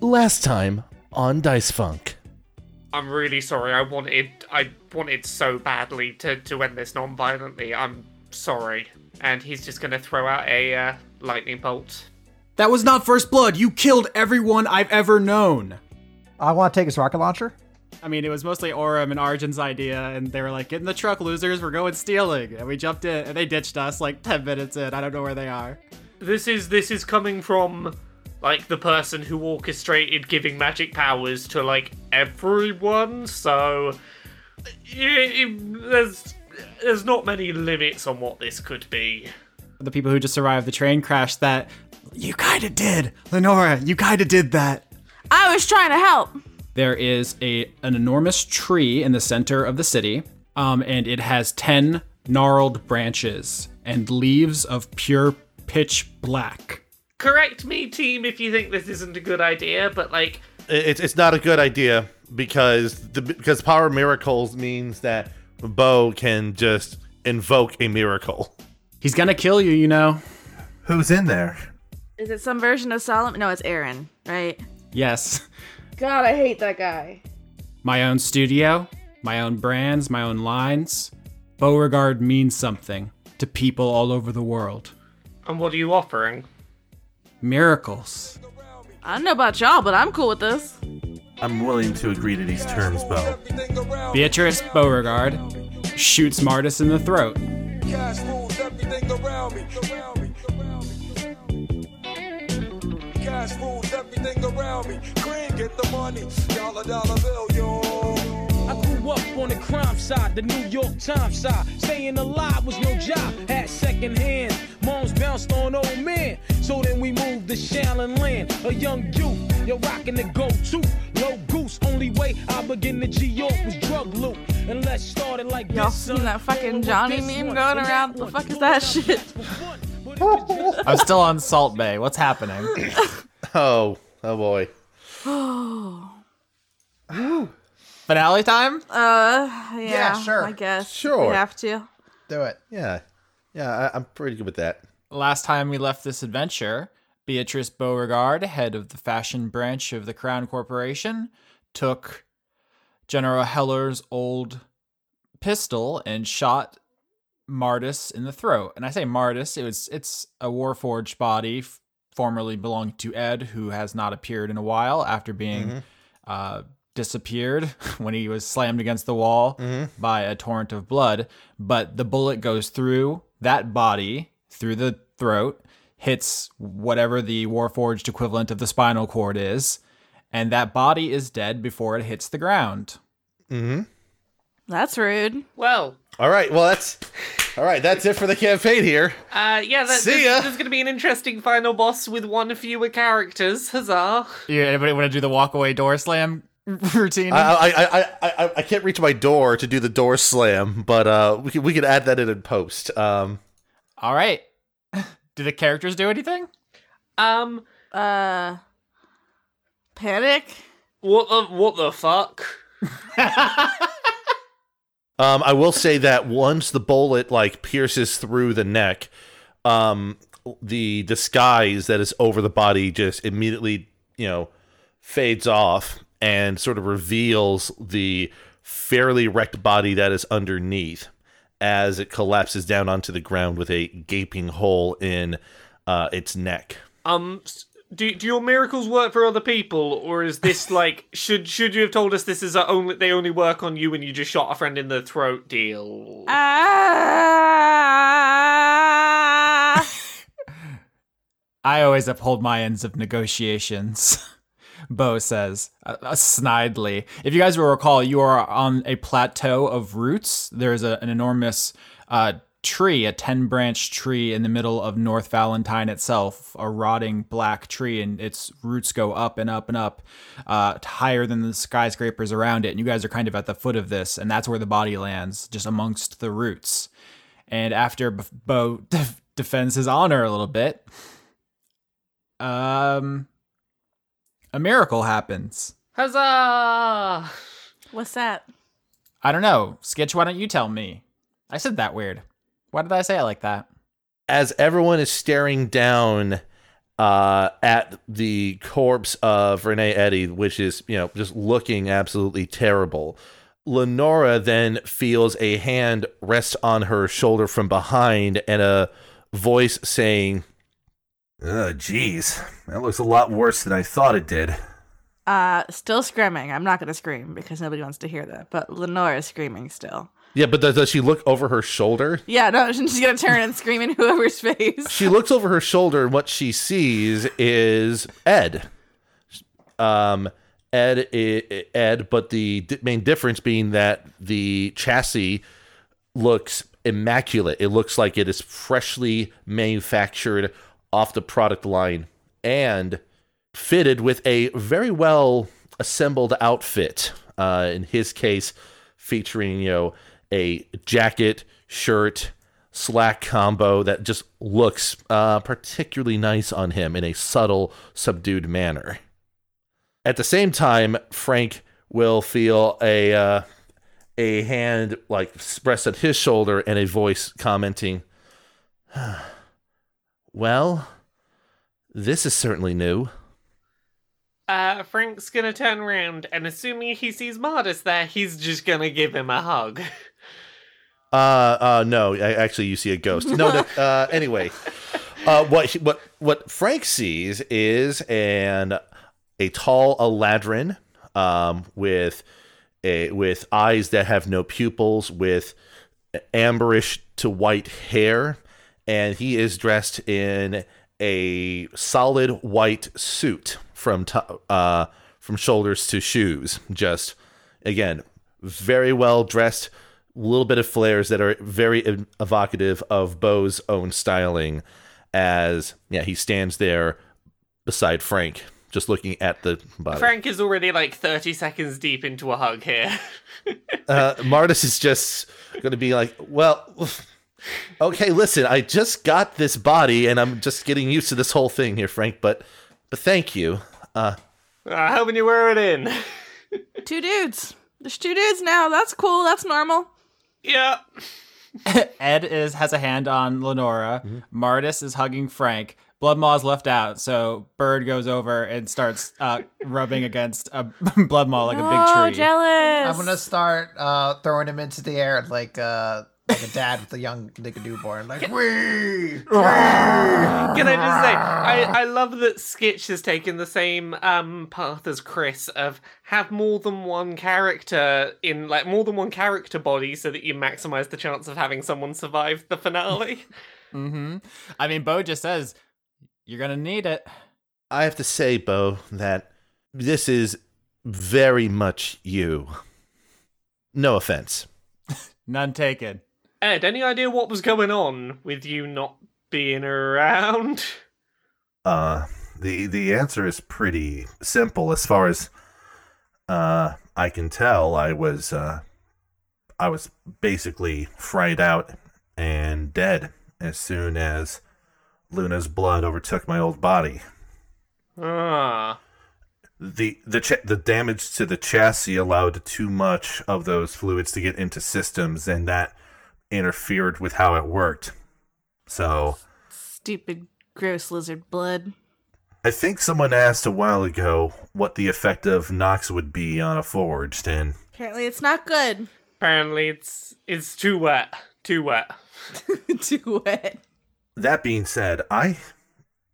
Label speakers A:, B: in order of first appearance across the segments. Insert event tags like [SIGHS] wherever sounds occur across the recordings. A: last time on Dice Funk.
B: I'm really sorry. I wanted I wanted so badly to, to end this non-violently. I'm sorry. And he's just gonna throw out a uh, lightning bolt.
C: That was not first blood. You killed everyone I've ever known.
D: I want to take his rocket launcher.
C: I mean, it was mostly Orim and Arjun's idea, and they were like, "Get in the truck, losers! We're going stealing." And we jumped in, and they ditched us like ten minutes in. I don't know where they are.
B: This is this is coming from like the person who orchestrated giving magic powers to like everyone. So y y- there's there's not many limits on what this could be.
C: The people who just survived the train crash. That you kind of did, Lenora. You kind of did that.
E: I was trying to help.
C: There is a an enormous tree in the center of the city, um, and it has ten gnarled branches and leaves of pure pitch black.
B: Correct me, team, if you think this isn't a good idea, but like
F: it's it's not a good idea because the because power miracles means that Bo can just invoke a miracle.
C: He's gonna kill you, you know.
G: Who's in there?
E: Is it some version of Solomon? No, it's Aaron, right?
C: Yes,
E: God, I hate that guy.
C: my own studio, my own brands, my own lines. Beauregard means something to people all over the world.
B: and what are you offering?
C: Miracles.
E: I don't know about y'all, but I'm cool with this.
G: I'm willing to agree to these terms, Bo.
C: Beatrice Beauregard shoots Martis in the throat.
H: Cash rules everything around me. Around me. Around me. Cash rules everything around me. Green, get the money. Dollar, dollar bill, yo.
I: I grew up on the crime side, the New York Times side. Staying alive was no job, had second hands. Moms bounced on old men, so then we moved to Shallon Land. A young youth, you're rocking the go to. Low goose, only way I begin to G York was drug loot. And let's start it like this.
E: Y'all
I: son.
E: seen that fucking Johnny meme
I: One,
E: going
I: and
E: around? The
I: one.
E: fuck is that shit?
I: But it was just
J: [LAUGHS] I'm still on Salt Bay. What's happening?
F: Oh, oh boy.
J: Finale time?
E: [SIGHS] Uh, yeah,
D: sure.
E: I guess.
F: Sure.
E: We have to.
D: Do it.
F: Yeah, yeah. I, I'm pretty good with that.
J: Last time we left this adventure, Beatrice Beauregard, head of the fashion branch of the Crown Corporation, took General Heller's old pistol and shot Martis in the throat. And I say Martis, it was it's a Warforged body f- formerly belonging to Ed, who has not appeared in a while after being
F: Mm-hmm.
J: uh, disappeared [LAUGHS] when he was slammed against the wall
F: Mm-hmm.
J: by a torrent of blood. But the bullet goes through that body, through the throat, hits whatever the Warforged equivalent of the spinal cord is, and that body is dead before it hits the ground.
E: That's rude.
B: Well,
F: Mm-hmm. All right. Well, that's all right. That's it for the campaign here.
B: uh, yeah, that,
F: See
B: this-
F: ya.
B: This, is going to be an interesting final boss with one fewer characters. Huzzah!
J: Yeah, anybody want to do the walk away door slam [LAUGHS] routine?
F: I I, I, I, I I can't reach my door to do the door slam, but uh, we can, we can add that in in post. Um,
J: All right. [LAUGHS] Do the characters do anything?
B: Um,
E: Uh, panic.
B: what the what the fuck?
F: Um, I will say that once the bullet like pierces through the neck, um, the disguise that is over the body just immediately, you know, fades off and sort of reveals the fairly wrecked body that is underneath as it collapses down onto the ground with a gaping hole in uh, its neck.
B: Um, s- do do your miracles work for other people, or is [LAUGHS] this like should should you have told us this is a only they only work on you when you just shot a friend in the throat deal?
E: Ah!
J: I always uphold my ends of negotiations. [LAUGHS] Bo says, uh, uh, snidely. If you guys will recall, you are on a plateau of roots. There is a, an enormous uh, tree, a 10 branch tree in the middle of North Valentine itself, a rotting black tree, and its roots go up and up and up, uh, higher than the skyscrapers around it. And you guys are kind of at the foot of this, and that's where the body lands, just amongst the roots. And after B- Bo [LAUGHS] defends his honor a little bit, um a miracle happens
B: Huzzah!
E: What's that?
J: i don't know sketch why don't you tell me i said that weird why did i say it like that
F: as everyone is staring down uh, at the corpse of Renee Eddy, which is, you know, just looking absolutely terrible. Lenora then feels a hand rest on her shoulder from behind and a voice saying,
G: Ugh, jeez. That looks a lot worse than I thought it did.
E: Uh, still screaming. I'm not gonna scream because nobody wants to hear that. But Lenore is screaming still.
F: Yeah, but does, does she look over her shoulder?
E: Yeah, no, [LAUGHS] she's gonna turn and scream in [LAUGHS] whoever's face.
F: She looks over her shoulder, and what she sees is Ed. Um, Ed, i- i- Ed, but the di- main difference being that the chassis looks immaculate. It looks like it is freshly manufactured off the product line and fitted with a very well assembled outfit. Uh, in his case, featuring you know a jacket, shirt, slack combo that just looks uh, particularly nice on him in a subtle, subdued manner. At the same time, Frank will feel a uh, a hand like pressed at his shoulder and a voice commenting, [SIGHS] "Well, this is certainly new."
B: Uh, Frank's gonna turn around, and assuming he sees Mardus there, he's just gonna give him a hug.
F: Uh, uh, no. I, actually, you see a ghost. No. no uh, anyway, uh, what what what Frank sees is an a tall Aladrin, um, with a with eyes that have no pupils, with amberish to white hair, and he is dressed in a solid white suit from to, uh from shoulders to shoes. Just again, very well dressed, little bit of flares that are very ev- evocative of Bo's own styling. As yeah, he stands there beside Frank, just looking at the body.
B: Frank is already like 30 seconds deep into a hug here. [LAUGHS]
F: uh, Martis is just going to be like, well, [SIGHS] okay, listen, I just got this body and I'm just getting used to this whole thing here, Frank, but but thank you. Uh,
B: Uh, hoping you wear it in.
E: two dudes. There's two dudes now. That's cool. That's normal.
B: yeah.
J: Ed is has a hand on Lenora. Mardis is hugging Frank. Bloodmaw's left out, so Bird goes over and starts uh, rubbing against a [LAUGHS] Bloodmaw like a
E: oh,
J: big tree.
E: jealous.
D: I'm gonna start uh, throwing him into the air like uh, like a dad with a young like a newborn. Like wee.
B: Can I just say, I, I love that Skitch has taken the same um, path as Chris of have more than one character in, like, more than one character body so that you maximize the chance of having someone survive the finale.
J: hmm [LAUGHS] I mean, Bo just says you're gonna need it.
F: I have to say, Bo, that this is very much you. No offense.
J: None taken.
B: Ed, any idea what was going on with you not being around?
G: Uh, the the answer is pretty simple as far as uh I can tell. I was uh I was basically fried out and dead as soon as Luna's blood overtook my old body.
B: Ah.
G: the the ch- the damage to the chassis allowed too much of those fluids to get into systems and that interfered with how it worked so
E: Stupid, gross lizard blood.
G: i think someone asked a while ago what the effect of nox would be on a forged and
E: [LAUGHS] Apparently, it's not good.
B: Apparently, it's it's too wet.
E: [LAUGHS]
B: Too wet.
E: Do it.
G: that being said i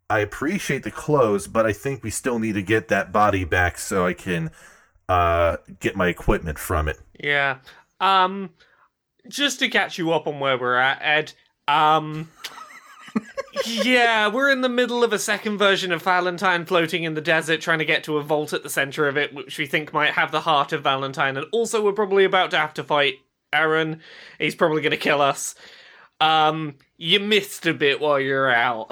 G: i appreciate the clothes but i think we still need to get that body back so i can uh get my equipment from it
B: Yeah. Um, just to catch you up on where we're at, Ed. Um, yeah, we're in the middle of a second version of Valentine floating in the desert, trying to get to a vault at the center of it, which we think might have the heart of Valentine. And also, we're probably about to have to fight Aaron. He's probably going to kill us. Um, you missed a bit while you're out.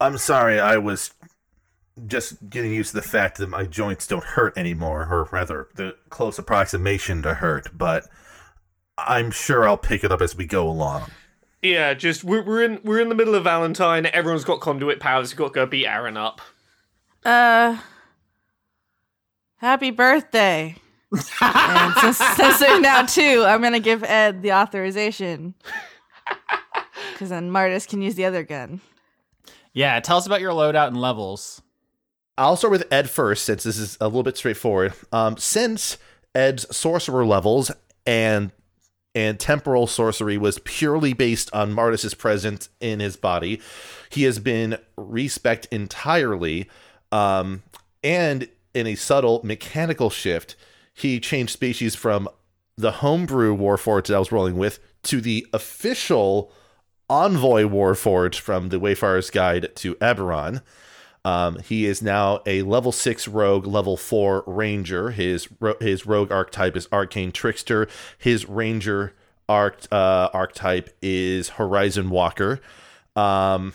G: I'm sorry, I was just getting used to the fact that my joints don't hurt anymore, or rather, the close approximation to hurt, but I'm sure I'll pick it up as we go along.
B: Yeah, just we're, we're in we're in the middle of Valentine. Everyone's got conduit powers. You've got to go beat Aaron up.
E: Uh, happy birthday. [LAUGHS] and since, since they're now two, I'm gonna give Ed the [LAUGHS] authorization. Because then Martis can use the other gun.
J: Yeah, tell us about your loadout and levels.
F: I'll start with Ed first, since this is a little bit straightforward. Um, since Ed's sorcerer levels and and temporal sorcery was purely based on Martis's presence in his body, he has been respect entirely, um, and in a subtle mechanical shift, he changed species from the homebrew warforged that I was rolling with to the official envoy warforged from the Wayfarer's Guide to Eberron. Um, he is now a level six rogue, level four ranger. His ro- his rogue archetype is arcane trickster. His ranger arc uh, archetype is horizon walker. Um,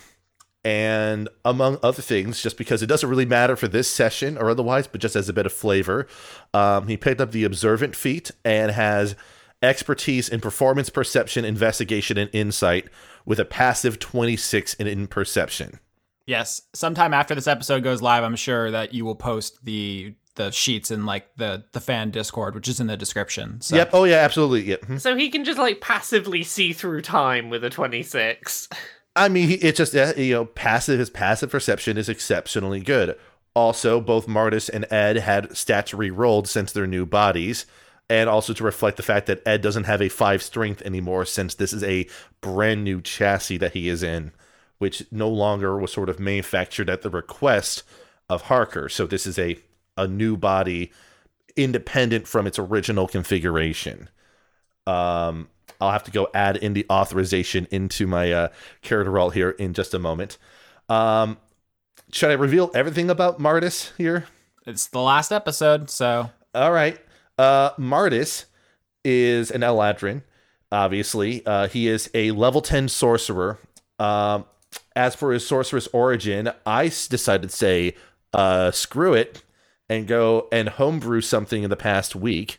F: and among other things, just because it doesn't really matter for this session or otherwise, but just as a bit of flavor, um, he picked up the observant feat and has expertise in performance perception, investigation, and insight with a passive 26 in, in perception.
J: Yes, sometime after this episode goes live, I'm sure that you will post the the sheets in like the the fan Discord, which is in the description. So.
F: Yep. Oh, yeah, absolutely. Yep. Mhm.
B: So he can just like passively see through time with a 26.
F: I mean, he- it's just uh, you know, passive. His passive perception is exceptionally good. Also, both Martis and Ed had stats re-rolled since their new bodies, and also to reflect the fact that Ed doesn't have a five strength anymore since this is a brand new chassis that he is in, which no longer was sort of manufactured at the request of Harker. So this is a a new body, independent from its original configuration. Um, I'll have to go add in the authorization into my uh, character role here in just a moment. Um, should I reveal everything about Martis here?
J: It's the last episode, so
F: All right. Uh, Martis is an Eladrin, obviously. Uh, he is a level 10 sorcerer. Um, as for his sorcerer's origin, I s- decided to say, uh, screw it, and go and homebrew something in the past week.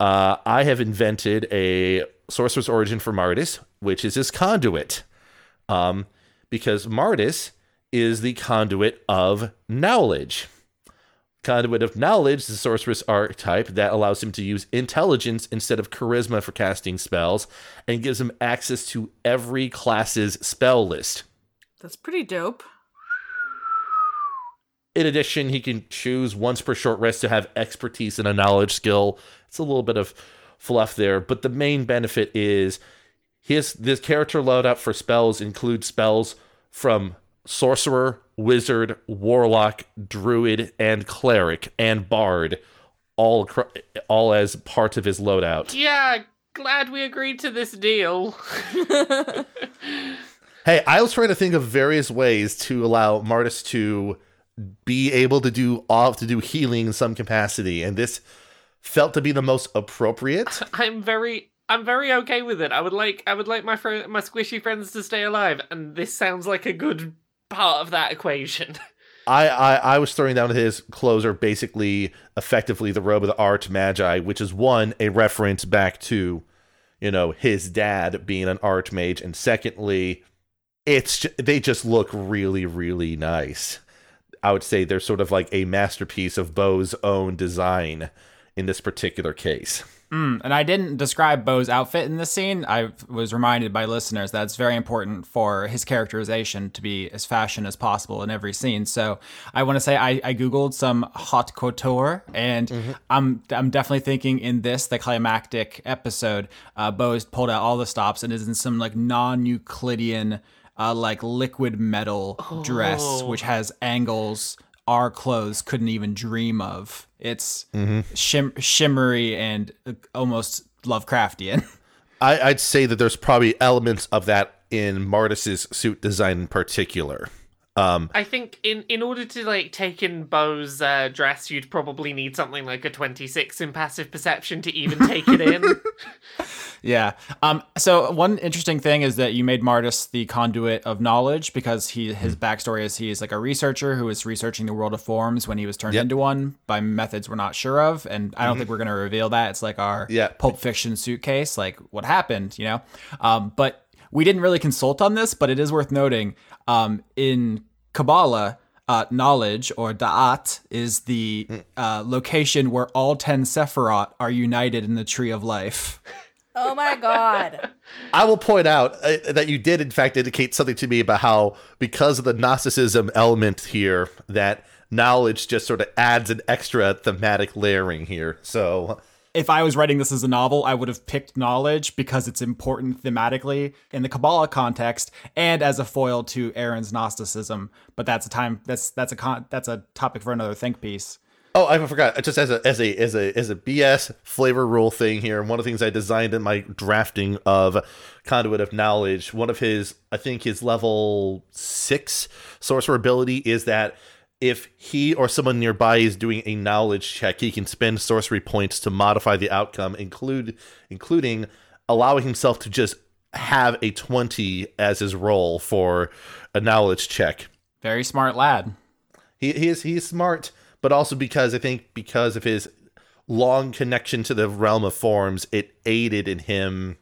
F: Uh, I have invented a sorcerer's origin for Martis, which is his conduit. Um, because Martis is the conduit of knowledge. Conduit of Knowledge is the sorceress archetype that allows him to use intelligence instead of charisma for casting spells and gives him access to every class's spell list.
E: That's pretty dope.
F: In addition, he can choose once per short rest to have expertise in a knowledge skill. It's a little bit of fluff there, but the main benefit is his this character loadout for spells includes spells from sorcerer, wizard, warlock, druid, and cleric and bard, all cr- all as part of his loadout.
B: Yeah, glad we agreed to this deal.
F: Hey, I was trying to think of various ways to allow Martis to be able to do off to do healing in some capacity, and this felt to be the most appropriate.
B: I'm very I'm very okay with it. I would like I would like my friend my squishy friends to stay alive and this sounds like a good part of that equation. [LAUGHS]
F: I, I I was throwing down his closer basically effectively the robe of the arch magi, which is one a reference back to, you know, his dad being an archmage, and secondly, it's ju- they just look really really nice. I would say they're sort of like a masterpiece of Bo's own design in this particular case.
J: Mm, and I didn't describe Bo's outfit in this scene. I was reminded by listeners that it's very important for his characterization to be as fashion as possible in every scene. So I want to say I, I googled some hot couture, and I'm I'm definitely thinking in this the climactic episode, uh, Bo's pulled out all the stops and is in some like non-Euclidean uh, like liquid metal dress, which has angles our clothes couldn't even dream of. It's shim- shimmery and uh, almost Lovecraftian.
F: I, I'd say that there's probably elements of that in Martis's suit design in particular. Um,
B: I think in in order to like take in Bo's uh, dress you'd probably need something like a 26 in passive perception to even take it in.
J: yeah. Um. So one interesting thing is that you made Martis the conduit of knowledge because he his backstory is he is like a researcher who is researching the world of forms when he was turned into one by methods we're not sure of, and I don't think we're gonna reveal that. It's like our
F: Yeah.
J: Pulp Fiction suitcase, like what happened, you know. Um. But we didn't really consult on this, but it is worth noting. Um. In Kabbalah. Uh, knowledge or da'at is the uh, location where all 10 sephirot are united in the tree of life.
E: Oh my god.
F: I will point out uh, that you did, in fact, indicate something to me about how, because of the Gnosticism element here, that knowledge just sort of adds an extra thematic layering here. So,
J: If I was writing this as a novel, I would have picked knowledge because it's important thematically in the Kabbalah context and as a foil to Aaron's Gnosticism. But that's a time that's that's a con, that's a topic for another think piece.
F: oh, I forgot. Just as a as a as a as a BS flavor rule thing here. One of the things I designed in my drafting of Conduit of Knowledge, one of his, I think his level six sorcerer ability is that. If he or someone nearby is doing a knowledge check, he can spend sorcery points to modify the outcome, include including allowing himself to just have a 20 as his roll for a knowledge check.
J: Very smart lad.
F: He, he is he is smart, but also because I think because of his long connection to the realm of forms, it aided in him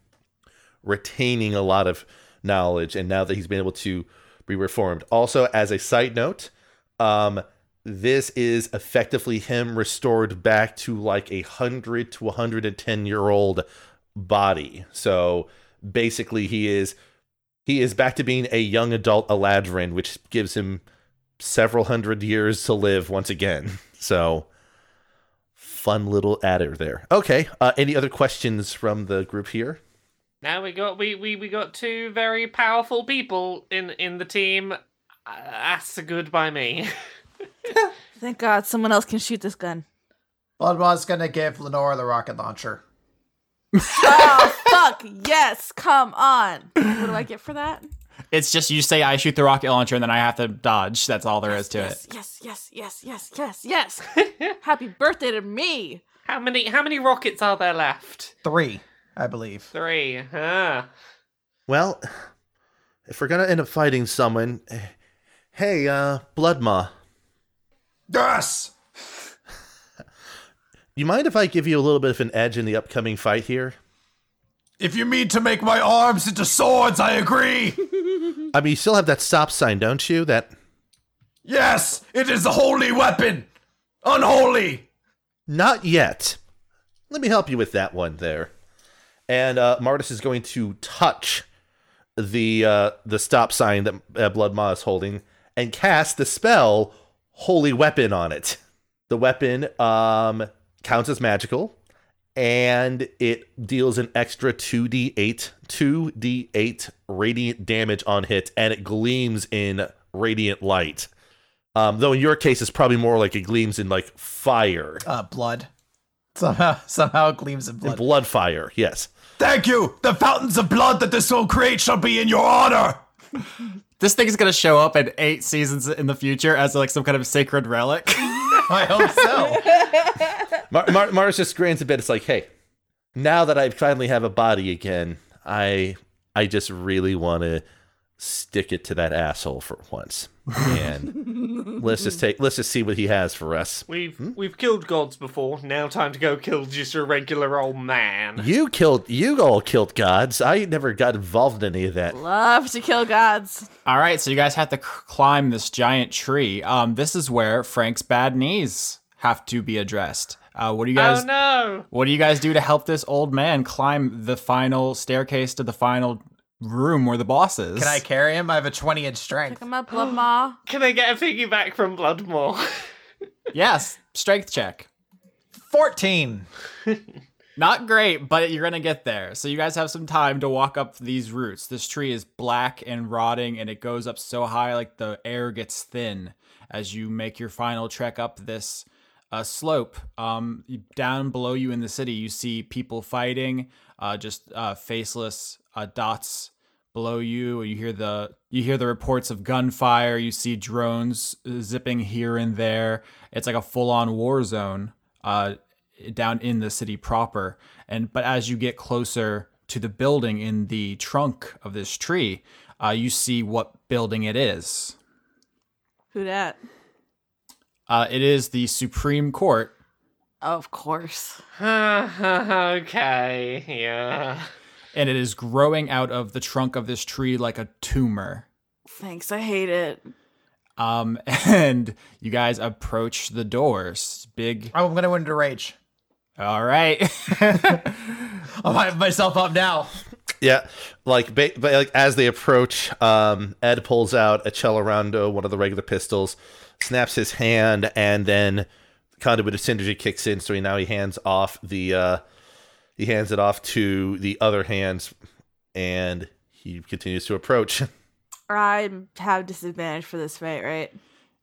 F: retaining a lot of knowledge. And now that he's been able to be reformed, also as a side note, um, this is effectively him restored back to like a hundred to 110 year old body. So basically, he is he is back to being a young adult Eladrin, which gives him several hundred years to live once again. [LAUGHS] So fun little adder there. Okay. Uh, any other questions from the group here?
B: Now we got we, we we got two very powerful people in in the team. Uh, That's good by me. [LAUGHS]
E: Thank God someone else can shoot this gun.
D: Bloodmaw's gonna give Lenora the rocket launcher.
E: Oh fuck yes, come on. What do I get for that?
J: It's just you say I shoot the rocket launcher and then I have to dodge. That's all there is to it.
E: Yes, yes, yes, yes, yes, yes,
B: [LAUGHS]
E: yes. Happy birthday to me.
B: How many how many rockets are there left?
D: Three, I believe.
B: Three. Huh.
F: Well, if we're going to end up fighting someone, eh, hey, uh, Bloodma,
D: Yes!
F: you mind if I give you a little bit of an edge in the upcoming fight here?
D: If you mean to make my arms into swords,
I: [LAUGHS]
D: I agree!
F: I mean, you still have that stop sign, don't you? That
D: Yes! It is a holy weapon! Unholy!
F: Not yet. Let me help you with that one there. And uh, Martis is going to touch the uh, the stop sign that uh, Blood Ma is holding and cast the spell Holy Weapon on it. The weapon um, counts as magical, and it deals an extra 2d8 2d8 radiant damage on hit, and it gleams in radiant light. Um, though in your case, it's probably more like it gleams in like fire.
D: Uh, blood. Somehow, [LAUGHS] somehow it gleams in blood.
F: And blood fire, yes.
D: Thank you! The fountains of blood that this will create shall be in your honor!
J: This thing is gonna show up in eight seasons in the future as like some kind of sacred relic.
D: I hope so. Oh,
F: Mar- Mar- Mars just grins a bit. It's like, hey, now that I finally have a body again, I I just really want to stick it to that asshole for once. And let's just take let's just see what he has for us.
B: We've
J: Hmm?
B: we've killed gods before. Now time to go kill just a regular old man.
F: You killed you all killed gods. I never got involved in any of that.
E: [LAUGHS] Love to kill gods.
J: all right, so you guys have to c- climb this giant tree. Um, this is where Frank's bad knees have to be addressed. Uh, what do you guys?
B: Oh no. [LAUGHS]
J: What do you guys do to help this old man climb the final staircase to the final room where the boss is?
D: Can I carry him? I have a 20 inch
E: Pick
D: strength.
E: 'em up, [GASPS] love ma.
B: Can I get a piggyback from Bloodmore? [LAUGHS]
J: Yes, strength check.
D: 14.
J: Not great, but you're gonna get there. So you guys have some time to walk up these roots. This tree is black and rotting, and it goes up so high, like the air gets thin as you make your final trek up this uh, slope. Um, you- down below you in the city, you see people fighting, uh, just uh, faceless uh, dots below you. You hear the you hear the reports of gunfire. You see drones uh, zipping here and there. It's like a full on war zone. Uh, down in the city proper. And but as you get closer to the building in the trunk of this tree, uh, you see what building it is.
E: Who dat?
J: Uh, it is the Supreme Court.
E: Of course.
B: okay. Yeah.
J: And it is growing out of the trunk of this tree like a tumor.
E: Thanks, I hate it.
J: Um, [LAUGHS] and you guys approach the doors. Big.
D: Oh, [LAUGHS] I'm gonna win into rage.
J: All right.
D: I'm hyping myself up now.
F: Yeah, like ba- ba- like as they approach, um, Ed pulls out a Celerondo, one of the regular pistols, snaps his hand, and then conduit of synergy kicks in. So he now he hands off the uh, he hands it off to the other hands, and he continues to approach. [LAUGHS]
E: I have disadvantage for this fight, right?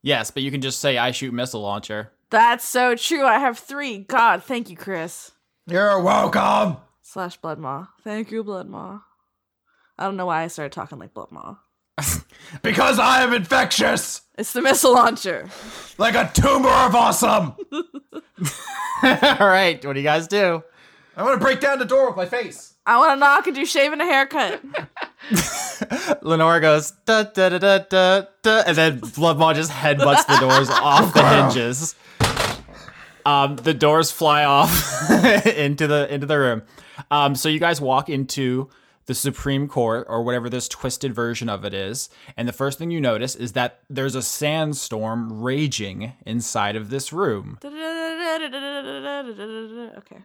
J: Yes, but you can just say I shoot missile launcher.
E: That's so true. I have three. God, thank you, Chris.
D: You're welcome.
E: Slash Blood Maw. Thank you, Blood Maw. I don't know why I started talking like Blood Maw.
D: Because I am infectious,
E: It's the missile launcher.
D: like a tumor of awesome. [LAUGHS]
J: [LAUGHS] All right, what do you guys do?
D: I'm gonna break down the door with my face.
E: I want to knock and do shaving a haircut.
J: Lenore goes da da da da da, da and then Blood Maw just headbutts the doors off the hinges. Um, the doors fly off [LAUGHS] into the into the room. Um, so you guys walk into the Supreme Court or whatever this twisted version of it is, and the first thing you notice is that there's a sandstorm raging inside of this
E: [LAUGHS]
J: room.
E: okay.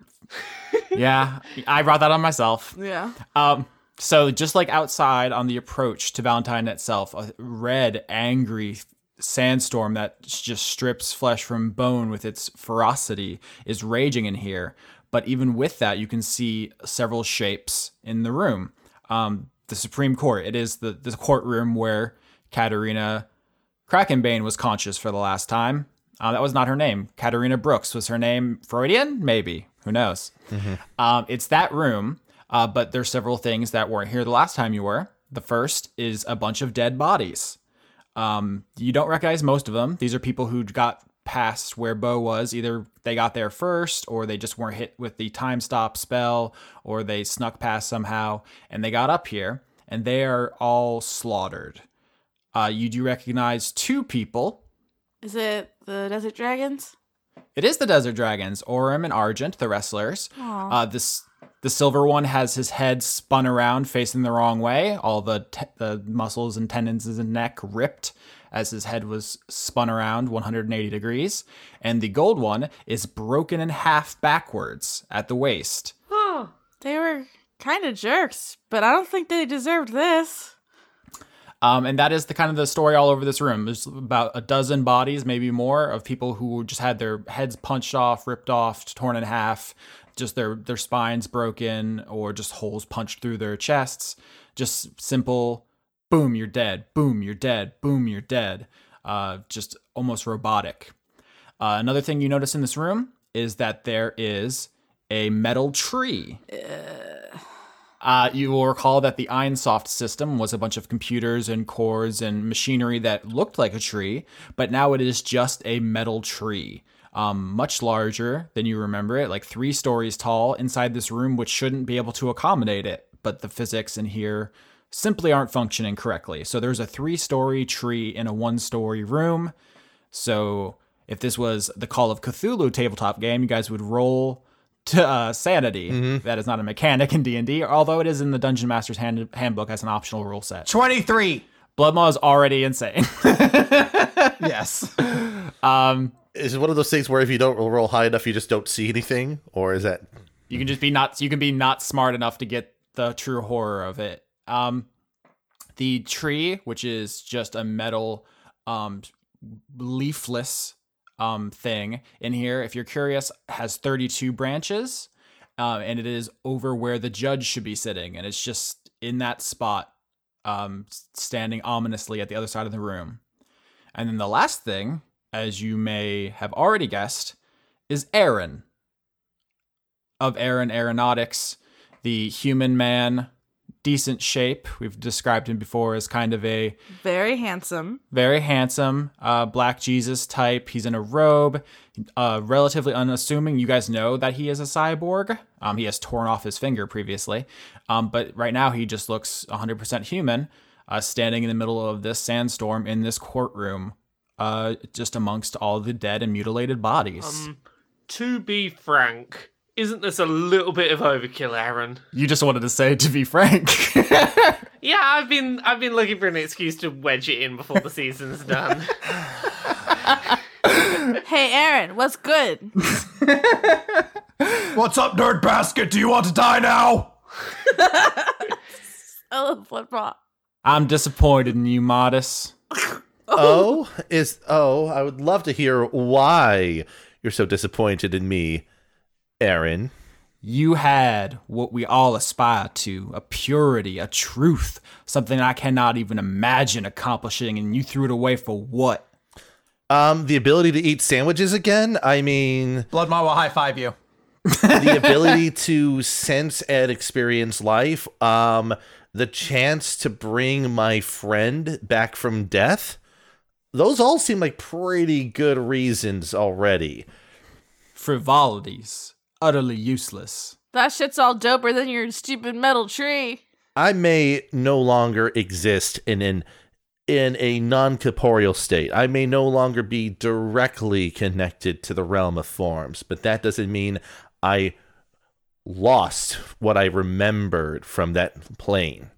J: yeah, I brought that on myself.
E: Yeah.
J: Um, so just like outside on the approach to Valentine itself, a red, angry sandstorm that just strips flesh from bone with its ferocity is raging in here. But even with that, you can see several shapes in the room. Um, the Supreme Court. It is the the courtroom where Katerina Krakenbane was conscious for the last time. Uh, that was not her name. Katerina Brooks was her name. Freudian, maybe. Who knows? Um, it's that room, uh, but there's several things that weren't here the last time you were. The first is a bunch of dead bodies. Um, you don't recognize most of them. These are people who got past where Bo was. Either they got there first, or they just weren't hit with the time stop spell, or they snuck past somehow and they got up here, and they are all slaughtered. Uh, you do recognize two people.
E: Is it the Desert Dragons?
J: It is the Desert Dragons, Orim and Argent, the wrestlers. Uh, this the silver one has his head spun around, facing the wrong way. All the te- the muscles and tendons in the neck ripped as his head was spun around 180 degrees, and the gold one is broken in half backwards at the waist.
E: Oh, they were kind of jerks, but I don't think they deserved this.
J: Um, and that is the kind of the story all over this room. There's about a dozen bodies, maybe more, of people who just had their heads punched off, ripped off, torn in half, just their their spines broken, or just holes punched through their chests. Just simple, boom, you're dead. Boom, you're dead. Boom, you're dead. Uh, just almost robotic. Uh, another thing you notice in this room is that there is a metal tree. Uh, you will recall that the Einsoft system was a bunch of computers and cores and machinery that looked like a tree, but now it is just a metal tree. Um, much larger than you remember it, like three stories tall inside this room, which shouldn't be able to accommodate it. But the physics in here simply aren't functioning correctly. So there's a three story tree in a one story room. So if this was the Call of Cthulhu tabletop game, you guys would roll to uh, sanity.
D: Mm-hmm.
J: That is not a mechanic in D and D, although it is in the Dungeon Master's hand- handbook as an optional rule set.
D: Twenty-three.
J: Blood Maw is already insane. [LAUGHS]
D: Yes.
J: Um,
F: Is it one of those things where if you don't roll high enough, you just don't see anything, or is that
J: you can just be not you can be not smart enough to get the true horror of it. Um, the tree, which is just a metal, um, leafless um thing in here, if you're curious, has 32 branches, um, and it is over where the judge should be sitting, and it's just in that spot, um, s- standing ominously at the other side of the room. And then the last thing, as you may have already guessed, is Aaron of Aaron Aeronautics, the human man, decent shape. We've described him before as kind of a [COUGHS]
E: Very handsome.
J: very handsome, uh, black Jesus type. He's in a robe, uh, relatively unassuming. You guys know that he is a cyborg. Um, he has torn off his finger previously, um, but right now he just looks 100% human, uh, standing in the middle of this sandstorm in this courtroom, uh, just amongst all the dead and mutilated bodies.
B: Um, To be frank, isn't this a little bit of overkill, Aaron?
J: you just wanted to say, to be frank.
B: Yeah, I've been I've been looking for an excuse to wedge it in before the season's done.
E: Hey, Aaron, what's good?
D: What's up, nerd basket? Do you want to die now?
E: Oh, flip flop.
J: I'm disappointed in you, Modest.
F: Oh, is oh, I would love to hear why you're so disappointed in me, Aaron.
J: You had what we all aspire to a purity, a truth, something I cannot even imagine accomplishing, and you threw it away for what?
F: Um, the ability to eat sandwiches again. I mean,
D: Blood Mom will high five you.
F: the ability to sense and experience life. Um, the chance to bring my friend back from death. Those all seem like pretty good reasons already.
J: Frivolities. Utterly useless.
E: That shit's all doper than your stupid metal tree.
F: I may no longer exist in an in a non-corporeal state. I may no longer be directly connected to the realm of forms, but that doesn't mean I lost what I remembered from that plane.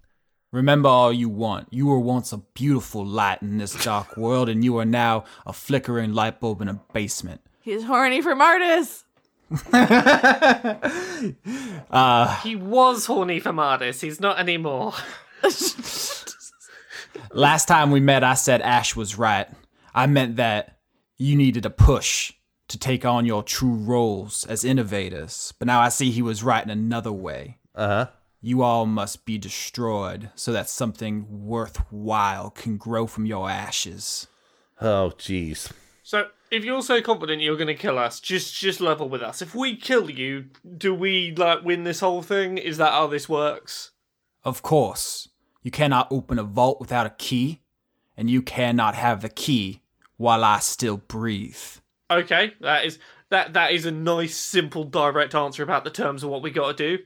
J: Remember all you want. You were once a beautiful light in this dark world, and you are now a flickering light bulb in a basement.
E: He's horny for Martis.
J: Uh,
B: He was horny for Mardis. He's not anymore.
J: Last time we met, I said Ash was right. I meant that you needed a push to take on your true roles as innovators, but now I see he was right in another way.
F: Uh-huh.
J: You all must be destroyed so that something worthwhile can grow from your ashes.
F: Oh jeez.
B: So, if you're so confident you're going to kill us, just just level with us. If we kill you, do we like win this whole thing? Is that how this works?
J: Of course, you cannot open a vault without a key, and you cannot have the key while I still breathe.
B: Okay, that is that that is a nice, simple, direct answer about the terms of what we got to do.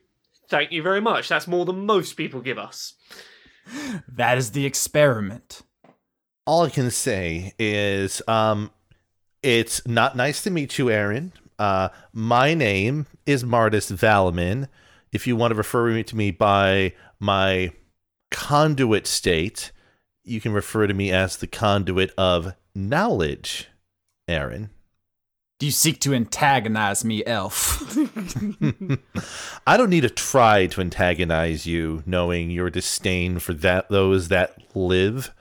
B: Thank you very much. That's more than most people give us.
J: That is the experiment.
F: All I can say is um it's not nice to meet you, Aaron. Uh my name is Martis Valaman. If you want to refer me to me by my conduit state, you can refer to me as the conduit of knowledge, Aaron.
J: Do you seek to antagonize me,
F: [LAUGHS]
J: elf?
F: I don't need to try to antagonize you, knowing your disdain for that those that live.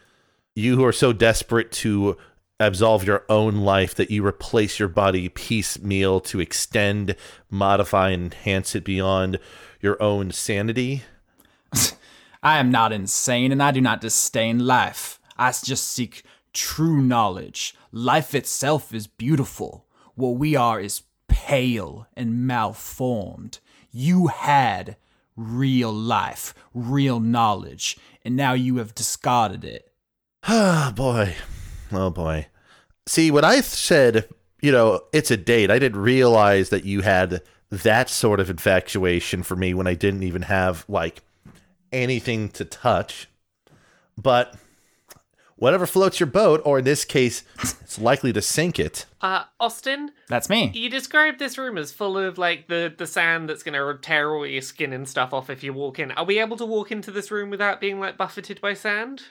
F: You who are so desperate to absolve your own life that you replace your body piecemeal to extend, modify, and enhance it beyond your own sanity.
J: I am not insane and I do not disdain life. I s- just seek true knowledge. Life itself is beautiful. What we are is pale and malformed. You had real life, real knowledge, and now you have discarded it.
F: Oh boy. Oh boy. See, when I said, you know, it's a date, I didn't realize that you had that sort of infatuation for me when I didn't even have like anything to touch. But whatever floats your boat, or in this case, it's likely to sink it.
B: Uh, Austin,
J: That's me.
B: you described this room as full of like the the sand that's going to tear all your skin and stuff off if you walk in. Are we able to walk into this room without being like buffeted by sand?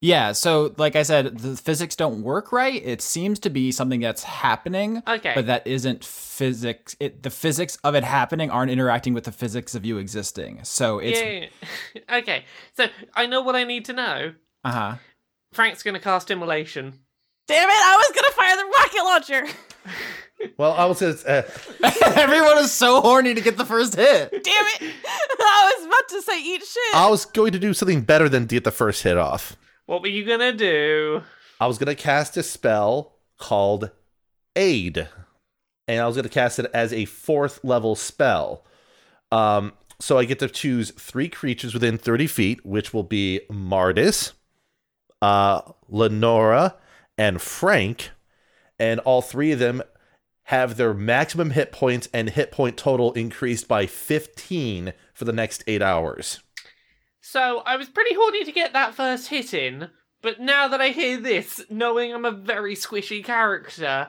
J: Yeah, so like I said, the physics don't work right. It seems to be something that's happening,
B: Okay.
J: but that isn't physics. It, the physics of it happening aren't interacting with the physics of you existing. So it's
B: Yeah. [LAUGHS] okay. So I know what I need to know.
J: uh huh.
B: Frank's going to cast immolation.
E: Damn it! I was gonna fire the rocket launcher.
F: Well, I was just, uh,
J: [LAUGHS] Everyone is so horny to get the first hit.
E: Damn it! [LAUGHS] I was about to say eat shit.
F: I was going to do something better than get the first hit off.
B: What were you going to do?
F: I was gonna cast a spell called Aid, and I was gonna cast it as a fourth level spell. Um, so I get to choose three creatures within thirty feet, which will be Mardis, uh, Lenora, and Frank, and all three of them have their maximum hit points and hit point total increased by fifteen for the next eight hours.
B: So I was pretty horny to get that first hit in, but now that I hear this, knowing I'm a very squishy character,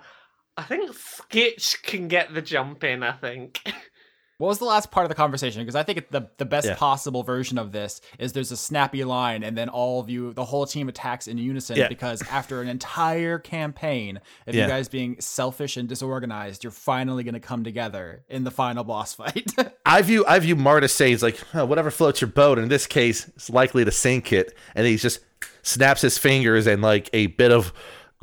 B: I think Skitch can get the jump in, I think.
J: What was the last part of the conversation? Because I think it, the the best
F: Yeah.
J: possible version of this is there's a snappy line, and then all of you, the whole team attacks in unison.
F: Yeah.
J: Because after an entire campaign of you
F: Yeah.
J: guys being selfish and disorganized, you're finally going to come together in the final boss [LAUGHS] fight.
F: I view I view Marta saying like "Oh, whatever floats your boat. And in this case, it's likely to sink it. And he just snaps his fingers, and like a bit of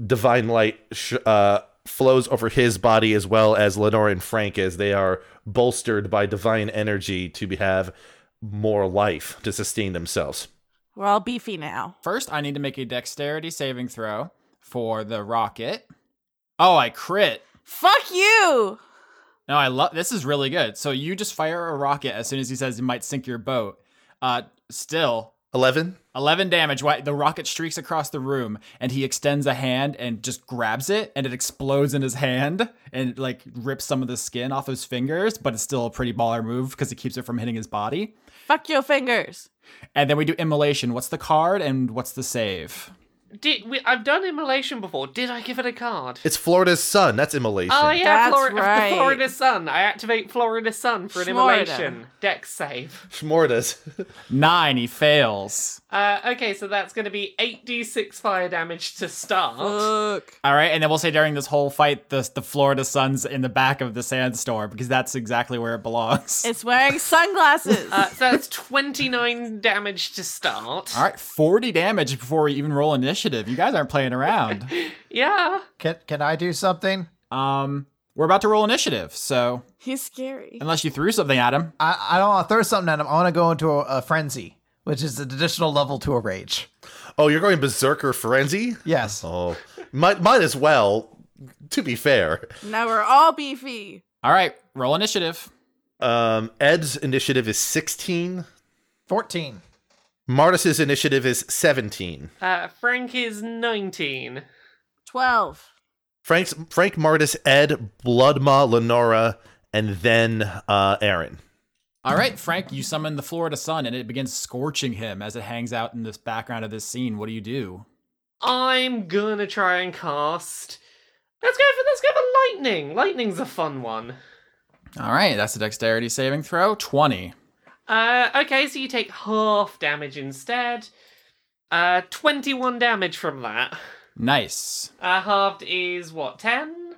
F: divine light sh- uh, flows over his body as well as Lenore and Frank as they are bolstered by divine energy to be- have more life to sustain themselves.
E: We're all beefy now.
J: First, I need to make a dexterity saving throw for the rocket. Oh, I crit.
E: Fuck you!
J: No, I love this is really good. So you just fire a rocket as soon as he says he might sink your boat. Uh still
F: Eleven.
J: 11 damage. Why the rocket streaks across the room and he extends a hand and just grabs it and it explodes in his hand and like rips some of the skin off his fingers, but it's still a pretty baller move because it keeps it from hitting his body.
E: Fuck your fingers.
J: And then we do immolation. What's the card and what's the save?
B: Did we, I've done immolation before. Did I give it a card?
F: It's Florida's sun. That's immolation.
E: Uh,
B: Oh yeah,
E: That's
B: [LAUGHS] Florida,
E: right.
B: Florida Sun. I activate Florida Sun for an
E: Florida.
B: immolation. Dex save.
F: Shmorda's.
J: Nine, he fails.
B: Uh, okay, so that's going to be eight d6 fire damage to start.
E: Look.
J: All right, and then we'll say during this whole fight, the the Florida sun's in the back of the sandstorm because that's exactly where it belongs. [LAUGHS]
E: It's wearing sunglasses.
B: Uh, so that's 29 damage to start.
J: All right, forty damage before we even roll initiative. You guys aren't playing around.
B: [LAUGHS] Yeah.
D: [LAUGHS] Can can I do something?
J: um, we're about to roll initiative, so
E: He's scary.
J: unless you threw something at him,
D: I, I don't want to throw something at him. I want to go into a, a frenzy, which is an additional level to a rage.
F: Oh, you're going berserker frenzy.
D: Yes.
F: Oh, might might as well. To be fair,
E: Now we're all beefy.
J: all right, roll initiative.
F: um, Ed's initiative is 16.
D: 14.
F: Martis's initiative is 17.
B: Uh, Frank is 19.
E: 12.
F: Frank's Frank Martis, Ed, Bloodma, Lenora, and then uh, Aaron.
J: All right, Frank, you summon the Florida sun, and it begins scorching him as it hangs out in this background of this scene. What do you do?
B: I'm gonna try and cast. Let's go for let's go for lightning. Lightning's a fun one.
J: All right, that's a dexterity saving throw. Twenty.
B: Uh, okay, so you take half damage instead. Uh, 21 damage from that.
J: Nice.
B: Uh, halved is what 10?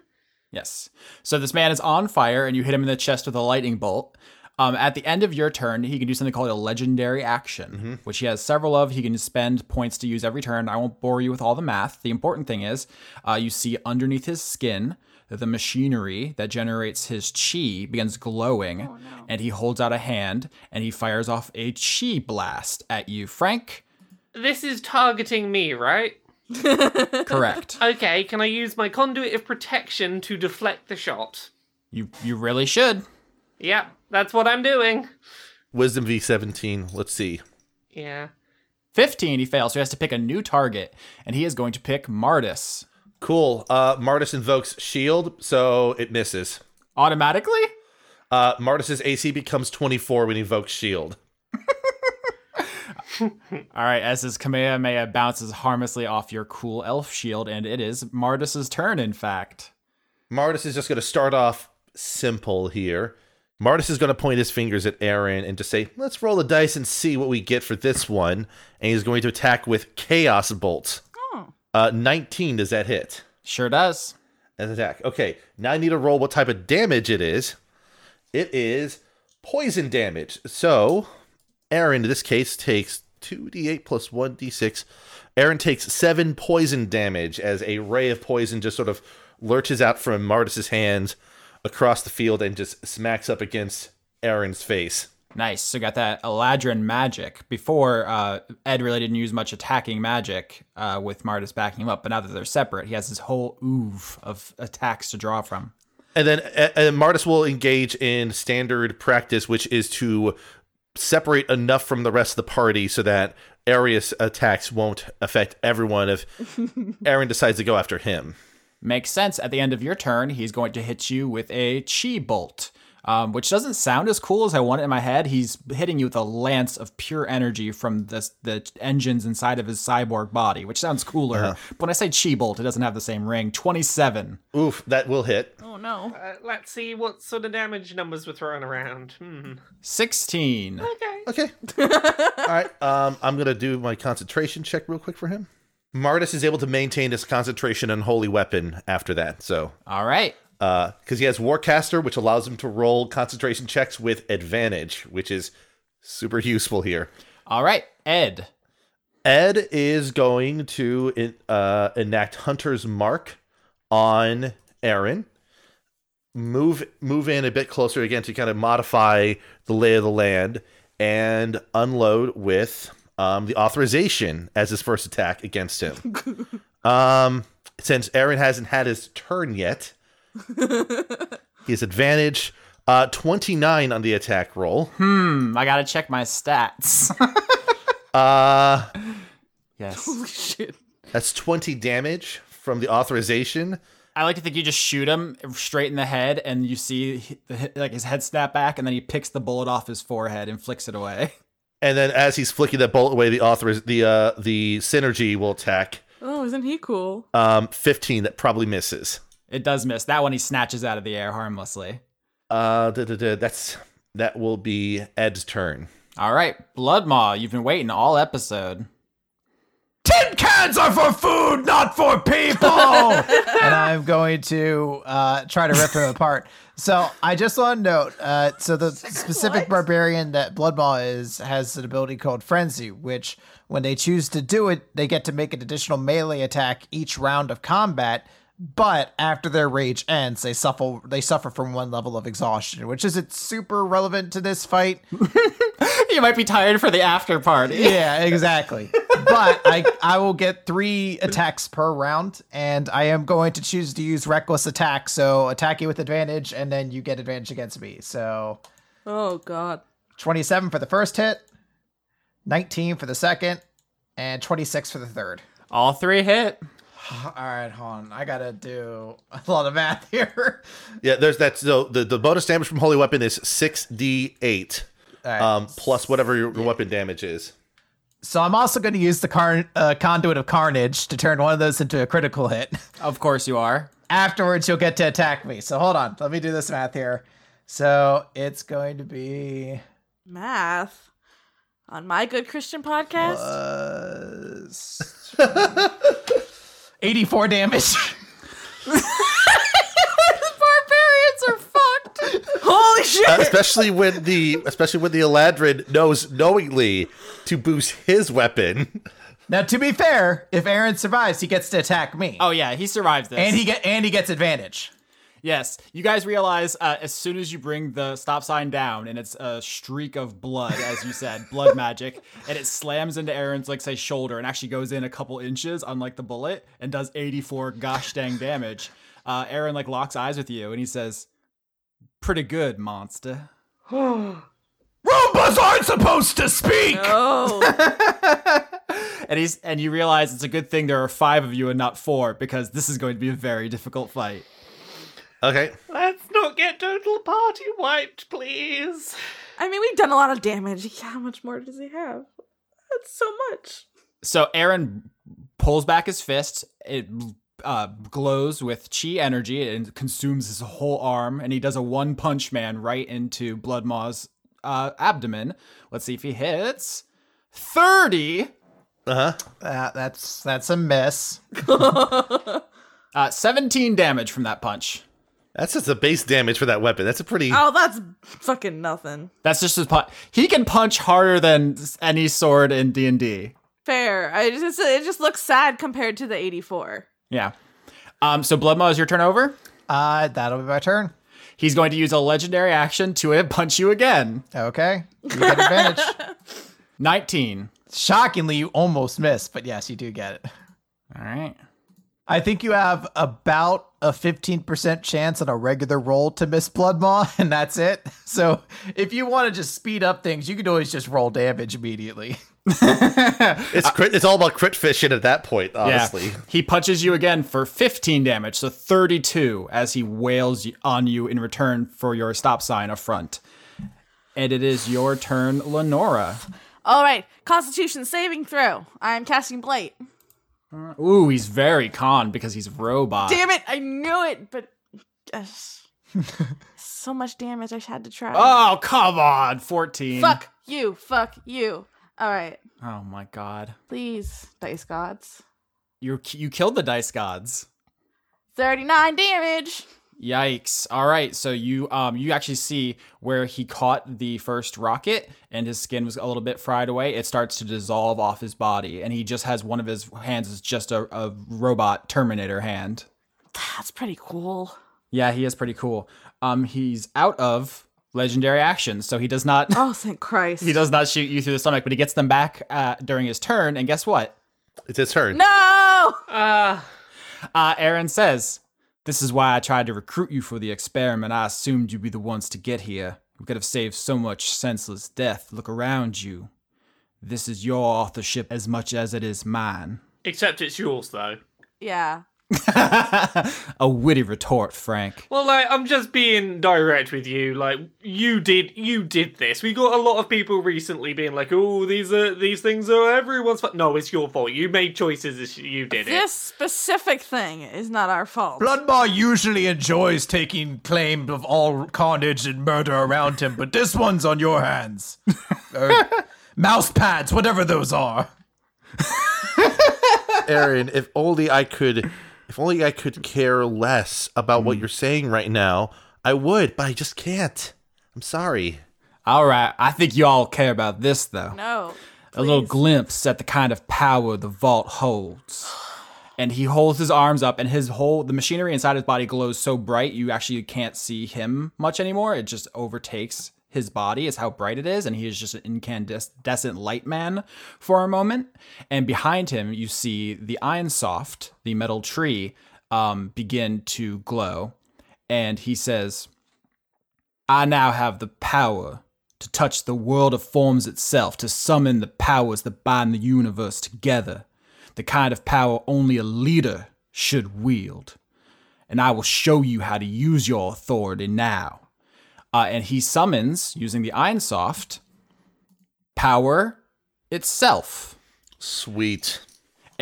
J: Yes. So this man is on fire, and you hit him in the chest with a lightning bolt. Um, at the end of your turn, he can do something called a legendary action,
F: Mm-hmm.
J: which he has several of. He can spend points to use every turn. I won't bore you with all the math. The important thing is, uh, you see underneath his skin, the machinery that generates his chi begins glowing, and he holds out a hand and he fires off a chi blast at you, Frank.
B: This is targeting me, right?
J: Correct.
B: Okay, can I use my conduit of protection to deflect the shot?
J: you you really should.
B: Yep, that's what I'm doing.
F: Wisdom V17. Let's see.
B: Yeah.
J: 15, he fails, so he has to pick a new target, and he is going to pick Martis.
F: Cool. Uh, Martis invokes shield, so it misses.
J: Automatically?
F: Uh, Martis's AC becomes 24 when he invokes shield.
J: [LAUGHS] All right, as his Kamehameha bounces harmlessly off your cool elf shield, and it is Martis's turn, in fact.
F: Martis is just going to start off simple here. Martis is going to point his fingers at Aaron and just say, let's roll the dice and see what we get for this one. And he's going to attack with Chaos Bolt. Uh, 19, does that hit?
J: Sure does.
F: as attack. Okay, now I need to roll what type of damage it is. It is poison damage. So, Aaron, in this case, takes 2d8 plus 1d6. Aaron takes 7 poison damage as a ray of poison just sort of lurches out from Martis's hands across the field and just smacks up against Aaron's face.
J: Nice. So got that Eladrin magic. Before, uh, Ed really didn't use much attacking magic uh, with Martis backing him up, but now that they're separate, he has his whole oove of attacks to draw from.
F: And then a- and Martis will engage in standard practice, which is to separate enough from the rest of the party so that Arius' attacks won't affect everyone if Aaron decides to go after him.
J: Makes sense. At the end of your turn, he's going to hit you with a chi bolt. um, which doesn't sound as cool as I want it in my head. He's hitting you with a lance of pure energy from the the engines inside of his cyborg body, which sounds cooler.
F: Uh-huh.
J: But when I say chi bolt, it doesn't have the same ring. Twenty seven.
F: Oof, that will hit.
E: Oh no.
B: Uh, let's see what sort of damage numbers were thrown around. Hmm.
J: 16.
F: Okay. All right. Um, I'm gonna do my concentration check real quick for him. Mardis is able to maintain his concentration and holy weapon after that. So,
J: All right.
F: because he has Warcaster, which allows him to roll concentration checks with advantage, which is super useful here.
J: All right. Ed.
F: Ed is going to en- uh, enact Hunter's Mark on Aaron. Move move in a bit closer again to kind of modify the lay of the land and unload with um, the authorization as his first attack against him. um, since Aaron hasn't had his turn yet, he has advantage. Uh, Twenty nine on the attack roll.
J: Hmm, I got to check my stats.
F: [LAUGHS] Uh,
J: yes.
E: Shit.
F: that's twenty damage from the authorization.
J: I like to think you just shoot him straight in the head and you see he- the- like his head snap back and then he picks the bullet off his forehead and flicks it away.
F: And then as he's flicking that bullet away, the author is the uh the synergy will attack.
E: Oh, isn't he cool?
F: Um fifteen that probably misses.
J: It does miss. That one he snatches out of the air harmlessly.
F: Uh da, da, da, that's that will be Ed's turn.
J: All right, Blood Maw, you've been waiting all episode. Tin cans are for food, not for people!
D: and I'm going to uh, try to rip him apart. So I just want to note, uh, so the specific barbarian that Blood Maw is has an ability called Frenzy, which when they choose to do it, they get to make an additional melee attack each round of combat. But after their rage ends, they suffer they suffer from one level of exhaustion, which isn't super relevant to this fight.
J: you might be tired for the after party.
D: Yeah, exactly. but I I will get three attacks per round, and I am going to choose to use reckless attack. So attack you with advantage, and then you get advantage against me. So
E: Oh god.
D: twenty seven for the first hit, nineteen for the second, and twenty six for the third.
J: [LAUGHS] All three hit.
D: [SIGHS] All right, hold on. I gotta do a lot of math here.
F: Yeah, there's that so the, the bonus damage from Holy Weapon is six D eight.
D: All right.
F: Um plus whatever your, your weapon damage is.
D: so I'm also going to use the car- uh, conduit of carnage to turn one of those into a critical hit. [LAUGHS]
J: Of course you are.
D: afterwards you'll get to attack me. So hold on, let me do this math here. So it's going to be
E: Math. On my good Christian podcast?
D: uh, s-
B: [LAUGHS]
D: 84 damage. [LAUGHS]
E: Barbarians are fucked. Holy shit.
F: Uh, especially when the especially when the Eladrin knows knowingly to boost his weapon.
D: now to be fair, if Aaron survives, he gets to attack me.
J: Oh yeah, he survives this.
D: And he get and he gets advantage.
J: Yes, you guys realize uh, as soon as you bring the stop sign down, and it's a streak of blood, as you said, [LAUGHS] blood magic, and it slams into Aaron's like say shoulder, and actually goes in a couple inches, unlike the bullet, and does 84 gosh dang damage. Uh, Aaron like locks eyes with you, and he says, "Pretty good, monster."
D: Roombas aren't supposed to speak.
E: Oh.
J: And he's and you realize it's a good thing there are five of you and not four because this is going to be a very difficult fight.
F: Okay.
B: Let's not get total party wiped, please.
E: I mean, we've done a lot of damage. How much more does he have? That's so much.
J: So Aaron pulls back his fist. It uh, glows with chi energy and consumes his whole arm. And he does a one punch man right into Blood Maw's uh, abdomen. Let's see if he hits. 30,
F: Uh-huh.
D: Uh, that's that's a miss.
J: [LAUGHS] uh, 17 damage from that punch.
F: That's just the base damage for that weapon. That's a pretty
E: Oh, that's fucking nothing.
J: That's just his punch. He can punch harder than any sword in D and D.
E: Fair. I just it just looks sad compared to the 84.
J: Yeah. Um. So Blood Maw is your turn over.
D: Uh that'll be my turn.
J: He's going to use a legendary action to [LAUGHS] uh, punch you again.
D: Okay. You get
J: [LAUGHS]
D: advantage.
J: 19.
D: Shockingly, you almost missed, but yes, you do get it.
J: All right.
D: I think you have about a 15% chance on a regular roll to miss Blood Maw, [LAUGHS] and that's it. So if you want to just speed up things, you can always just roll damage immediately.
F: [LAUGHS] It's crit, it's all about crit fishing at that point, honestly.
J: Yeah. He punches you again for 15 damage, so 32 as he wails y- on you in return for your stop sign affront. And it is your turn, Lenora.
E: All right, Constitution saving throw. I'm casting Blight.
J: Ooh, he's very con because he's robot.
E: Damn it, I knew it, but uh,
J: [LAUGHS]
E: so much damage I had to try.
J: Oh, come on. 14.
E: Um, Fuck you, fuck you. All right,
J: Oh my god.
E: please, dice gods.
J: You you killed the dice gods.
E: 39 damage.
J: Yikes. All right, so you um you actually see where he caught the first rocket and his skin was a little bit fried away. It starts to dissolve off his body and he just has one of his hands is just a, a robot terminator hand.
E: That's pretty cool.
J: Yeah, he is pretty cool. Um he's out of legendary actions, so he does not
E: Oh, thank
J: [LAUGHS]
E: Christ.
J: he does not shoot you through the stomach, but he gets them back uh, during his turn and guess what?
F: It's his turn.
E: [LAUGHS] No!
J: Uh, Aaron says, This is why I tried to recruit you for the experiment. I assumed you'd be the ones to get here. We could have saved so much senseless death. Look around you. This is your authorship as much as it is mine.
B: Except it's yours though.
E: Yeah.
J: A witty retort, Frank.
B: Well, like I'm just being direct with you. Like you did, you did this. We got a lot of people recently being like, "Oh, these are these things are everyone's fault." No, it's your fault. You made choices. it's- You did
E: This specific thing is not our
J: Oh.
E: fault.
D: Blood Maw usually enjoys taking claim of all carnage and murder around him, but this one's on your
J: [LAUGHS]
D: hands. Or mouse pads, whatever those are.
F: [LAUGHS] Aaron, if only I could if only I could care less about what you're saying right now, I would, but I just can't. I'm sorry.
J: All right, I think you all care about this, though.
E: No.
J: a little glimpse at the kind of power the vault holds. And he holds his arms up, and his whole the machinery inside his body glows so bright you actually can't see him much anymore. It just overtakes his body is how bright it is, and he is just an incandescent light man for a moment. And behind him, you see the Ironsoft, the metal tree, um, begin to glow. And he says, I now have the power to touch the world of forms itself, to summon the powers that bind the universe together, the kind of power only a leader should wield. And I will show you how to use your authority now. Uh, and he summons, using the Ironsoft, power itself.
F: Sweet.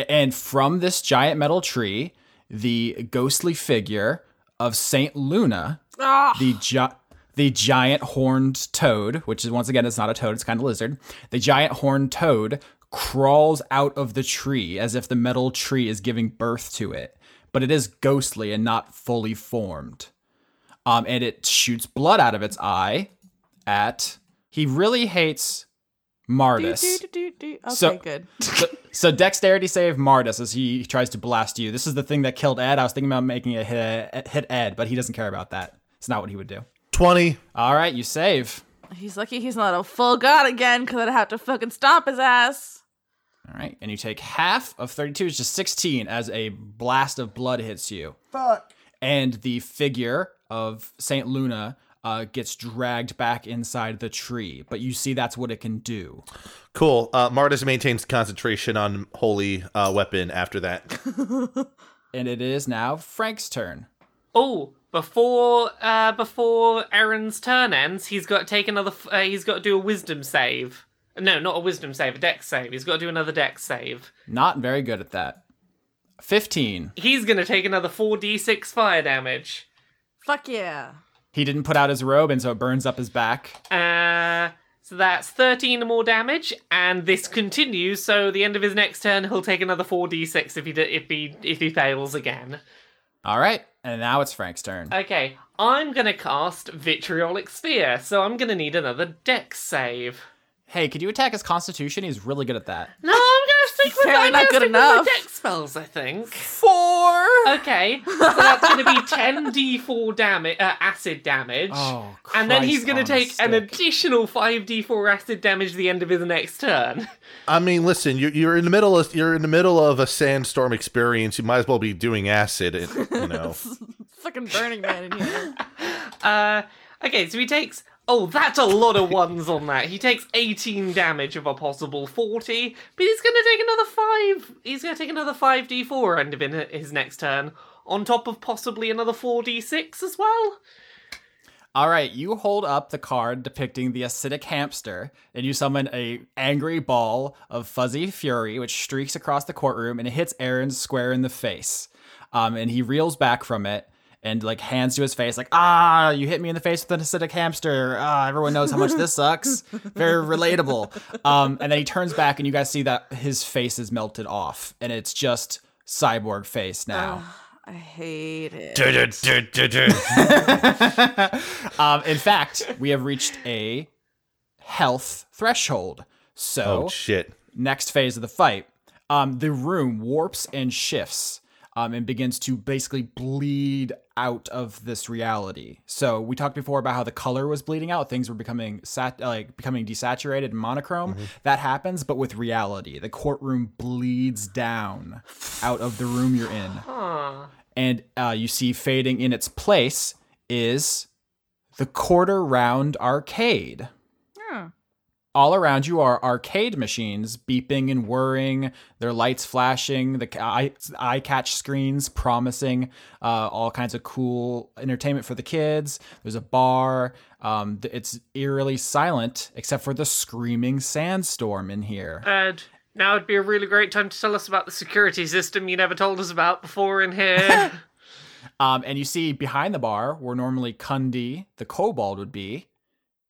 J: And from this giant metal tree, the ghostly figure of Saint Luna,
E: Ah.
J: the gi- the giant horned toad, which is once again it's not a toad, it's kind of lizard. The giant horned toad crawls out of the tree as if the metal tree is giving birth to it, but it is ghostly and not fully formed. Um, and it shoots blood out of its eye. At he really hates
E: Do,
J: Mardus.
E: do, do, do, do. Okay,
J: So-
E: good.
J: So, so dexterity save Mardus as he tries to blast you. This is the thing that killed Ed. I was thinking about making it hit, hit Ed, but he doesn't care about that. It's not what he would do.
F: 20.
J: All right, you save.
E: He's lucky he's not a full god again, because I'd have to fucking stomp his ass.
J: All right, and you take half of 32, it's just 16, as a blast of blood hits you. Fuck. And the figure of Saint Luna uh, gets dragged back inside the tree, but you see that's what it can do.
F: Cool. Uh, Martis maintains concentration on holy uh, weapon after that.
J: And it is now Frank's turn.
B: Oh, before uh before Aaron's turn ends, he's got to take another. f- Uh, he's got to do a Wisdom save. No, not a Wisdom save, a Dex save. He's got to do another Dex save.
J: Not very good at that. 15.
B: He's gonna take another four d six fire damage.
E: Fuck yeah.
J: He didn't put out his robe, and so it burns up his back.
B: Uh, so that's 13 more damage, and this continues. So the end of his next turn, he'll take another 4d6 if he d- if he if he fails again.
J: All right, and now it's Frank's turn.
B: Okay, I'm gonna cast Vitriolic Sphere, so I'm gonna need another Dex save.
J: hey, could you attack his Constitution? He's really good at that.
B: No, I'm Fantastic with
E: Apparently not
B: fantastic
E: good
B: with my
E: enough.
B: deck spells, I think.
J: Four.
B: Okay, so that's going to be 10d4 damage, uh, acid damage.
J: Oh,
B: and then
J: Christ
B: he's going to
J: on a
B: take an
J: stick.
B: additional 5d4 acid damage at the end of his next turn.
F: I mean, listen, you're, you're in the middle of you're in the middle of a sandstorm experience. You might as well be doing acid. and, you
B: [LAUGHS]
F: know,
E: [LAUGHS] Fucking Burning Man in here.
B: Uh, okay, so he takes. Oh, that's a lot of ones on that. He takes 18 damage of a possible 40, but he's going to take another 5. He's going to take another 5d4 end of in- his next turn, on top of possibly another 4d6 as well.
J: All right, you hold up the card depicting the acidic hamster, and you summon a angry ball of fuzzy fury, which streaks across the courtroom and it hits Aaron square in the face. Um, and he reels back from it and like hands to his face, like, "Ah, you hit me in the face with an acidic hamster. Ah, everyone knows how much this sucks. [LAUGHS] Very relatable." Um, and then he turns back, and you guys see that his face is melted off, and it's just cyborg face now.
E: I hate it.
J: [LAUGHS] Um, in fact, we have reached a health threshold. So
F: oh shit.
J: next phase of the fight, um, the room warps and shifts um, and begins to basically bleed out of this reality. So we talked before about how the color was bleeding out; things were becoming sat- like becoming desaturated and monochrome.
F: Mm-hmm.
J: That happens, but with reality, the courtroom bleeds down out of the room you're in, and uh, you see fading in its place is the quarter round arcade all around you are arcade machines beeping and whirring, their lights flashing, the eye, eye catch screens promising uh, all kinds of cool entertainment for the kids. There's a bar. Um, th- it's eerily silent except for the screaming sandstorm in here.
B: And now would be a really great time to tell us about the security system you never told us about before in here.
J: Um, and you see behind the bar, where normally Kundi, the kobold, would be,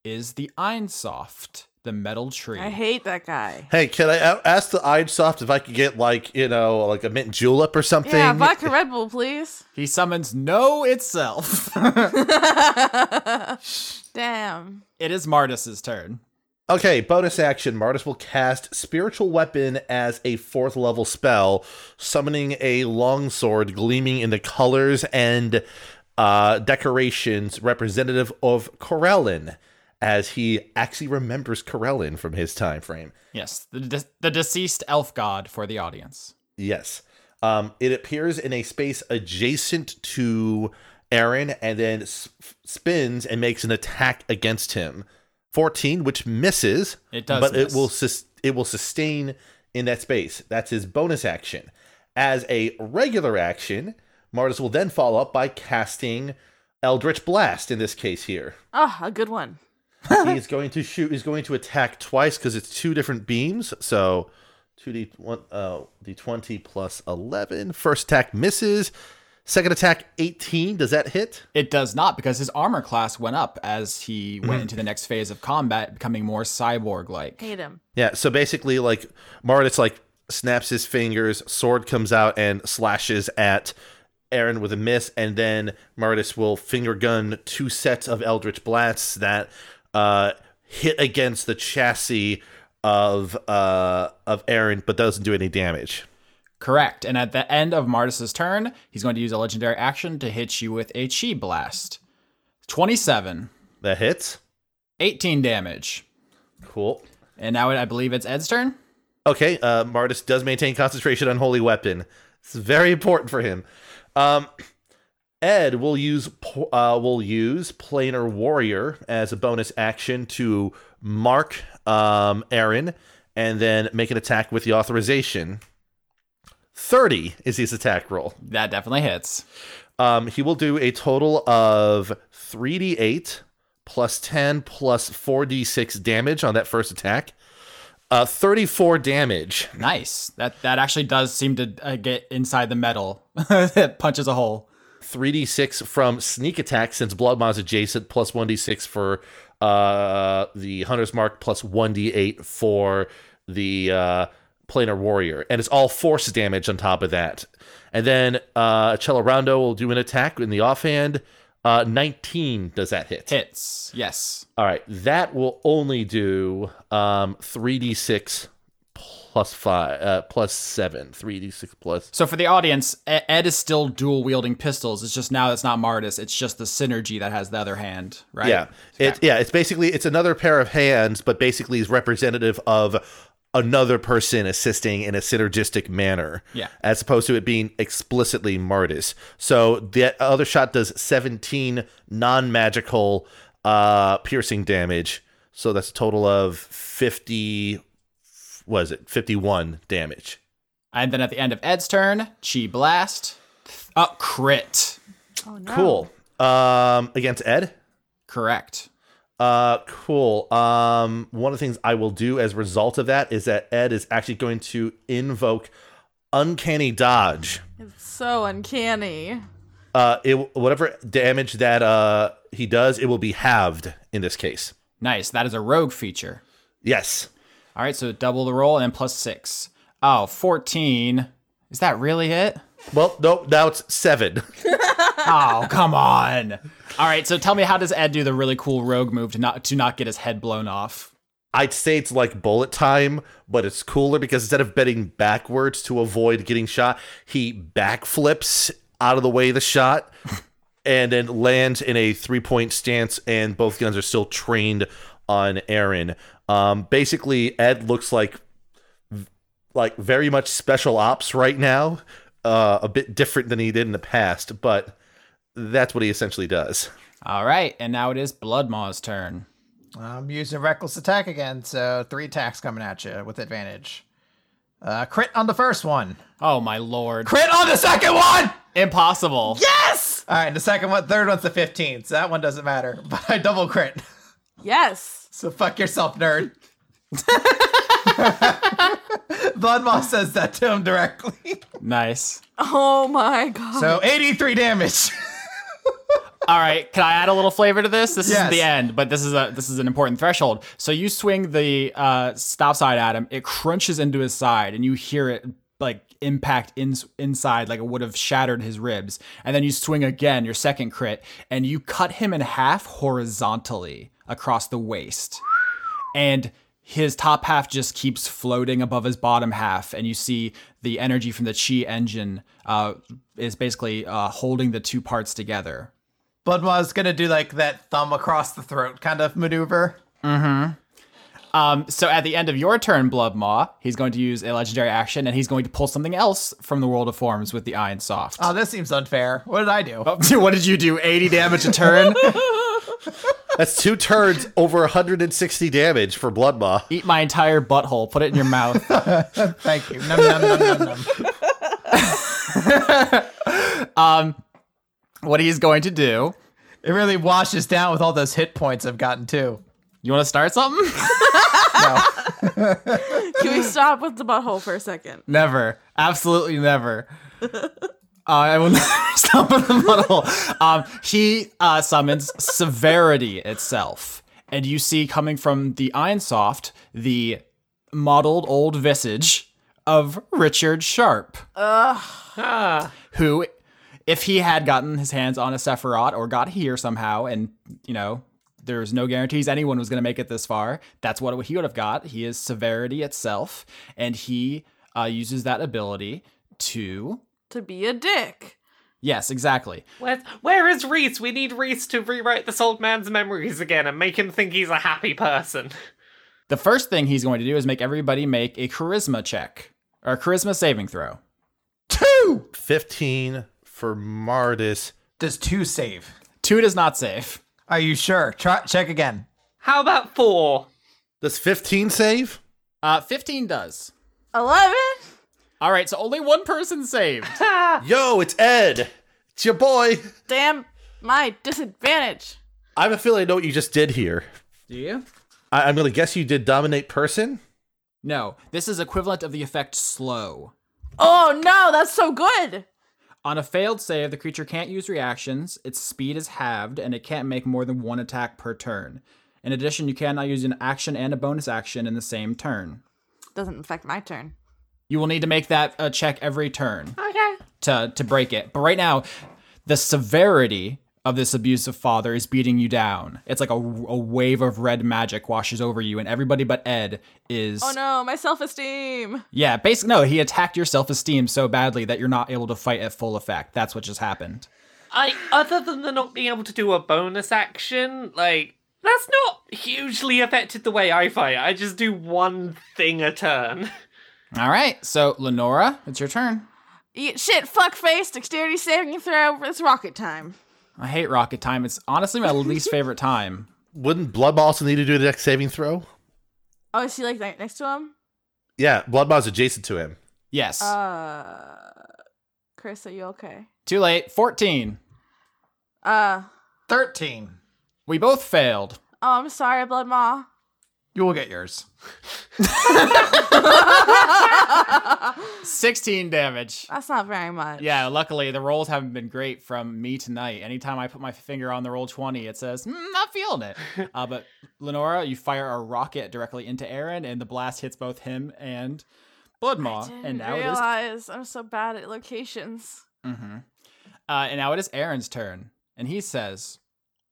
J: is the Einsoft, the metal tree.
E: [LAUGHS] I hate that guy.
F: Hey, can I a- ask the Einsoft if I could get like you know like a mint julep or something?
E: Yeah, vodka Red Bull, please.
J: he summons No itself.
E: Damn.
J: it is Mardas's turn.
F: Okay, bonus action. Martis will cast Spiritual Weapon as a fourth level spell, summoning a longsword gleaming in the colors and uh, decorations representative of Corellin, as he actually remembers Corellin from his time frame.
J: Yes, the, de- the deceased elf god for the audience.
F: Yes. Um, it appears in a space adjacent to Aaron and then s- spins and makes an attack against him. 14, which misses.
J: It does
F: But
J: miss.
F: it will sus- it will sustain in that space. That's his bonus action. As a regular action, Martis will then follow up by casting Eldritch Blast in this case here.
E: Oh, a good one.
F: he is going to shoot he's going to attack twice because it's two different beams so 2d1 uh d20 plus 11 first attack misses second attack 18 does that hit
J: It does not because his armor class went up as he
F: Hmm.
J: went into the next phase of combat, becoming more cyborg like.
E: Hate him.
F: yeah so basically like Mardit's like snaps his fingers sword comes out and slashes at Aaron with a miss, and then Martis will finger gun two sets of Eldritch Blasts that uh, hit against the chassis of uh, of Aaron, but doesn't do any damage.
J: Correct. And at the end of Mardas's turn, he's going to use a legendary action to hit you with a chi blast. 27,
F: That hits.
J: 18 damage.
F: Cool.
J: And now I believe it's Ed's turn.
F: Okay, uh, Martis does maintain concentration on Holy Weapon. It's very important for him. Um, Ed will use po- uh, will use Planar Warrior as a bonus action to mark um, Aaron and then make an attack with the authorization. 30 is his attack roll.
J: That definitely hits.
F: Um, he will do a total of 3d8 plus 10 plus 4d6 damage on that first attack. Uh, 34 damage.
J: Nice. That that actually does seem to uh, get inside the metal. [LAUGHS] it punches a hole.
F: 3d6 from sneak attack since blood mod's adjacent plus 1d6 for uh the hunter's mark plus 1d8 for the uh planar warrior and it's all force damage on top of that and then uh Rondo will do an attack in the offhand uh 19 does that hit
J: Hits. Yes.
F: all right that will only do um 3d6 plus five, uh, plus seven, three d six plus.
J: So for the audience, E- Ed is still dual wielding pistols. It's just now it's not Martis. It's just the synergy that has the other hand, right?
F: Yeah, it yeah, it's basically it's another pair of hands, but basically is representative of another person assisting in a synergistic manner.
J: Yeah.
F: as opposed to it being explicitly Martis. So the other shot does seventeen non-magical uh, piercing damage. So that's a total of fifty. Was it fifty-one damage?
J: And then at the end of Ed's turn, Chi Blast. Uh, crit.
E: Oh, no.
F: Cool. Um, against Ed.
J: Correct.
F: Uh, cool. Um, one of the things I will do as a result of that is that Ed is actually going to invoke uncanny dodge.
E: It's so uncanny.
F: Uh, it whatever damage that uh he does, it will be halved in this case.
J: Nice. That is a rogue feature.
F: Yes.
J: All right, so double the roll and then plus six. Oh, 14. Is that really it?
F: Well, no, now it's seven. [LAUGHS]
J: Oh, come on. All right, so tell me how does Ed do the really cool rogue move to not to not get his head blown off?
F: I'd say it's like bullet time, but it's cooler because instead of bending backwards to avoid getting shot, he backflips out of the way of the [LAUGHS] shot and then lands in a three point stance, and both guns are still trained on Aaron. Um, basically, Ed looks like like very much special ops right now, uh, a bit different than he did in the past, but that's what he essentially does.
J: All right, and now it is Blood Maw's turn.
D: I'm using reckless attack again, so three attacks coming at you with advantage. Uh, crit on the first one.
J: Oh my lord.
D: Crit on the second one.
J: Impossible.
D: Yes. All right, the second one, third one's the 15, so that one doesn't matter. [LAUGHS] But I double crit,
E: Yes.
D: so fuck yourself, nerd. [LAUGHS] Blood Moss says that to him directly.
J: Nice.
E: Oh my [LAUGHS] god.
D: So 83 damage.
J: All right, can I add a little flavor to this? This
D: Yes.
J: is the end, but this is a this is an important threshold. So you swing the uh, stop sign at him, it crunches into his side, and you hear it like impact in, inside, like it would have shattered his ribs. And then you swing again, your second crit, and you cut him in half horizontally across the waist and his top half just keeps floating above his bottom half and you see the energy from the chi engine uh, is basically uh, holding the two parts together
D: Blood Moss is gonna do like that thumb across the throat kind of maneuver.
J: Mm-hmm. um, so at the end of your turn blood maw he's going to use a legendary action and he's going to pull something else from the world of forms with the iron soft
D: Oh, this seems unfair. What did I do?
J: [LAUGHS] what did you do 80 damage a [LAUGHS] turn
F: That's two turns over 160 damage for Blood Maw.
J: eat my entire butthole put it in your mouth
D: [LAUGHS] Thank you. Num, num, num, num, num. [LAUGHS] Um,
J: what he's going to do
D: It really washes down with all those hit points I've gotten too.
J: you want to start something
E: Can we stop with the butthole for a second?
J: Never. Absolutely never. Uh, I will [LAUGHS] never stop in the muddle. Um, he uh, summons severity itself. And you see coming from the Ironsoft the mottled old visage of Richard Sharp. Who, if he had gotten his hands on a Sephiroth or got here somehow, and, you know, there's no guarantees anyone was going to make it this far. That's what he would have got. He is severity itself, and he uh, uses that ability to.
E: [LAUGHS] To be a dick.
J: Yes, exactly.
B: Where, where is Reese? We need Reese to rewrite this old man's memories again and make him think he's a happy person.
J: The first thing he's going to do is make everybody make a charisma check or a charisma saving throw.
F: 15 for Martis.
D: [LAUGHS] Does two save?
J: Two does not save.
D: Are you sure? Try check again.
B: How about four?
F: Does 15 save?
J: Uh, 15 does.
E: 11?
J: All right, so only one person
B: [LAUGHS]
J: saved.
F: Yo, it's Ed. It's your boy.
E: Damn my disadvantage.
F: I'm a feeling I know what you just did here.
J: do you?
F: I- I'm going to guess you did dominate person.
J: No, this is equivalent of the effect slow.
E: Oh no, that's so good.
J: On a failed save, the creature can't use reactions, its speed is halved, and it can't make more than one attack per turn. In addition, you cannot use an action and a bonus action in the same turn.
E: Doesn't affect my turn.
J: You will need to make that uh, check every turn
E: Okay.
J: to, to break it. But right now, the severity of this abusive father is beating you down. It's like a, a wave of red magic washes over you, and everybody but Ed is.
E: Oh no, my self esteem.
J: Yeah, basically, no, he attacked your self esteem so badly that you're not able to fight at full effect. That's what just happened.
B: I other than the not being able to do a bonus action, like that's not hugely affected the way I fight. I just do one thing a turn.
J: All right, so Lenora, it's your turn.
E: Eat shit, fuck face, dexterity saving throw. It's rocket time.
J: I hate rocket time. It's honestly
F: [LAUGHS]
J: my least favorite time.
F: Wouldn't Blood Ball also need to do a dex saving throw?
E: Oh, is he like right next to him?
F: Yeah, Blood Ball's adjacent to him.
J: Yes.
E: Uh, Chris, are you okay?
J: Too late. 14.
E: Uh,
D: Thirteen.
J: We both failed.
E: oh, I'm sorry, Blood Maw.
D: You will get
J: [LAUGHS]
D: yours. [LAUGHS]
J: 16 damage.
E: That's not very much.
J: Yeah, luckily the rolls haven't been great from me tonight. Anytime I put my finger on the roll 20, it says, mm, not feeling it. Uh, but Lenora, you fire a rocket directly into Aaron, and the blast hits both him and Bloodmaw.
E: Didn't
J: And now it is-
E: realize I'm so bad at locations.
J: Mhm. Uh, and now it is Aaron's turn. And he says,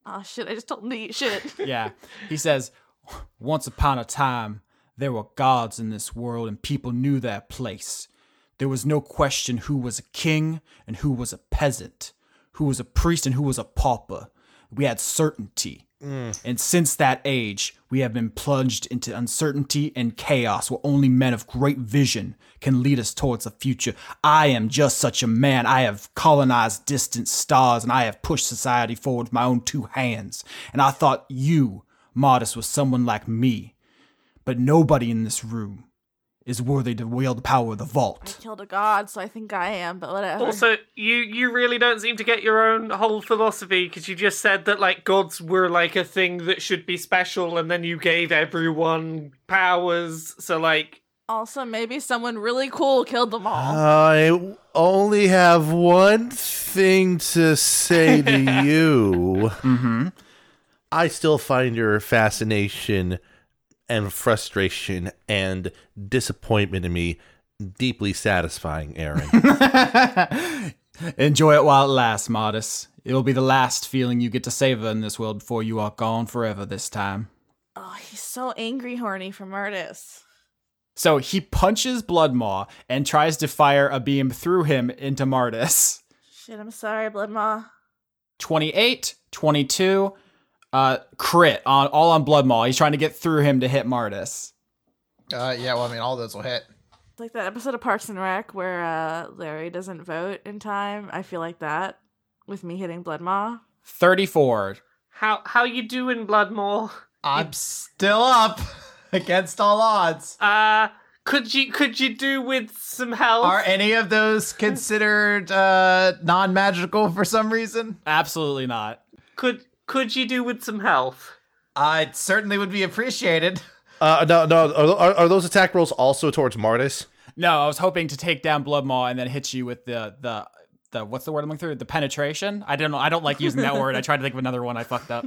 E: Oh shit! I just told him to eat
J: [LAUGHS]
E: shit.
J: yeah. He says, Once upon a time, there were gods in this world and people knew their place. There was no question who was a king and who was a peasant, who was a priest and who was a pauper. We had certainty. And since that age, we have been plunged into uncertainty and chaos where only men of great vision can lead us towards the future. I am just such a man. I have colonized distant stars and I have pushed society forward with my own two hands. And I thought you, Modest, was someone like me. But nobody in this room is worthy to wield the power of the
E: I
J: vault.
E: killed a god, so I think I am. But whatever.
B: Also, you you really don't seem to get your own whole philosophy because you just said that like gods were like a thing that should be special, and then you gave everyone powers. So like,
E: Also, maybe someone really cool killed them all.
F: I only have one thing to say [LAUGHS] to you.
J: Mm-hmm.
F: I still find your fascination and frustration and disappointment in me deeply satisfying, Aaron.
J: Enjoy it while it lasts, Modest. It'll be the last feeling you get to savor in this world before you are gone forever this time.
E: Oh,
J: Uh.
E: he's so angry, horny for Murtis.
J: So he punches Bloodmaw and tries to fire a beam through him into Mardis.
E: Shit, I'm sorry, Bloodmaw.
J: 28, 22, uh, crit on all on Bloodmaw. He's trying to get through him to hit Mardis.
D: Uh, yeah. Well, I mean, all those will hit.
E: It's Like that episode of Parks and Rec where uh, Larry doesn't vote in time. I feel like that with me hitting Bloodmaw.
J: 34.
B: how how you doing, Bloodmore?
D: I'm still up [LAUGHS] against all odds.
B: Uh, could you could you do with some help?
D: Are any of those considered uh, non-magical for some reason?
J: Absolutely not.
B: could could you do with some health?
D: I certainly would be appreciated.
F: uh, no, no. Are, are, are those attack rolls also towards Martis?
J: No, I was hoping to take down Bloodmaw and then hit you with the the the what's the word I'm looking through? The penetration. I don't know. I don't like using that word. I tried to think of another one. I fucked up.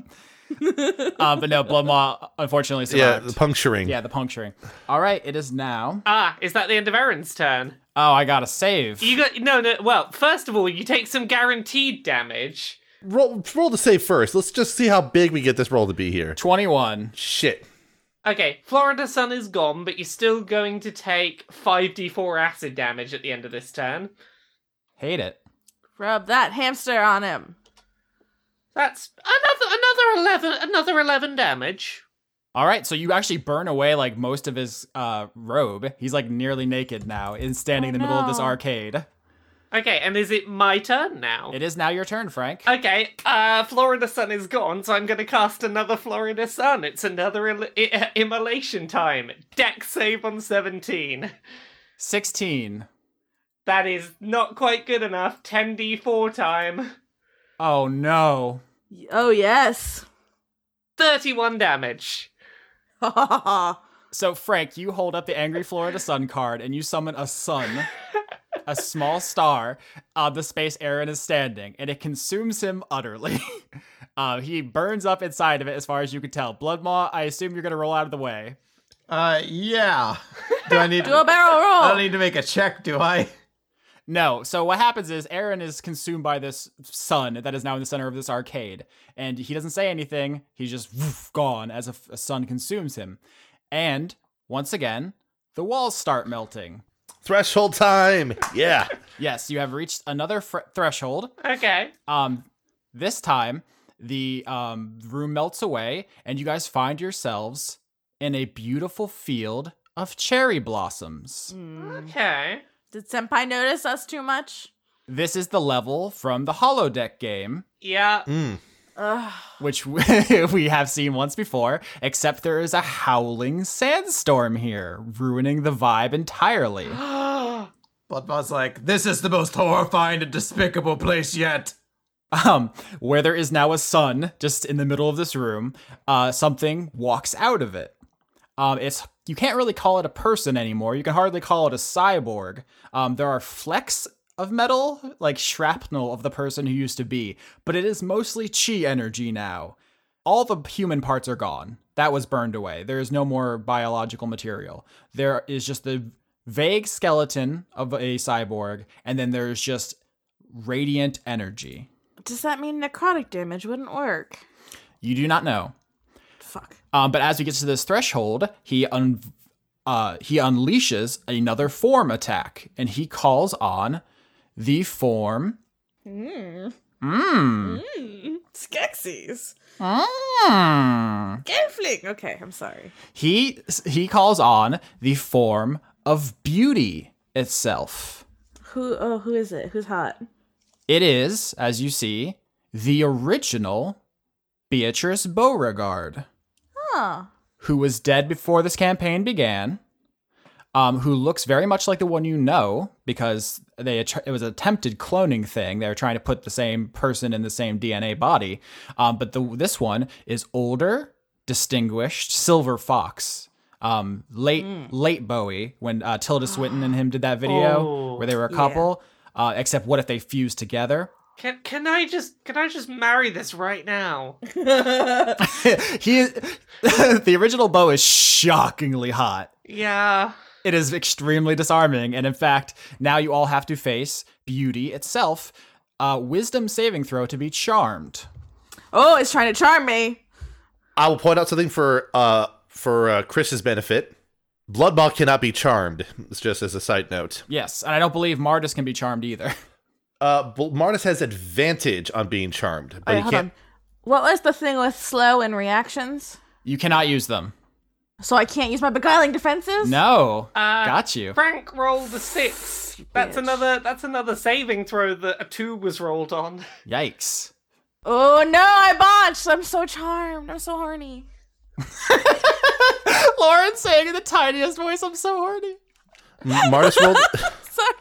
J: uh, but no, Bloodmaw unfortunately
F: Yeah,
J: survived.
F: the puncturing.
J: yeah, the puncturing. All right, it is now.
B: Ah, is that the end of Aaron's turn?
J: Oh, I got to save.
B: You got no no. Well, first of all, you take some guaranteed damage.
F: Roll, roll the save first. Let's just see how big we get this roll to be here.
J: 21.
F: Shit.
B: Okay, Florida Sun is gone, but you're still going to take five d4 acid damage at the end of this turn.
J: Hate it.
E: Rub that hamster on him.
B: That's another another eleven another eleven damage.
J: All right, so you actually burn away like most of his uh, robe. He's like nearly naked now and standing in the middle of this
E: no.
J: arcade.
B: Okay, and is it my turn now?
J: It is now your turn, Frank.
B: Okay, uh, Florida Sun is gone, so I'm gonna cast another Florida Sun. It's another il- I- immolation time. Deck save on 17.
J: 16.
B: That is not quite good enough. 10d4 time.
J: Oh no.
E: Y- Oh yes.
B: 31 damage.
J: [LAUGHS] So, Frank, you hold up the Angry Florida Sun card and you summon a sun,
E: [LAUGHS]
J: a small star, on the space Aaron is standing, and it consumes him utterly. [LAUGHS] uh, he burns up inside of it as far as you can tell. Bloodmaw, I assume you're going to roll out of the way.
D: Uh, yeah. Do I need?
E: [LAUGHS]
D: Uh,
E: Do a barrel
D: I
E: roll.
D: don't need to make a check, do I? [LAUGHS]
J: No. So what happens is Aaron is consumed by this sun that is now in the center of this arcade, and he doesn't say anything. He's just woof, gone as a, a sun consumes him, and once again the walls start melting.
F: Threshold time. Yeah.
J: [LAUGHS] Yes, you have reached another fr- threshold.
B: Okay.
J: Um, this time the um room melts away, and you guys find yourselves in a beautiful field of cherry blossoms.
B: Okay.
E: Hmm. Did Senpai notice us too much?
J: This is the level from the holodeck game,
B: Yeah.
D: Mm.
E: Ugh.
J: which [LAUGHS] we have seen once before, except there is a howling sandstorm here, ruining the vibe entirely.
D: Bloodmaw's like, this is the most horrifying and despicable place yet.
J: Um, where there is now a sun just in the middle of this room, uh, something walks out of it. Um, it's you can't really call it a person anymore. You can hardly call it a cyborg. Um, there are flecks of metal, like shrapnel of the person who used to be, but it is mostly chi energy now. All the human parts are gone. That was burned away. There is no more biological material. There is just the vague skeleton of a cyborg, and then there's just radiant energy.
E: Does that mean necrotic damage wouldn't work?
J: You do not know.
E: Fuck.
J: Um, but as he gets to this threshold, he un- uh, he unleashes another form attack, and he calls on the form.
B: Hmm.
J: Mmm.
E: Skeksis.
J: Mmm.
E: Gelfling. Okay, I'm sorry.
J: He he calls on the form of beauty itself.
E: Who? Oh, who is it? Who's hot?
J: It is, as you see, the original Beatrice Beauregard.
E: Huh.
J: who was dead before this campaign began, um, who looks very much like the one you know because they att- it was an attempted cloning thing. They were trying to put the same person in the same DNA body, um, but the, this one is older, distinguished, silver fox. Um, late, late Bowie when uh, Tilda Swinton and him did that video
B: Oh,
J: where they were a
E: yeah.
J: couple. Uh, except what if they fused together?
B: [GASPS] Can can I just can I just marry this
E: [LAUGHS]
B: right now?
J: he, is- [LAUGHS] the original Bo is shockingly hot.
B: Yeah.
J: It is extremely disarming, and in fact, now you all have to face beauty itself. Uh, wisdom saving throw to be charmed.
E: Oh, it's trying to charm me.
F: I will point out something for uh for uh, Chris's benefit. Bloodball cannot be charmed. It's just as a side note.
J: Yes, and I don't believe Mardis can be charmed either. [LAUGHS]
F: Uh, Bl- Martis has advantage on being charmed, but
E: Wait,
F: he
E: hold
F: can't.
E: on. What was the thing with slow and reactions?
J: You cannot use them.
E: So I can't use my beguiling defenses?
J: No,
B: Uh,
J: got you.
B: Frank rolled a six. That's
E: Bitch.
B: another. That's another saving throw that a two was rolled on. [LAUGHS]
J: Yikes.
E: Oh no, I botched. I'm so charmed. I'm so horny.
J: [LAUGHS] Lauren saying in the tiniest voice, "I'm so horny."
F: Martis [LAUGHS] rolled.
E: [LAUGHS] Sorry.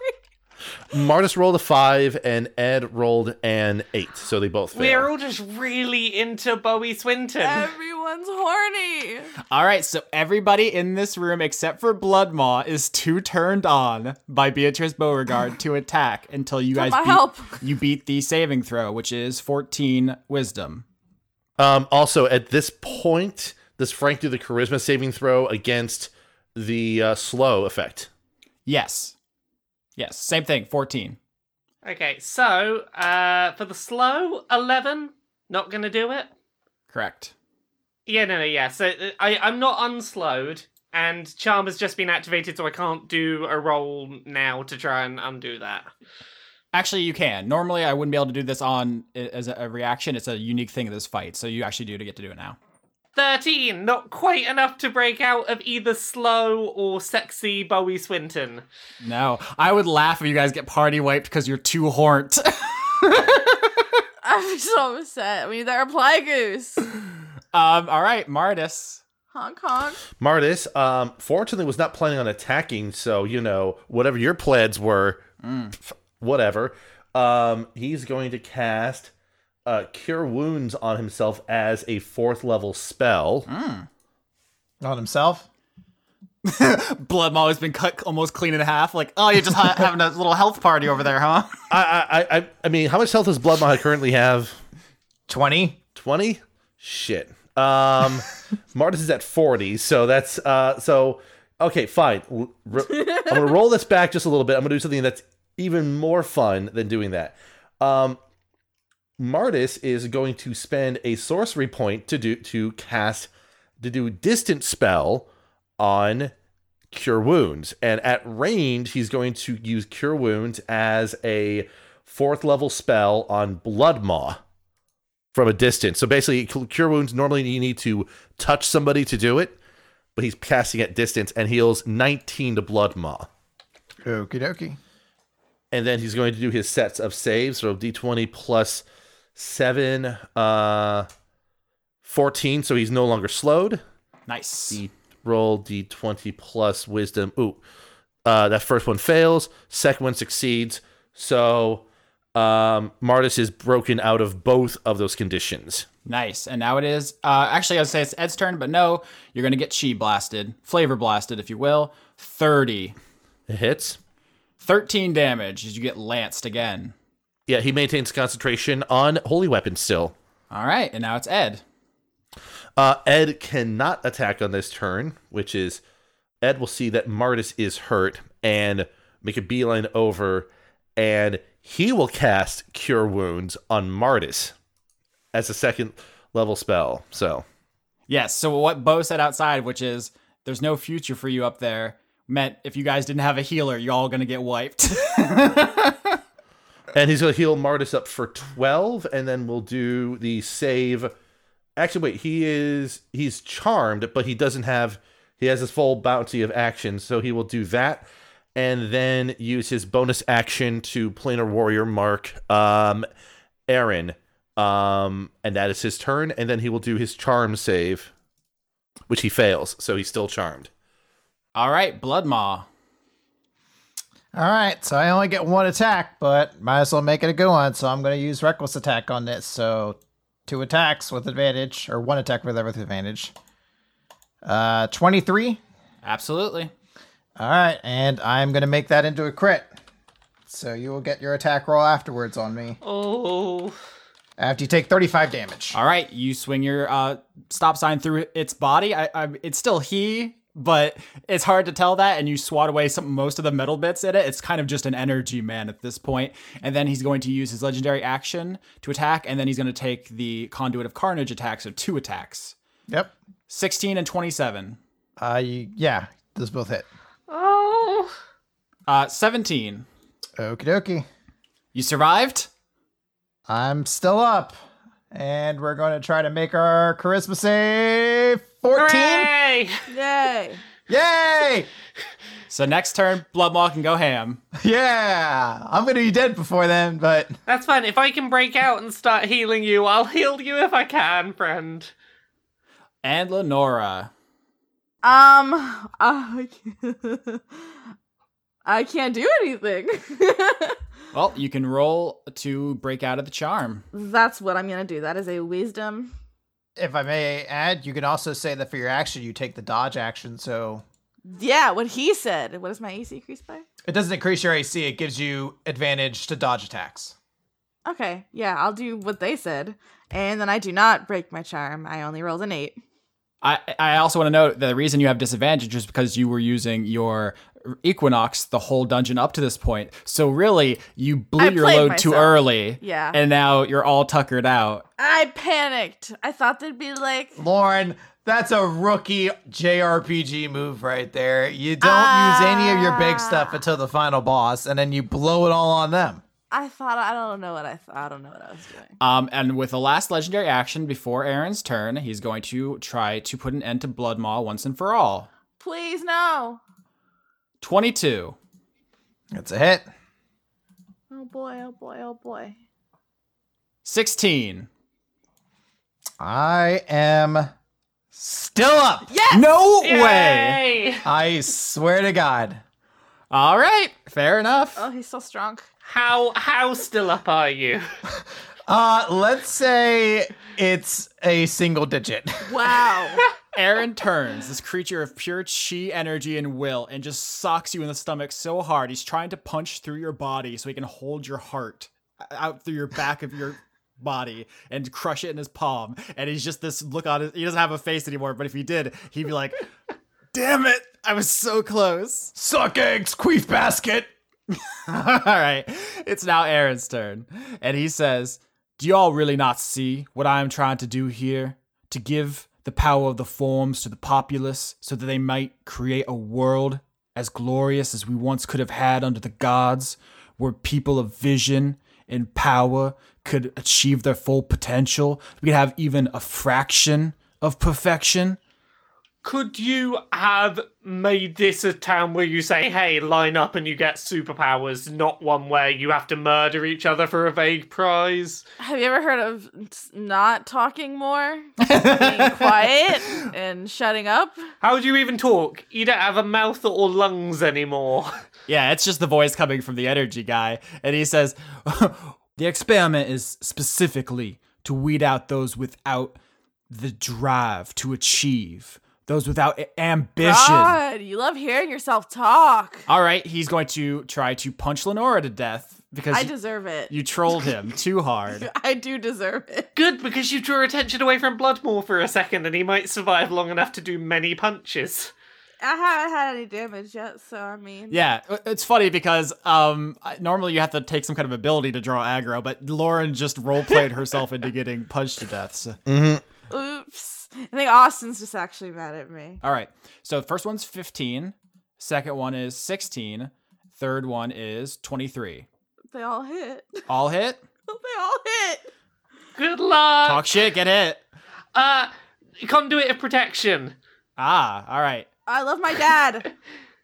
F: Martis rolled a five, and Ed rolled an eight. So they both
B: We're
F: fail.
B: all just really into Bowie Swinton.
E: Everyone's horny.
J: All right, so everybody in this room except for Bloodmaw is too turned on by Beatrice Beauregard
E: [LAUGHS]
J: to attack until you guys
E: my
J: beat,
E: help.
J: you beat the saving throw, which is 14 wisdom.
F: Um, also, at this point, does Frank do the charisma saving throw against the uh, slow effect?
J: Yes. Yes, same thing, 14.
B: okay, so uh, for the slow eleven, not gonna do it.
J: Correct.
B: Yeah, no, no, yeah. So uh, I, I'm not unslowed, and charm has just been activated, so I can't do a roll now to try and undo that.
J: Actually, you can. Normally, I wouldn't be able to do this on as a reaction. It's a unique thing of this fight, so you actually do get to do it now.
B: Thirteen, not quite enough to break out of either slow or sexy Bowie Swinton.
J: No, I would laugh if you guys get party wiped because you're too horned.
E: I'm so upset. We need that reply
J: [LAUGHS]
E: goose.
J: um, all right, Mardis.
E: Hong Kong.
F: Martis, um, fortunately, was not planning on attacking, so you know whatever your plans were, pff, whatever. Um, he's going to cast uh, Cure Wounds on himself as a fourth level spell.
D: On himself?
J: [LAUGHS] Blood Maw has been cut almost clean in half. Like, oh, you're
F: [LAUGHS]
J: just ha- having a little health party over there, huh?
F: I, I, I, I mean, how much health does Bloodmon currently have?
D: 20?
F: Twenty. Shit. Um, [LAUGHS] Martis is at forty, so that's uh, so okay, fine. L- ro- I'm gonna roll this back just a little bit. I'm gonna do something that's even more fun than doing that. Um, Martis is going to spend a sorcery point to do to cast to do distant spell on cure wounds, and at range he's going to use cure wounds as a fourth level spell on Blood Maw from a distance. So basically, cure wounds normally you need to touch somebody to do it, but he's casting at distance and heals 19 to Blood Maw.
D: Okie dokie.
F: And then he's going to do his sets of saves. So d20 plus 7, uh, 14. So he's no longer slowed.
J: Nice.
F: D- roll d20 plus wisdom. Ooh, uh, that first one fails. Second one succeeds. So um, Martis is broken out of both of those conditions.
J: Nice. And now it is. Uh, actually, I would say it's Ed's turn, but no, you're going to get chi blasted, flavor blasted, if you will. 30.
F: It hits.
J: 13 damage as you get lanced again.
F: Yeah, he maintains concentration on holy weapons still.
J: All right. And now it's Ed.
F: Uh, Ed cannot attack on this turn, which is Ed will see that Martis is hurt and make a beeline over, and he will cast Cure Wounds on Martis as a second level spell. So
J: Yes. So what Bo said outside, which is there's no future for you up there, meant if you guys didn't have a healer, you're all going to get wiped. [LAUGHS]
F: And he's going to heal Martis up for 12, and then we'll do the save. Actually, wait, he is he's charmed, but he doesn't have he has his full bounty of action, so he will do that and then use his bonus action to planar warrior mark um Aaron. Um and that is his turn, and then he will do his charm save, which he fails, so he's still charmed.
J: all right. Blood Maw.
D: All right, so I only get one attack, but might as well make it a good one. So I'm going to use reckless attack on this. So two attacks with advantage, or one attack with with advantage. Uh, twenty-three.
J: Absolutely.
D: All right, and I'm going to make that into a crit. So you will get your attack roll afterwards on me
B: Oh.
D: after you take thirty-five damage.
J: All right. You swing your uh, stop sign through its body. I, I, it's still he, but it's hard to tell that. And you swat away some most of the metal bits in it. It's kind of just an energy man at this point. And then he's going to use his legendary action to attack. And then he's going to take the conduit of carnage attack. So two attacks
D: Yep.
J: 16 and 27.
D: Uh, you, yeah, those both hit.
B: Oh.
J: Uh, 17.
D: Okie dokie.
J: You survived?
D: I'm still up, and we're going to try to make our charisma save fourteen.
B: Hey! [LAUGHS]
E: Yay!
D: Yay! [LAUGHS]
J: So next turn, Blood Maw can go ham.
D: Yeah, I'm gonna be dead before then, but
B: That's fine. If I can break out and start healing you, I'll heal you if I can, friend.
J: And Lenora.
E: Um, I can't, [LAUGHS] I can't do anything.
J: Well, you can roll to break out of the charm.
E: That's what I'm gonna do. That is a wisdom.
D: if I may add, you can also say that for your action, you take the dodge action, so
E: Yeah, what he said. What is my AC increase by?
D: it doesn't increase your AC. It gives you advantage to dodge attacks.
E: Okay, yeah, I'll do what they said, and then I do not break my charm. I only rolled an eight.
J: I, I also want to note that the reason you have disadvantage is because you were using your Equinox the whole dungeon up to this point. So really, you blew
E: I
J: your
E: played
J: load too
E: myself.
J: early.
E: Yeah.
J: And now you're all tuckered out.
E: I panicked. I thought they'd be like,
D: Lauren, that's a rookie JRPG move right there. You don't use any of your
J: Ah.
D: big stuff until the final boss, and then you blow it all on them.
E: I thought I don't know what I thought. I don't know what I was doing.
J: Um, and with the last legendary action before Aaron's turn, he's going to try to put an end to Blood Maw once and for all.
E: Please no.
J: 22.
D: It's a hit.
E: Oh boy. Oh boy. Oh boy.
J: 16.
D: I am still up.
E: Yes.
J: No way.
B: Yay!
D: I swear to God.
J: All right, fair enough.
E: Oh, he's so strong.
B: How how still up are you?
D: Uh, let's say it's a single digit.
E: Wow.
J: [LAUGHS] Aaron turns, this creature of pure chi energy and will, and just socks you in the stomach so hard. He's trying to punch through your body so he can hold your heart uh, out through your back of your body and crush it in his palm. And he's just this look on his, he doesn't have a face anymore, but if he did, he'd be like, damn it, I was so close.
D: Suck eggs, queef basket.
J: [LAUGHS] all right. It's now Aaron's turn. And he says, Do y'all really not see what I am trying to do here? To give the power of the forms to the populace so that they might create a world as glorious as we once could have had under the gods, where people of vision and power could achieve their full potential. We could have even a fraction of perfection.
B: Could you have made this a town where you say, hey, line up and you get superpowers, not one where you have to murder each other for a vague prize?
E: Have you ever heard of s- not talking more? Being quiet and shutting up?
B: How do you even talk? You don't have a mouth or lungs anymore.
J: Yeah, it's just the voice coming from the energy guy. And he says, [LAUGHS] The experiment is specifically to weed out those without the drive to achieve, those without a- ambition.
E: God, you love hearing yourself talk.
J: All right, he's going to try to punch Lenora to death because
E: I
J: you-
E: deserve it.
J: you trolled him too hard.
E: [LAUGHS] I do deserve it.
B: Good, because you drew attention away from Bloodmore for a second and he might survive long enough to do many punches.
E: I haven't had any damage yet, so I mean,
J: Yeah, i- it's funny because um, I- normally you have to take some kind of ability to draw aggro, but Lauren just roleplayed herself into getting punched to death. So.
E: oops. I think Austin's just actually mad at me.
J: All right. So the first one's 15, second one is 16, third one is 23.
E: They all hit. [LAUGHS] they
J: All hit?
E: all hit.
B: Good luck!
J: Talk shit, get [LAUGHS] hit.
B: Uh, conduit of protection.
J: Ah, all right.
E: I love my
B: [LAUGHS]
E: dad.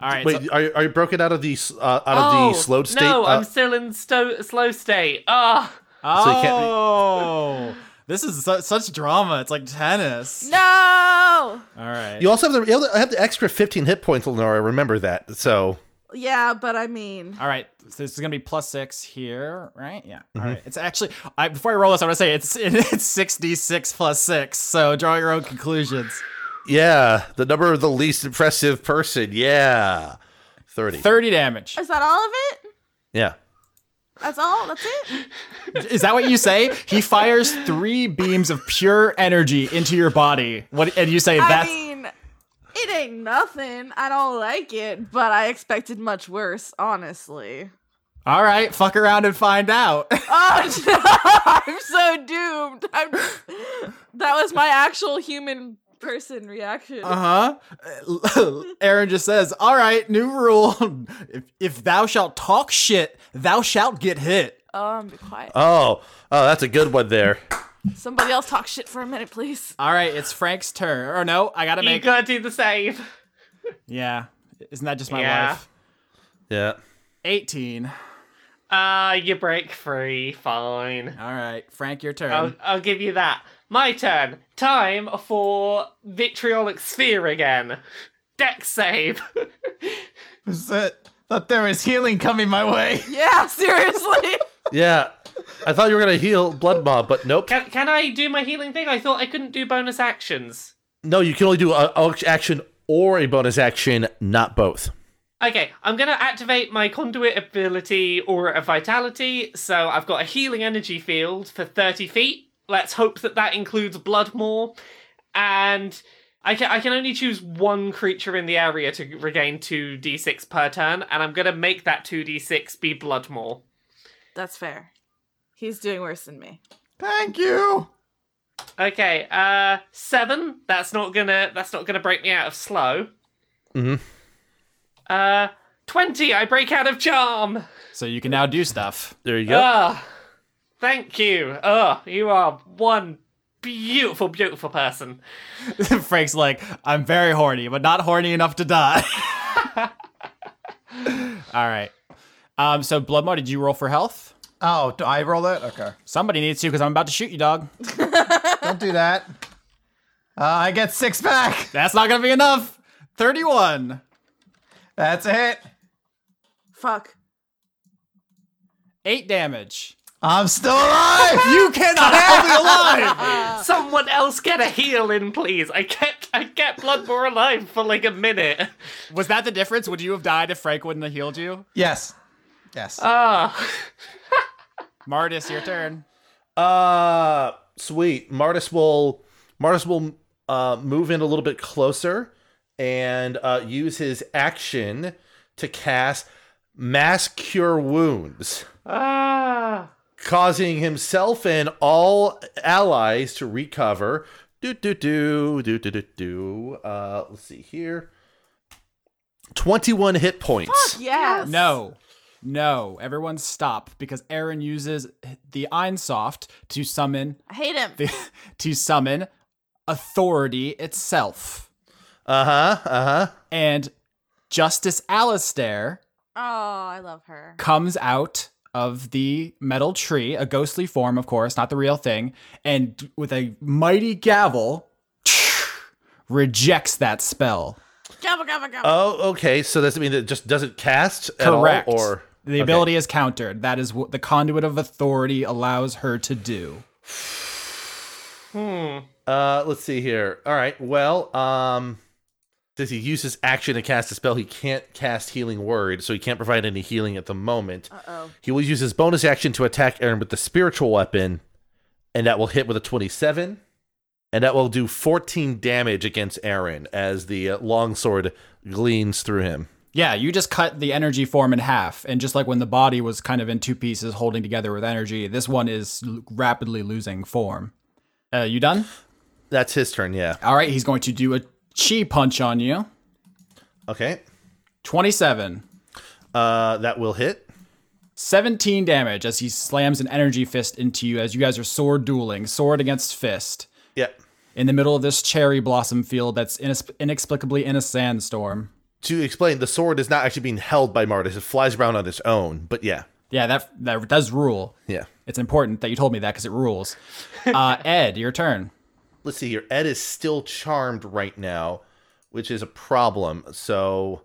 J: All right. so-
F: Wait, are, are you broken out of the s- uh, out of the slowed state?
B: Oh, No,
F: Uh,
B: I'm still in sto- slow state. Ah,
F: so you can't-
J: oh. This is su- such drama. It's like tennis.
E: no.
J: All right.
F: you also have the you have the extra fifteen hit points, Lenora. Remember that. So
E: Yeah, but I mean,
J: All right. So this is gonna be plus six here, right? Yeah.
F: Mm-hmm.
J: All right. It's actually I, before I roll this, I want to say it's [LAUGHS] it's six d six plus six. So draw your own conclusions.
F: yeah, the number of the least impressive person. Yeah, thirty.
J: Thirty damage.
E: is that all of it?
F: Yeah.
E: That's all. That's it.
J: Is that what you say? He fires three beams of pure energy into your body. What and you [LAUGHS] say
E: I
J: that's
E: mean, it ain't nothing. I don't like it, but I expected much worse, honestly. [LAUGHS]
J: all right, fuck around and find out. [LAUGHS]
E: Oh no! [LAUGHS] I'm so doomed. I'm. [LAUGHS] That was my actual human person reaction.
J: Uh-huh. [LAUGHS] Aaron just says, All right, new rule. [LAUGHS] If if thou shalt talk shit, thou shalt get hit.
E: Um, be quiet.
F: Oh, oh, that's a good one there.
E: Somebody else talk shit for a minute, please.
J: All right, it's Frank's turn. Or no, I gotta
B: you
J: make
B: gotta do the save.
J: Yeah. Isn't that just my
B: Yeah.
J: life?
F: Yeah.
J: Eighteen.
B: Ah, you break free. Fine.
J: All right, Frank, your turn.
B: I'll, I'll give you that. My turn. Time for vitriolic sphere again. Deck save.
D: Was it? Thought there was healing coming my way. [LAUGHS]
E: Yeah, seriously.
F: Yeah. I thought you were gonna heal Blood Mob, but nope.
B: can, [LAUGHS] can I do my healing thing? I thought I couldn't do bonus actions.
F: No, you can only do an action or a bonus action, not both.
B: Okay, I'm gonna activate my conduit ability Aura of Vitality, so I've got a healing energy field for 30 feet. Let's hope that that includes Bloodmore. And I can, I can only choose one creature in the area to regain 2d6 per turn, and I'm gonna make that 2d6 be Bloodmore.
E: That's fair. He's doing worse than me.
D: Thank you.
B: Okay, uh, seven. That's not gonna that's not gonna break me out of slow.
F: Mhm.
B: Uh, twenty. I break out of charm.
J: so you can now do stuff.
F: There you go.
B: Ah, thank you. Ah, you are one beautiful, beautiful person.
J: [LAUGHS] Frank's like, I'm very horny, but not horny enough to die. [LAUGHS] All right. Um, so Bloodmore, did you roll for health?
D: Oh, do I roll it? Okay.
J: Somebody needs to because I'm about to shoot you, dog.
D: [LAUGHS] Don't do that. Uh, I get six back.
J: That's not gonna be enough. Thirty-one,
D: That's a hit.
E: Fuck.
J: eight damage.
D: I'm still
B: [LAUGHS]
D: alive.
J: [LAUGHS] You cannot have me alive.
B: Someone else get a heal in, please. I kept I kept Bloodmore alive for like a minute.
J: Was that the difference? Would you have died if Frank wouldn't have healed you?
D: yes. Yes.
B: Ah,
J: Martis, your turn.
F: Uh sweet. Martis will Martis will uh move in a little bit closer and uh use his action to cast mass cure wounds,
B: Ah.
F: causing himself and all allies to recover. Do do do do do do do. Uh, let's see here. Twenty-one hit points.
E: Yes.
J: No. No. Everyone stop because Aaron uses the Einsoft to summon
E: I hate him.
J: the [LAUGHS] to summon authority itself.
F: Uh huh. Uh huh.
J: And Justice Alistair
E: Oh, I love her.
J: comes out of the metal tree, a ghostly form, of course, not the real thing, and with a mighty gavel rejects that spell.
E: Gobble, gobble, gobble.
F: Oh, okay. So that's I mean it just doesn't cast at all,
J: Correct.
F: or
J: the
F: okay.
J: ability is countered. That is what the conduit of authority allows her to do.
B: Hmm.
F: Uh, let's see here. All right. Well, um, does he use his action to cast a spell? He can't cast healing word, so he can't provide any healing at the moment.
E: oh.
F: He will use his bonus action to attack Aaron with the spiritual weapon, and that will hit with a 27. And that will do 14 damage against Aaron as the uh, longsword gleans through him.
J: Yeah, you just cut the energy form in half, and just like when the body was kind of in two pieces holding together with energy, this one is l- rapidly losing form. Uh, you done?
F: That's his turn, yeah.
J: All right, he's going to do a chi punch on you.
F: Okay.
J: 27.
F: Uh, that will hit.
J: 17 damage as he slams an energy fist into you as you guys are sword dueling, sword against fist,
F: Yep.
J: in the middle of this cherry blossom field that's inis- inexplicably in a sandstorm.
F: To explain, the sword is not actually being held by Martis. It flies around on its own, but yeah.
J: Yeah, that, that does rule.
F: Yeah.
J: It's important that you told me that because it rules. Uh, Ed, your turn.
F: let's see here. Ed is still charmed right now, which is a problem. So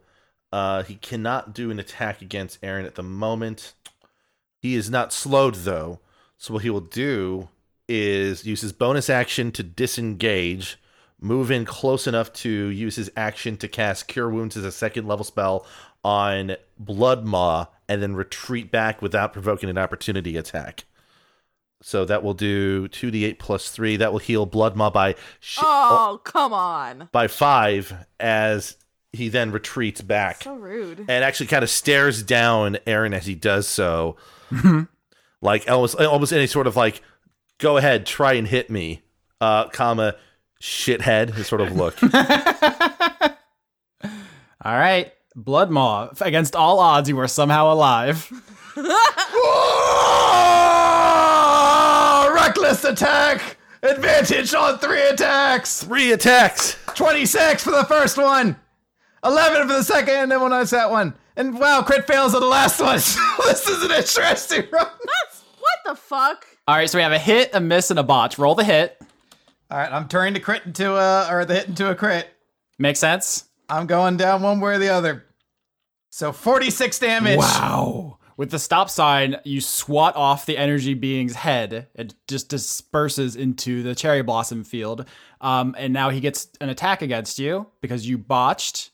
F: uh, he cannot do an attack against Aaron at the moment. He is not slowed though. So what he will do is use his bonus action to disengage, move in close enough to use his action to cast Cure Wounds as a second level spell on Blood Maw, and then retreat back without provoking an opportunity attack. So that will do 2d8 plus 3. That will heal Blood Maw by sh-
E: Oh, come on.
F: by 5 as he then retreats back
E: So rude.
J: Eh.
F: and actually kind of stares down Aaron as he does so. like almost almost any sort of like go ahead, try and hit me. Uh comma shithead his sort of look.
J: All right. Blood Maw. Against all odds, you are somehow alive. [LAUGHS]
D: Oh, reckless attack! Advantage on three attacks!
F: Three attacks.
D: 26 for the first one! 11 for the second, and then we'll notice that one. And wow, crit fails on the last one! [LAUGHS] this is an interesting [LAUGHS] run!
E: That's what
J: [GASPS]
E: the fuck?
J: All right, so we have a hit, a miss, and a botch. Roll the hit.
D: Alright, I'm turning the crit into a, or the hit into a crit.
J: Make sense?
D: I'm going down one way or the other. So 46 damage.
J: Wow. With the stop sign, you swat off the energy being's head. It just disperses into the cherry blossom field. Um, and now he gets an attack against you because
D: [LAUGHS]
J: you botched.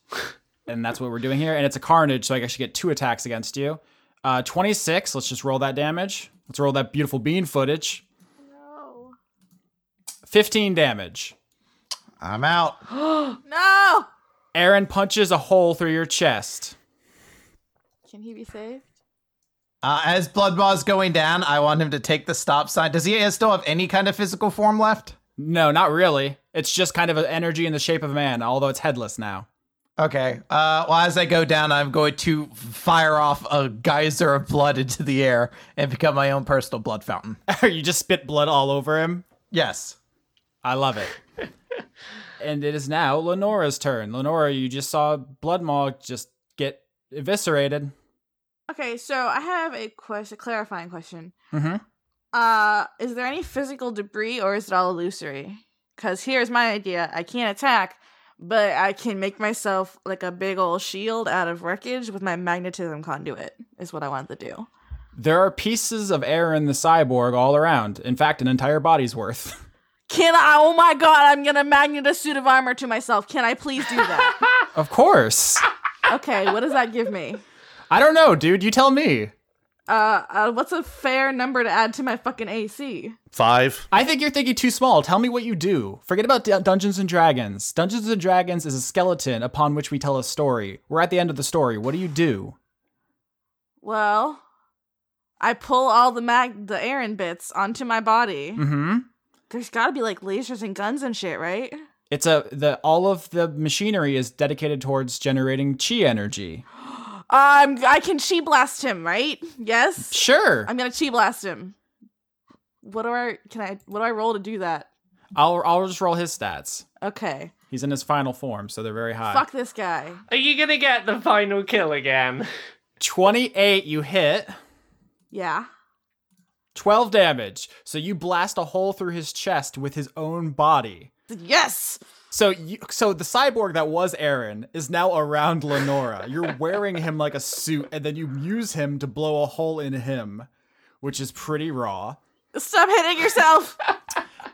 J: And that's what we're doing here. And it's a carnage, so I actually get two attacks against you. Uh, 26. Let's just roll that damage. Let's roll that beautiful bean footage. 15 damage.
D: I'm out.
E: No.
J: Aaron punches a hole through your chest.
E: Can he be saved?
D: Uh, as Blood Maw's going down, I want him to take the stop sign. Does he still have any kind of physical form left?
J: No, not really. It's just kind of an energy in the shape of a man, although it's headless now. [LAUGHS]
D: Okay. Uh, well, as I go down, I'm going to fire off a geyser of blood into the air and become my own personal blood fountain.
J: you just spit blood all over him.
D: Yes.
J: I love it. and it is now Lenora's turn. Lenora, you just saw Blood Maw just get eviscerated.
E: Okay, so I have a question, clarifying question.
J: Mhm.
E: Uh, is there any physical debris or is it all illusory? Because here's my idea: I can't attack, but I can make myself like a big old shield out of wreckage with my magnetism conduit. Is what I want to do.
J: There are pieces of Aaron the cyborg all around. In fact, an entire body's worth.
E: Can I? Oh my god! I'm gonna magnet a suit of armor to myself. Can I please do that?
J: of course.
E: okay, what does that give me?
J: [LAUGHS] I don't know, dude. You tell me.
E: Uh, uh, what's a fair number to add to my fucking AC?
F: 5.
J: I think you're thinking too small. Tell me what you do. Forget about Dun- Dungeons and Dragons. Dungeons and Dragons is a skeleton upon which we tell a story. We're at the end of the story. What do you do?
E: Well, I pull all the mag the Aaron bits onto my body.
J: Mm-hmm.
E: There's got to be like lasers and guns and shit, right?
J: It's a the all of the machinery is dedicated towards generating chi energy.
E: Um, I can chi blast him, right? Yes.
J: Sure.
E: I'm gonna chi blast him. What do I can I what do I roll to do that?
J: I'll I'll just roll his stats.
E: Okay.
J: He's in his final form, so they're very high.
E: Fuck this guy.
B: Are you gonna get the final kill again?
J: 28 you hit.
E: Yeah.
J: 12 damage. So you blast a hole through his chest with his own body.
E: Yes.
J: So you, so the cyborg that was Aaron is now around Lenora. You're wearing him like a suit and then you use him to blow a hole in him, which is pretty raw.
E: Stop hitting
B: [LAUGHS]
E: yourself.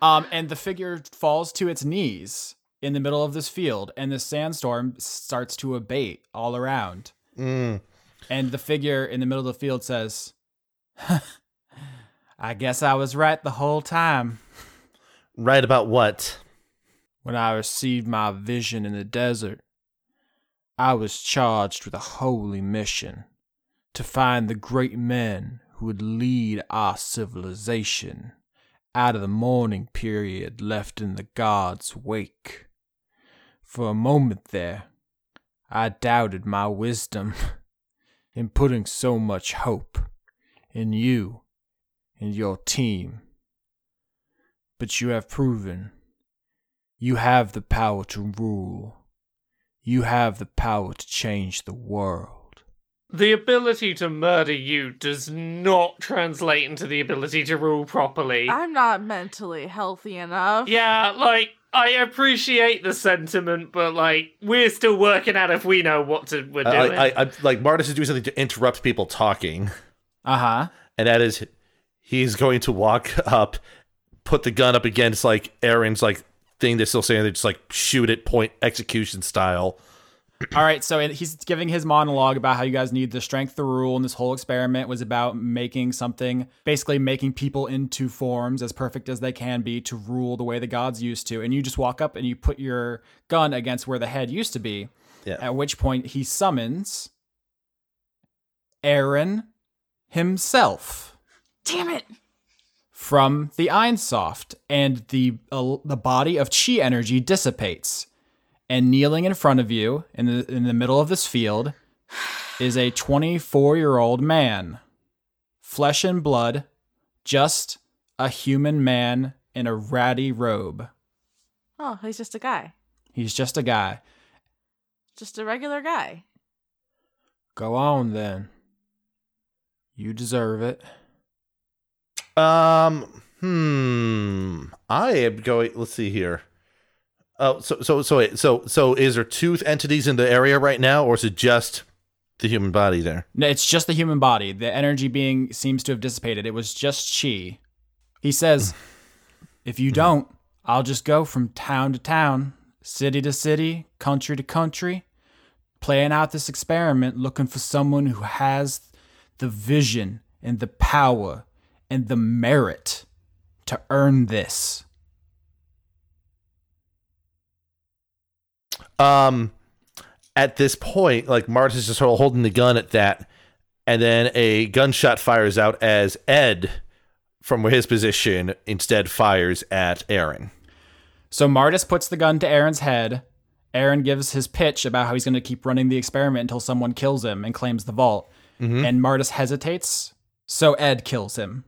J: Um, and the figure falls to its knees in the middle of this field, and the sandstorm starts to abate all around.
F: Mm.
J: And the figure in the middle of the field says, I guess I was right the whole time.
F: Right about what?
J: When I received my vision in the desert, I was charged with a holy mission to find the great men who would lead our civilization out of the mourning period left in the gods' wake. For a moment there, I doubted my wisdom [LAUGHS] in putting so much hope in you and your team. But you have proven you have the power to rule. You have the power to change the world.
B: The ability to murder you does not translate into the ability to rule properly.
E: I'm not mentally healthy enough.
B: Yeah, like I appreciate the sentiment, but like we're still working out if we know what to we're
F: I,
B: doing.
F: I, I, I, like Martis is doing something to interrupt people talking,
J: Uh huh.
F: and that is he's going to walk up, put the gun up against like Aaron's like thing they're still saying they just like shoot it point execution style.
J: [CLEARS THROAT] All right, so it- he's giving his monologue about how you guys need the strength to rule, and this whole experiment was about making something, basically making people into forms as perfect as they can be to rule the way the gods used to. And you just walk up and you put your gun against where the head used to be.
F: Yeah.
J: At which point he summons Aaron himself.
E: Damn it.
J: from the Einsoft, and the uh, the body of chi energy dissipates. And kneeling in front of you, in the in the middle of this field, is a 24 year old man, flesh and blood, just a human man in a ratty robe.
E: Oh, he's just a guy.
J: He's just a guy.
E: Just a regular guy.
J: Go on then. You deserve it.
F: Um, hmm. I am going. Let's see here. Oh, so so so wait, so so is there two entities in the area right now, or is it just the human body there?
J: No, it's just the human body. The energy being seems to have dissipated. It was just chi. He says, If you don't, I'll just go from town to town, city to city, country to country, playing out this experiment, looking for someone who has the vision and the power and the merit to earn this.
F: Um, at this point, like Marta's just sort of holding the gun at that, and then a gunshot fires out as Ed, from his position, instead fires at Aaron.
J: So Martis puts the gun to Aaron's head. Aaron gives his pitch about how he's going to keep running the experiment until someone kills him and claims the vault.
F: Mm-hmm.
J: And Martis hesitates, so Ed kills him.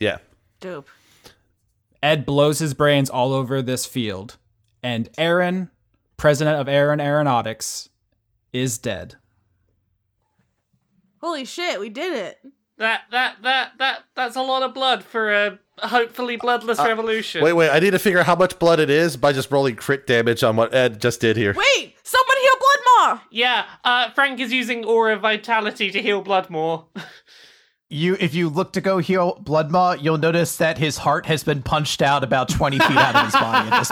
F: Yeah.
E: Dope.
J: Ed blows his brains all over this field. And Aaron, president of Aaron Aeronautics, is dead.
E: Holy shit, we did it.
B: that that that that that's a lot of blood for a hopefully bloodless revolution.
F: Uh, Wait, wait. I need to figure out how much blood it is by just rolling crit damage on what Ed just did here.
E: Wait, someone heal Bloodmore.
B: Yeah, uh, Frank is using aura vitality to heal Bloodmore.
D: You, if you look to go heal Bloodmaw, you'll notice that his heart has been punched out about twenty feet out of his body at this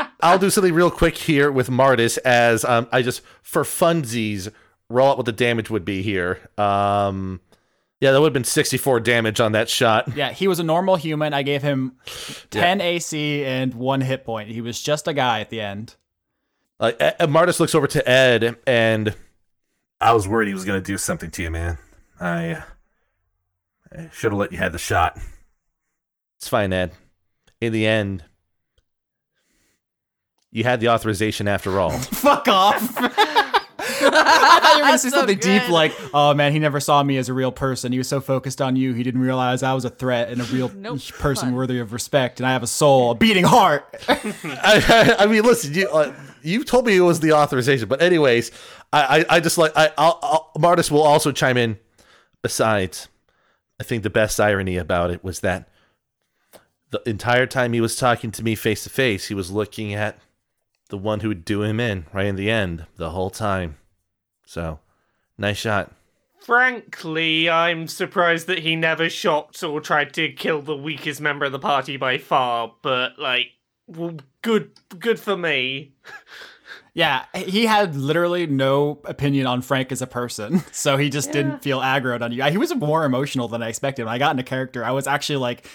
D: point.
F: I'll do something real quick here with Martis as um, I just for funsies roll out what the damage would be here. Um, yeah, that would have been 64 damage on that shot.
J: Yeah, he was a normal human. I gave him 10 AC and one hit point. He was just a guy at the end.
F: uh, Like uh, Martis looks over to Ed and
G: I was worried he was going to do something to you, man. I, uh, [LAUGHS] I should have let you have the shot.
F: It's fine, Ed. In the end, you had the authorization after all.
J: Fuck [LAUGHS]
E: [LAUGHS]
J: off. I thought you were going to say
E: That's so
J: something deep
E: good.
J: like, oh man, he never saw me as a real person. He was so focused on you, he didn't realize I was a threat and a real
E: [LAUGHS] Nope.
J: person worthy of respect. And I have a soul, a beating
E: [LAUGHS]
J: heart.
F: I, I, I mean, listen, you uh, you told me it was the authorization, but anyways, I I, I just like I I'll, I'll, Martis will also chime in. Besides, I think the best irony about it was that the entire time he was talking to me face to face, he was looking at the one who would do him in right in the end the whole time. So, nice shot.
B: Frankly, I'm surprised that he never shot or tried to kill the weakest member of the party by far, but like well, good good for me.
J: yeah, he had literally no opinion on Frank as a person. [LAUGHS] So he just didn't feel aggroed on you. He was more emotional than I expected. When I got into character, I was actually like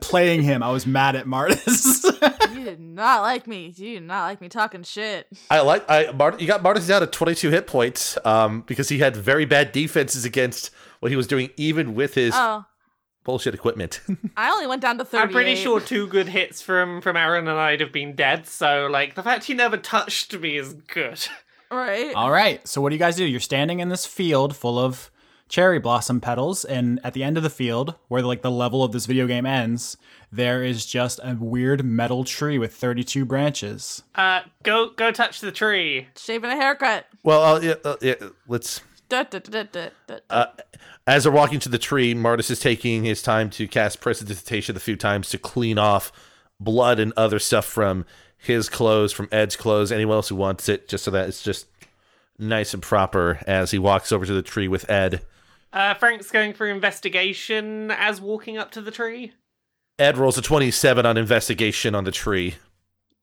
J: playing him. I was mad at Martis.
E: You did not like me. You did not like me talking shit.
F: I like I Mart- you got Martis down at 22 hit points um, because he had very bad defenses against what he was doing, even with his
E: Oh,
F: bullshit equipment.
E: I only went down to 30.
B: I'm pretty sure two good hits from from Aaron and I'd have been dead, so like the fact he never touched me is good. [LAUGHS]
E: Right?
J: All right. So what do you guys do? You're standing in this field full of cherry blossom petals, and at the end of the field, where like the level of this video game ends, there is just a weird metal tree with 32 branches.
B: Uh go go touch the tree.
E: Shaving a haircut.
F: well, uh, yeah, uh, yeah, let's. uh,
E: Duh, duh, duh, duh, duh, duh.
F: As they're walking to the tree, Martis is taking his time to cast Prestidigitation a few times to clean off blood and other stuff from his clothes, from Ed's clothes, anyone else who wants it, just so that it's just nice and proper as he walks over to the tree with Ed.
B: Uh Frank's going for investigation as walking up to the tree.
F: Ed rolls a 27 on investigation on the tree.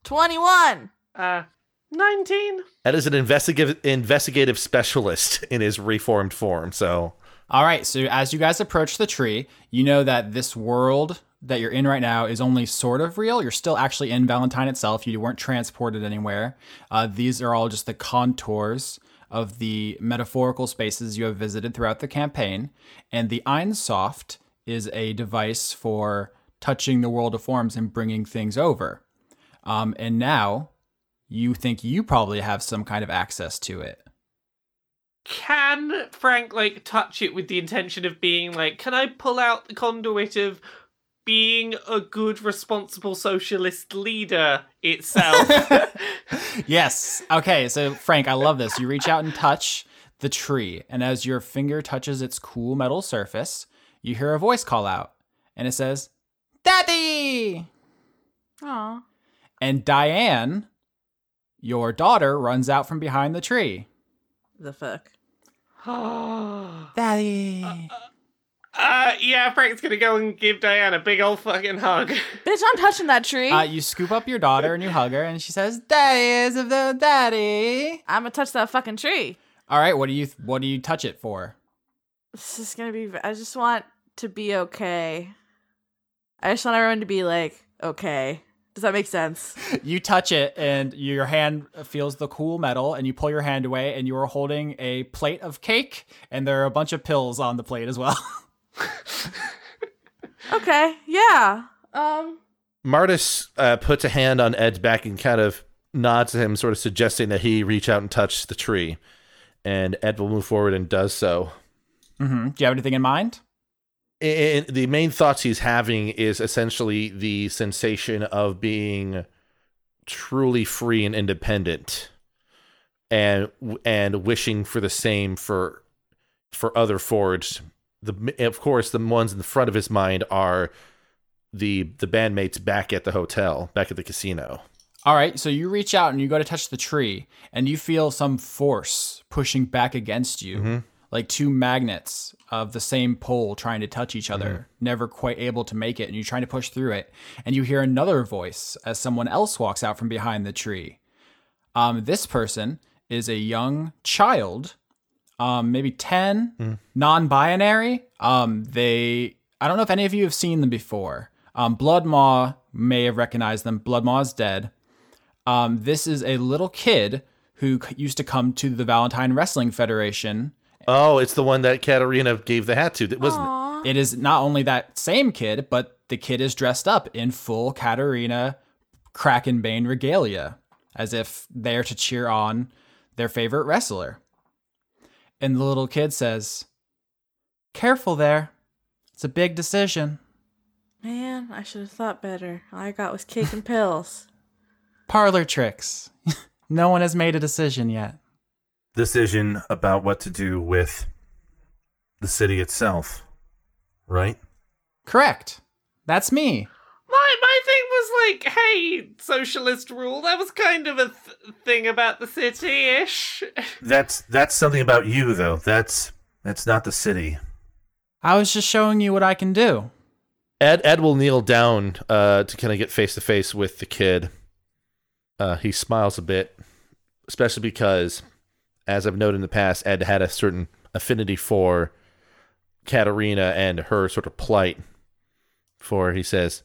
E: 21.
B: Uh 19
F: Ed is an investigative investigative specialist in his reformed form. So
J: All right. So as you guys approach the tree, you know that this world that you're in right now is only sort of real. You're still actually in Valentine itself. You weren't transported anywhere. Uh, these are all just the contours of the metaphorical spaces you have visited throughout the campaign. And the Einsoft is a device for touching the world of forms and bringing things over. Um, and now you think you probably have some kind of access to it.
B: can Frank like touch it with the intention of being like, can I pull out the conduit of being a good, responsible socialist leader itself?
J: Yes. Okay. So, Frank, I love this. You reach out and touch the tree, and as your finger touches its cool metal surface, you hear a voice call out, and it says, Daddy!
E: Aw.
J: And Diane, your daughter, runs out from behind the tree.
E: [LAUGHS] The fuck? [GASPS]
J: Daddy!
E: uh,
B: uh, yeah, Frank's gonna go and give Diane a big old fucking hug. [LAUGHS]
E: Bitch, I'm touching that tree.
J: Uh, you scoop up your daughter and you hug her, and she says, "Daddy is of the daddy."
E: I'm gonna touch that fucking tree.
J: All right, what do you what do you touch it for?
E: This is gonna be. I just want to be okay. I just want everyone to be like, okay. Does that make sense?
J: You touch it, and your hand feels the cool metal, and you pull your hand away, and you are holding a plate of cake, and there are a bunch of pills on the plate as well. [LAUGHS]
E: Okay. Yeah. Um.
F: Martis uh, puts a hand on Ed's back and kind of nods to him, sort of suggesting that he reach out and touch the tree. And Ed will move forward and does so.
J: hmm Do you have anything in mind?
F: And the main thoughts he's having is essentially the sensation of being truly free and independent, and and wishing for the same for for other forged. The of course the ones in the front of his mind are the the bandmates back at the hotel, back at the casino.
J: All right, so you reach out and you go to touch the tree, and you feel some force pushing back against you, like two magnets of the same pole trying to touch each other, never quite able to make it, and you're trying to push through it. And you hear another voice as someone else walks out from behind the tree. Um, this person is a young child, um, maybe 10, non binary. Um, they, I don't know if any of you have seen them before. Um, Blood Maw may have recognized them. Blood Maw is dead. Um, this is a little kid who c- used to come to the Valentine Wrestling Federation.
F: Oh, it's the one that Katarina gave the hat to, that wasn't it?
E: Aw.
J: It is not only that same kid, but the kid is dressed up in full Katarina Krakenbane regalia, as if they're to cheer on their favorite wrestler. And the little kid says, Careful there. It's a big decision.
E: Man, I should have thought better. All I got was cake and pills.
J: Parlor tricks. [LAUGHS] no one has made a decision yet.
G: Decision about what to do with the city itself, right?
J: Correct. That's me.
B: My my thing was like, hey, socialist rule. That was kind of a th- thing about the city [LAUGHS] ish.
G: That's that's something about you though. That's that's not the city.
J: I was just showing you what I can do.
F: Ed Ed will kneel down uh, to kind of get face to face with the kid. Uh, he smiles a bit, especially because, as I've noted in the past, Ed had a certain affinity for Katerina and her sort of plight. For he says,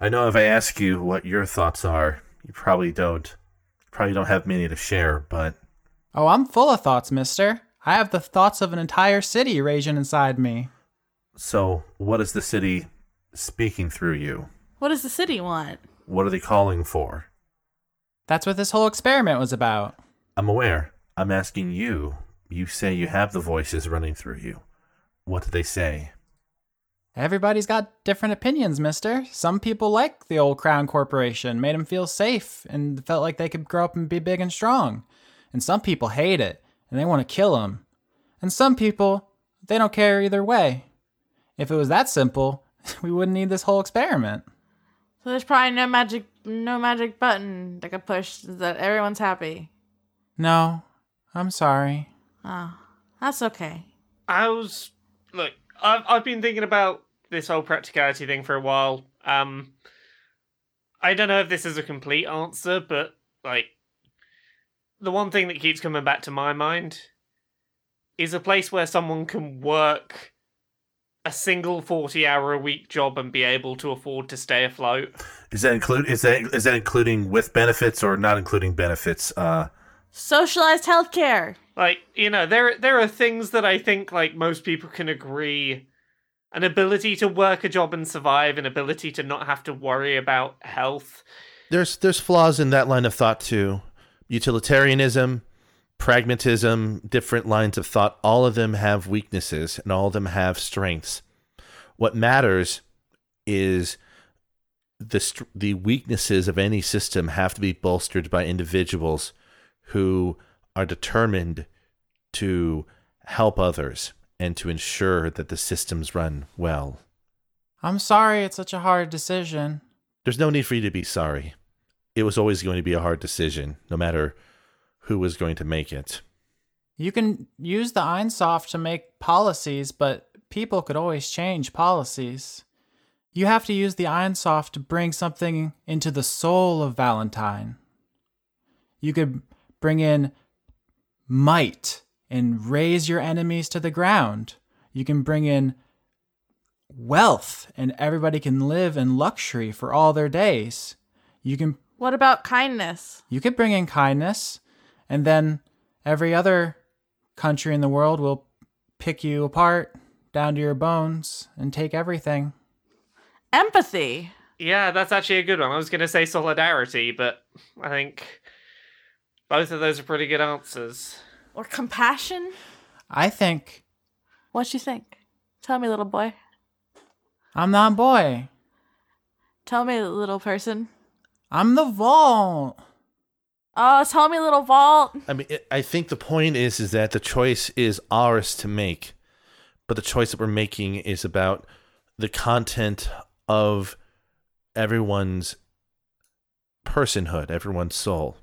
G: I know if I ask you what your thoughts are, you probably don't probably don't have many to share, but
J: Oh, I'm full of thoughts, mister. I have the thoughts of an entire city raging inside me.
G: so what is the city speaking through you?
E: What does the city want?
G: What are they calling for?
J: That's what this whole experiment was about.
G: I'm aware. I'm asking you. You say you have the voices running through you. What do they say?
J: Everybody's got different opinions, mister. Some people like the old Crown Corporation, made them feel safe and felt like they could grow up and be big and strong. And some people hate it and they want to kill them. And some people, they don't care either way. If it was that simple, [LAUGHS] we wouldn't need this whole experiment.
E: So there's probably no magic, no magic button that could push that everyone's happy.
J: No, I'm sorry.
E: Oh, that's okay.
B: I was look. I've I've been thinking about this whole practicality thing for a while. Um, I don't know if this is a complete answer, but like, the one thing that keeps coming back to my mind is a place where someone can work a single forty-hour-a-week job and be able to afford to stay afloat.
G: Is that include is that is that including with benefits or not including benefits? Uh
E: Socialized healthcare.
B: like you know there there are things that i think like most people can agree an ability to work a job and survive an ability to not have to worry about health
F: "There's there's flaws in that line of thought too. Utilitarianism, pragmatism, different lines of thought. All of them have weaknesses, and all of them have strengths. What matters is." the str- the weaknesses of any system have to be bolstered by individuals who are determined to help others and to ensure that the systems run well.
J: I'm sorry it's such a hard decision.
F: There's no need for you to be sorry. It was always going to be a hard decision, no matter who was going to make it.
J: You can use the Einsoft to make policies, but people could always change policies. You have to use the Einsoft to bring something into the soul of Valentine. You could bring in might and raise your enemies to the ground. You can bring in wealth and everybody can live in luxury for all their days. You can
E: What about kindness?
J: you could bring in kindness, and then every other country in the world will pick you apart down to your bones and take everything.
E: Empathy.
B: yeah that's actually a good one i was going to say solidarity but i think both of those are pretty good answers
E: Or compassion?
J: I think
E: What you think? Tell me, little boy.
J: I'm that boy.
E: Tell me, little person.
J: I'm the vault.
E: Oh, tell me, little vault.
F: I mean, it, I think the point is is that the choice is ours to make, but the choice that we're making is about the content of everyone's personhood, everyone's soul.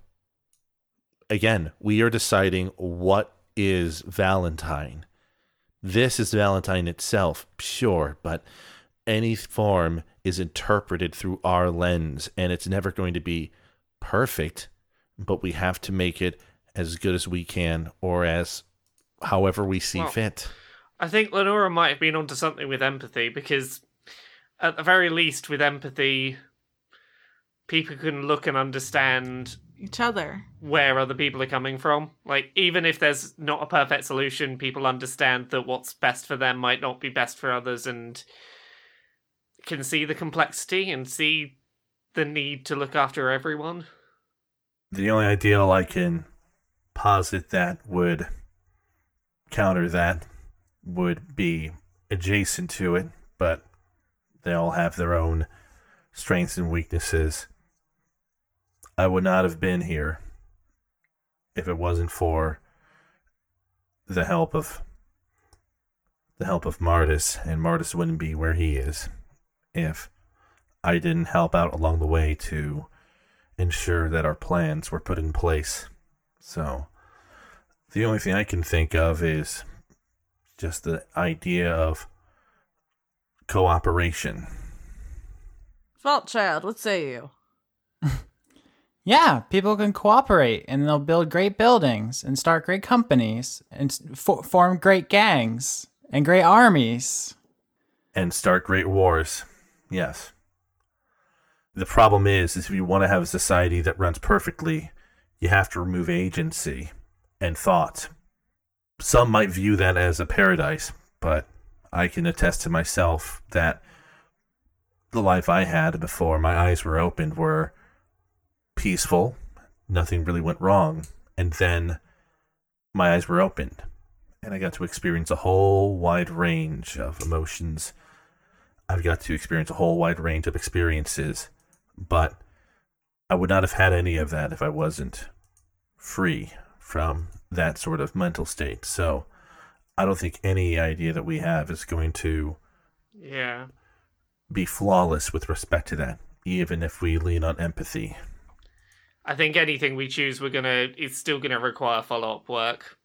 F: Again, we are deciding what is Valentine. This is Valentine itself, sure, but any form is interpreted through our lens, and it's never going to be perfect but we have to make it as good as we can or as however we see
B: Well-
F: fit.
B: I think Lenora might have been onto something with empathy because, at the very least, with empathy, people can look and understand
E: each other.
B: where other people are coming from. Like, even if there's not a perfect solution, people understand that what's best for them might not be best for others and can see the complexity and see the need to look after everyone.
G: The only ideal I can posit that would counter that would be adjacent to it, but they all have their own strengths and weaknesses. I would not have been here if it wasn't for the help of the help of Martis, and Martis wouldn't be where he is if I didn't help out along the way to ensure that our plans were put in place. So the only thing I can think of is just the idea of cooperation.
E: Fault child, what say you?
J: Yeah, people can cooperate and they'll build great buildings and start great companies and s- fo- form great gangs and great
D: [LAUGHS]
J: armies.
G: and start great wars. Yes. The problem is, is if you want to have a society that runs perfectly, you have to remove agency and thought. Some might view that as a paradise, but I can attest to myself that the life I had before my eyes were opened were peaceful, nothing really went wrong, and then my eyes were opened and I got to experience a whole wide range of emotions. I've got to experience a whole wide range of experiences, but I would not have had any of that if I wasn't free from that sort of mental state. So I don't think any idea that we have is going to
B: Yeah.
G: be flawless with respect to that, even if we lean on empathy.
B: I think anything we choose, we're gonna, it's still gonna require follow up work.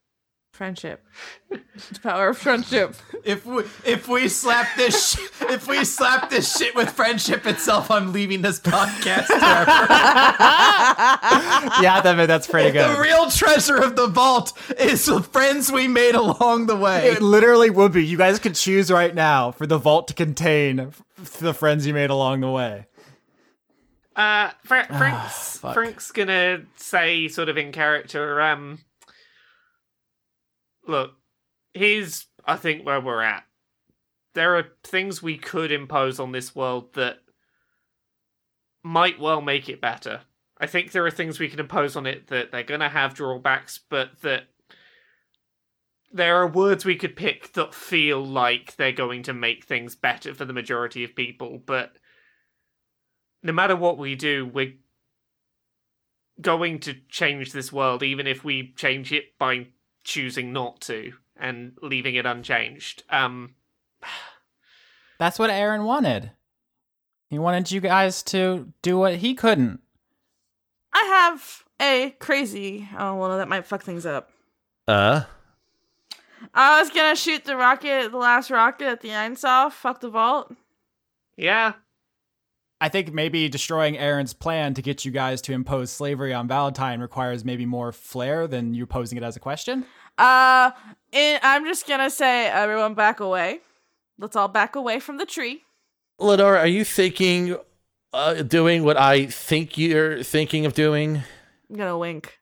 E: Friendship. the power of friendship.
D: If we if we slap this sh- if we slap this shit with friendship itself, I'm leaving this podcast forever.
J: yeah, that, that's pretty
D: the real treasure of the vault is the friends we made along the way.
J: It literally would be. You guys could choose right now for the vault to contain f- the friends you made along the way.
B: Uh, Fra- Frank's, Frank's gonna say, sort of in character, um, look, here's, I think, where we're at. There are things we could impose on this world that might well make it better. I think there are things we can impose on it that they're gonna have drawbacks, but that there are words we could pick that feel like they're going to make things better for the majority of people, but no matter what we do, we're going to change this world, even if we change it by choosing not to and leaving it unchanged. Um,
J: That's what Aaron wanted. He wanted you guys to do what he couldn't.
E: I have a crazy. Oh well, that might fuck things up.
F: Uh,
E: I was gonna shoot the rocket, the last rocket at the Einsoff. Fuck the vault.
B: yeah,
J: I think maybe destroying Aaron's plan to get you guys to impose slavery on Valentine requires maybe more flair than you posing it as a question.
E: Uh, and I'm just gonna say, everyone, back away. Let's all back away from the tree.
F: Lenore, are you thinking, uh, doing what I think you're thinking of doing?
E: I'm gonna wink.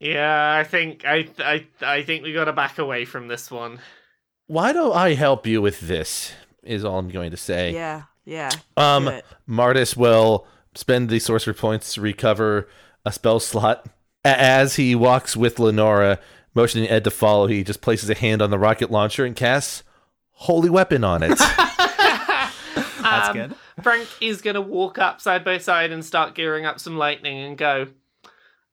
B: yeah. I think I I I think we got to back away from this one.
F: Why don't I help you with this? Is all I'm going to say.
E: Yeah, yeah. do
F: um,
E: it.
F: Martis will spend the sorcerer points to recover a spell slot. A- As he walks with Lenora, motioning Ed to follow, he just places a hand on the rocket launcher and casts Holy Weapon on it.
J: That's
B: Um,
J: good.
B: Frank is gonna walk up side by side and start gearing up some lightning and go.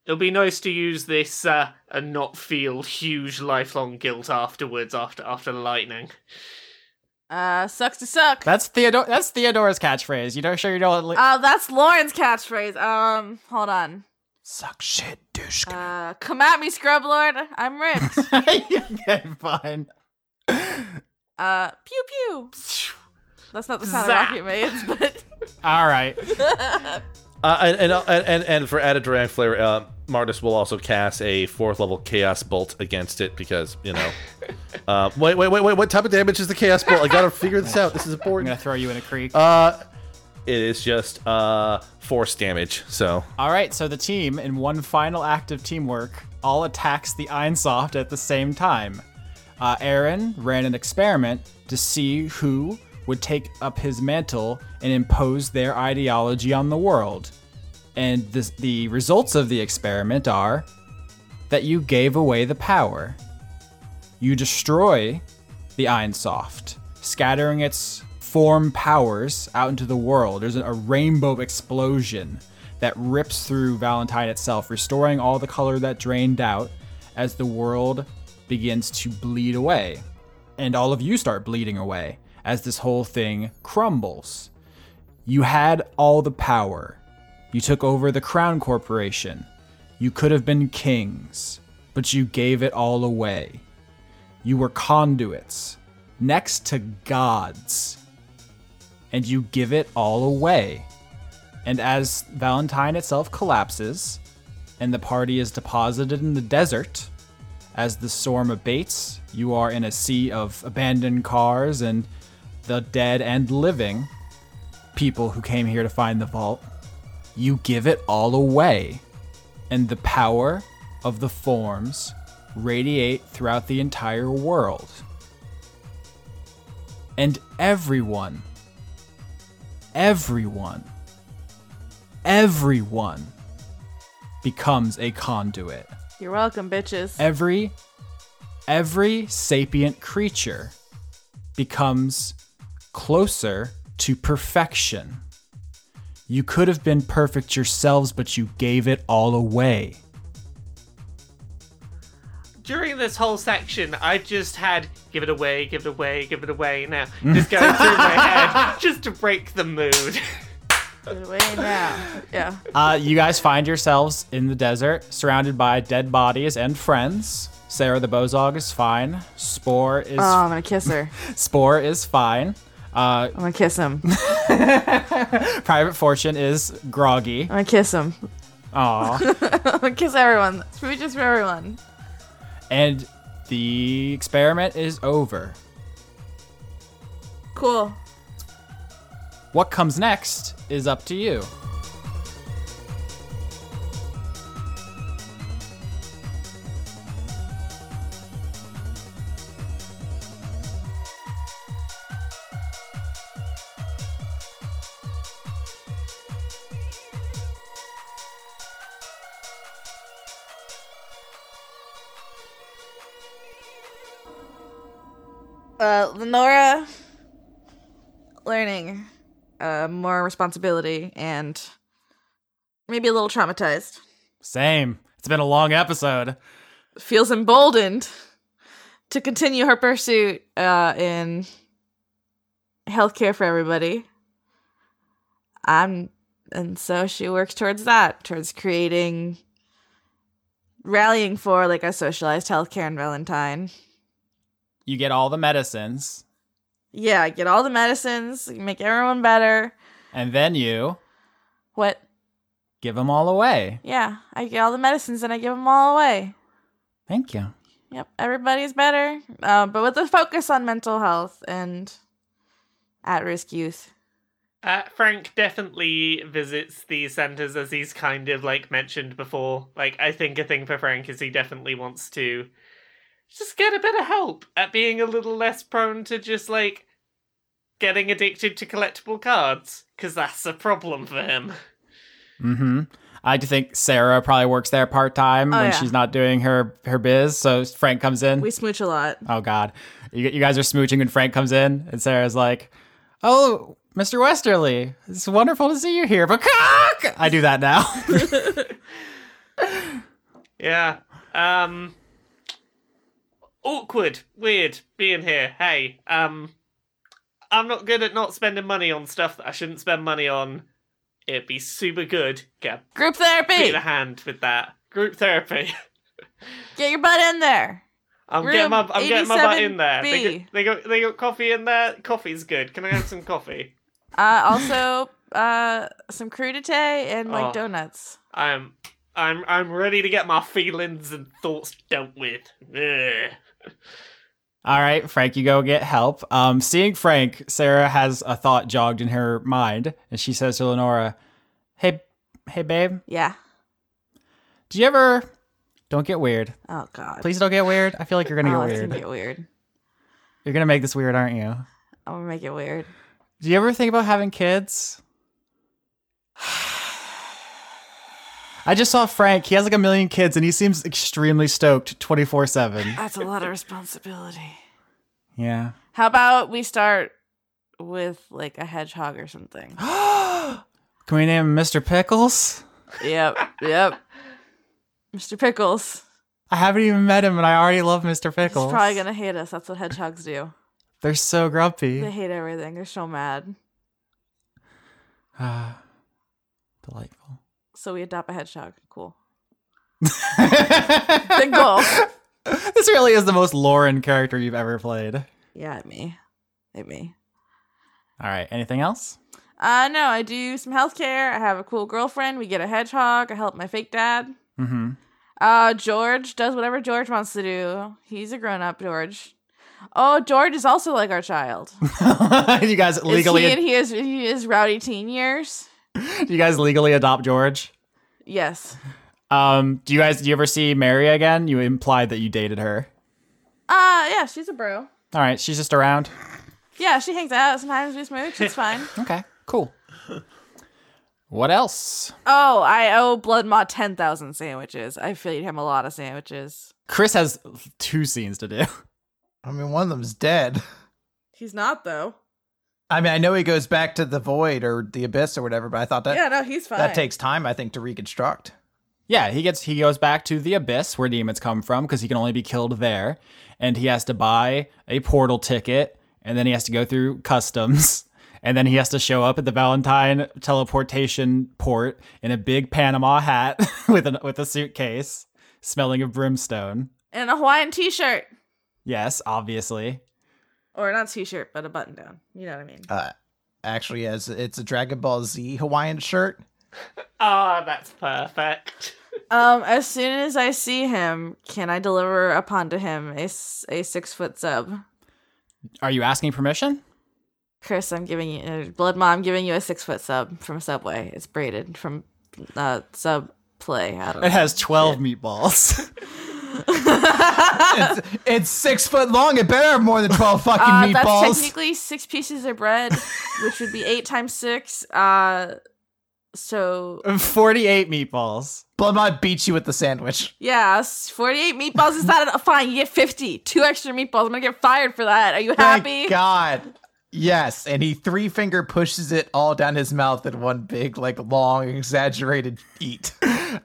B: It'll be nice to use this uh, and not feel huge lifelong guilt afterwards after after the lightning.
E: Uh, sucks to suck.
J: That's Theodore. That's Theodore's catchphrase. You don't sure you don't. Li- [LAUGHS]
E: uh, that's Lauren's catchphrase. Um, hold on.
D: Suck shit, douche.
E: Uh, come at me, scrub lord. I'm ripped.
J: okay, fine.
E: uh, pew pew. That's not the sound
B: Zap.
E: of rocket maids, but
J: [LAUGHS] All right.
F: [LAUGHS] Uh, and, and, and and for added drag flair, uh, Martis will also cast a fourth level chaos bolt against it because you
J: [LAUGHS]
F: know. Uh, wait, wait, wait, wait! What type of damage is the chaos bolt? I gotta figure this out. This is
J: I'm
F: important.
J: gonna throw you in a creek.
F: Uh, It is just uh, force damage. So
J: All right, so the team, in one final act of teamwork, all attacks the Einsoft at the same time. Uh, Aaron ran an experiment to see who would take up his mantle and impose their ideology on the world. And this, the results of the experiment are that you gave away the power. You destroy the Einsoft, scattering its form powers out into the world. There's a rainbow explosion that rips through Valentine itself, restoring all the color that drained out as the world begins to bleed away. And all of you start bleeding away as this whole thing crumbles. You had all the power. You took over the Crown Corporation. You could have been kings, but you gave it all away. You were conduits next to gods, and you give it all away. And as Valentine itself collapses, and the party is deposited in the desert, as the storm abates, you are in a sea of abandoned cars and the dead and living people who came here to find the vault. You give it all away and the power of the forms radiate throughout the entire world. And everyone, everyone, everyone becomes a conduit.
E: [LAUGHS] You're welcome, bitches.
J: Every, every sapient creature becomes closer to perfection. You could have been perfect yourselves, but you gave it all away.
B: During this whole section, I just had give it away, give it away, give it away now. Just going through my head just to break the mood.
E: Get away now. Yeah.
J: Uh, you guys find yourselves in the desert, surrounded by dead bodies and friends. Sarah the Bozog is fine. Spore is
E: Oh, I'm gonna kiss her.
J: [LAUGHS] Spore is fine. Uh,
E: I'm gonna kiss him.
J: [LAUGHS]
E: I'm
J: Private Fortune is groggy.
E: gonna kiss him. [LAUGHS]
J: Aw.
E: I'm gonna kiss everyone. It's food just for everyone.
J: and the experiment is over.
E: Cool.
J: What comes next is up to you.
E: Uh, Lenora learning uh, more responsibility and maybe a little traumatized.
J: Same. It's been a long episode.
E: Feels emboldened to continue her pursuit uh, in healthcare for everybody. I'm, and so she works towards that, towards creating, rallying for like a socialized healthcare in Valentine.
J: You get all the medicines,
E: Yeah, get all the medicines, make everyone better.
J: and then you
E: What?
J: give them all away.
E: Yeah, I get all the medicines and I give them all away.
J: Thank you.
E: Yep, everybody's better, uh, but with a focus on mental health and at-risk youth.
B: Uh, Frank definitely visits these centers as he's kind of like mentioned before. Like, I think a thing for Frank is he definitely wants to just get a bit of help at being a little less prone to just like getting addicted to collectible cards because that's a problem for him.
J: Mm-hmm. I do think Sarah probably works there part time
E: Oh,
J: when
E: yeah.
J: she's not doing her her biz. So Frank comes in.
E: We smooch a lot.
J: oh God, you, you guys are smooching when Frank comes in, and Sarah's like, "Oh, Mr. Westerly, it's wonderful to see you here." But cock, I do that now. [LAUGHS]
B: Yeah. Um awkward, weird being here. Hey, um I'm not good at not spending money on stuff that I shouldn't spend money on. It'd be super good. Get
E: Group
B: a bit
E: therapy.
B: of a hand with that. Group therapy. [LAUGHS]
E: Get your butt in there.
B: I'm getting my
E: Room
B: I'm getting my butt in there.
E: 87B.
B: They got, they got they got coffee in there. Coffee's good. Can I have some coffee?
E: Uh, also, uh, some crudite and like
B: Oh.
E: donuts.
B: I'm I'm I'm ready to get my feelings and thoughts dealt with. Ugh.
J: All right, Frank, you go get help. Um, seeing Frank, Sarah has a thought jogged in her mind, and she says to Lenora, "Hey, hey, babe,
E: Yeah.
J: do you ever? Don't get weird.
E: Oh God.
J: Please don't get weird. I feel like you're gonna
E: Oh,
J: get
E: it's
J: weird.
E: gonna get weird.
J: You're gonna make this weird, aren't you?
E: I'm gonna make it weird.
J: Do you ever think about having kids? [SIGHS] I just saw Frank. He has like a million kids, and he seems extremely stoked, twenty four seven.
E: That's a lot of responsibility.
J: Yeah.
E: How about we start with like a hedgehog or [GASPS] something?
J: Can we name him Mr. Pickles?
E: yep. Yep. Mr. Pickles.
J: I haven't even met him, and I already love Mr. Pickles.
E: He's probably gonna hate us. That's what hedgehogs do.
J: They're so grumpy.
E: They hate everything. They're so mad.
J: Ah, [SIGHS] delightful. [LAUGHS]
E: So we adopt a hedgehog. Cool. Then go.
J: this really is the most Lauren character you've ever played. All
E: yeah, at me. At me.
J: right. Anything else?
E: Uh no, I do some healthcare. I have a cool girlfriend. We get a hedgehog. I help my fake dad.
J: Mm-hmm. [LAUGHS]
E: Uh George does whatever George wants to do. He's a grown up, George. Oh, George is also like
D: [LAUGHS]
E: our child.
J: you guys
E: Is he, and
J: legally,
E: he is he is rowdy teen years.
J: do you guys legally adopt George?
E: Yes.
J: Um, do you guys do you ever see Mary again? You implied that you dated her.
E: Uh yeah, she's a bro.
J: All right, she's just around.
E: Yeah, she hangs out sometimes. We smooch. It's
D: [LAUGHS]
E: fine.
J: Okay, cool. What else?
E: Oh, I owe Blood Maw ten thousand sandwiches. I feed him a lot of sandwiches.
J: Chris has two scenes to do.
D: I mean, one of them's dead.
E: He's not though.
D: I mean, I know he goes back to the void or the abyss or whatever, but I thought that
E: yeah, no, he's fine.
D: that takes time, I think, to reconstruct.
J: Yeah, he gets he goes back to the abyss where demons come from because he can only be killed there, and he has to buy a portal ticket, and then he has to go through customs, [LAUGHS] and then he has to show up at the Valentine teleportation port in a big Panama hat [LAUGHS] with an with a suitcase, smelling of brimstone.
E: and a Hawaiian T-shirt,
J: Yes, obviously.
E: or not T-shirt, but a button down. You know what I mean?
D: Uh, actually, yes, it's a Dragon Ball Z Hawaiian shirt.
B: Ah, that's perfect. [LAUGHS]
E: Um, as soon as I see him, can I deliver upon to him a, s- a six foot sub?
J: Are you asking permission?
E: Chris, I'm giving you uh, Blood Mom. Giving you a six foot sub from Subway. It's braided from uh, Sub Play. I don't
J: It
E: know.
D: Oh,
J: has twelve meatballs. [LAUGHS]
D: It's, it's six foot long. It better have more than
E: [LAUGHS]
D: twelve fucking
E: Uh, that's
D: meatballs.
E: technically six pieces of bread, which would be eight times six. Uh,
D: [LAUGHS]
E: so
J: Forty-eight meatballs.
D: Bloodmont beats you with the sandwich.
E: yeah, s- forty-eight meatballs is not enough. Fine, you get fifty. Two extra meatballs. I'm gonna get fired for that. Are you happy?
D: Thank God. Yes, and he three finger pushes it all down his mouth in one big, like long, exaggerated eat.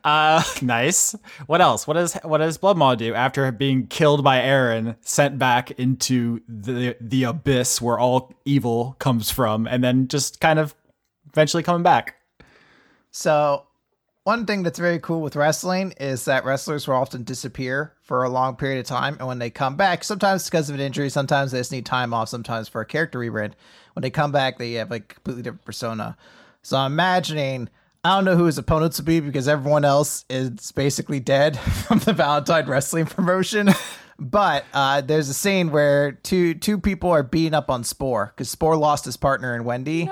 J: Uh, nice. What else? What does what does Blood Maw do after being killed by Aaron, sent back into the the abyss where all evil comes from, and then just kind of eventually coming back?
D: So, one thing that's very cool with wrestling is that wrestlers will often disappear for a long period of time. And when they come back, sometimes because of an injury, sometimes they just need time off, sometimes for a character rebrand. When they come back, they have like completely different persona. So, I'm imagining. I don't know who his opponents would be because everyone else is basically dead [LAUGHS] from the Valentine Wrestling promotion. But uh, there's a scene where two two people are beating up on Spore because Spore lost his partner in Wendy,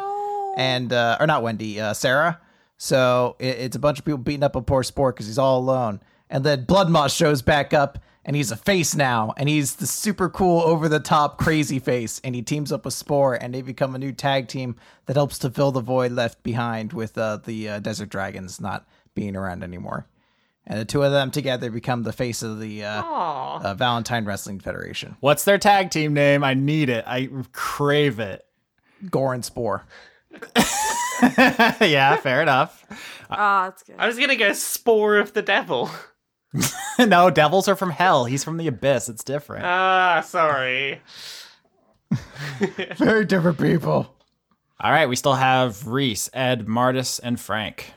D: and uh, or not Wendy, uh, Sarah. So it, it's a bunch of people beating up on poor Sport because he's all alone. And then Blood Moss shows back up, and he's a face now, and he's the super cool, over the top, crazy face. And he teams up with Spore, and they become a new tag team that helps to fill the void left behind with uh, the uh, Desert Dragons not being around anymore. And the two of them together become the face of the uh, uh, Valentine Wrestling Federation.
J: What's their tag team name? I need it. I crave it.
D: Goran Spore.
J: [LAUGHS] yeah, fair enough. [LAUGHS]
E: Ah, that's good.
B: I was gonna go Spore of the Devil.
J: no, devils are from hell. He's from the abyss. It's different.
B: Ah, sorry.
D: Very different people.
J: all right, we still have Reese, Ed, Martis, and Frank.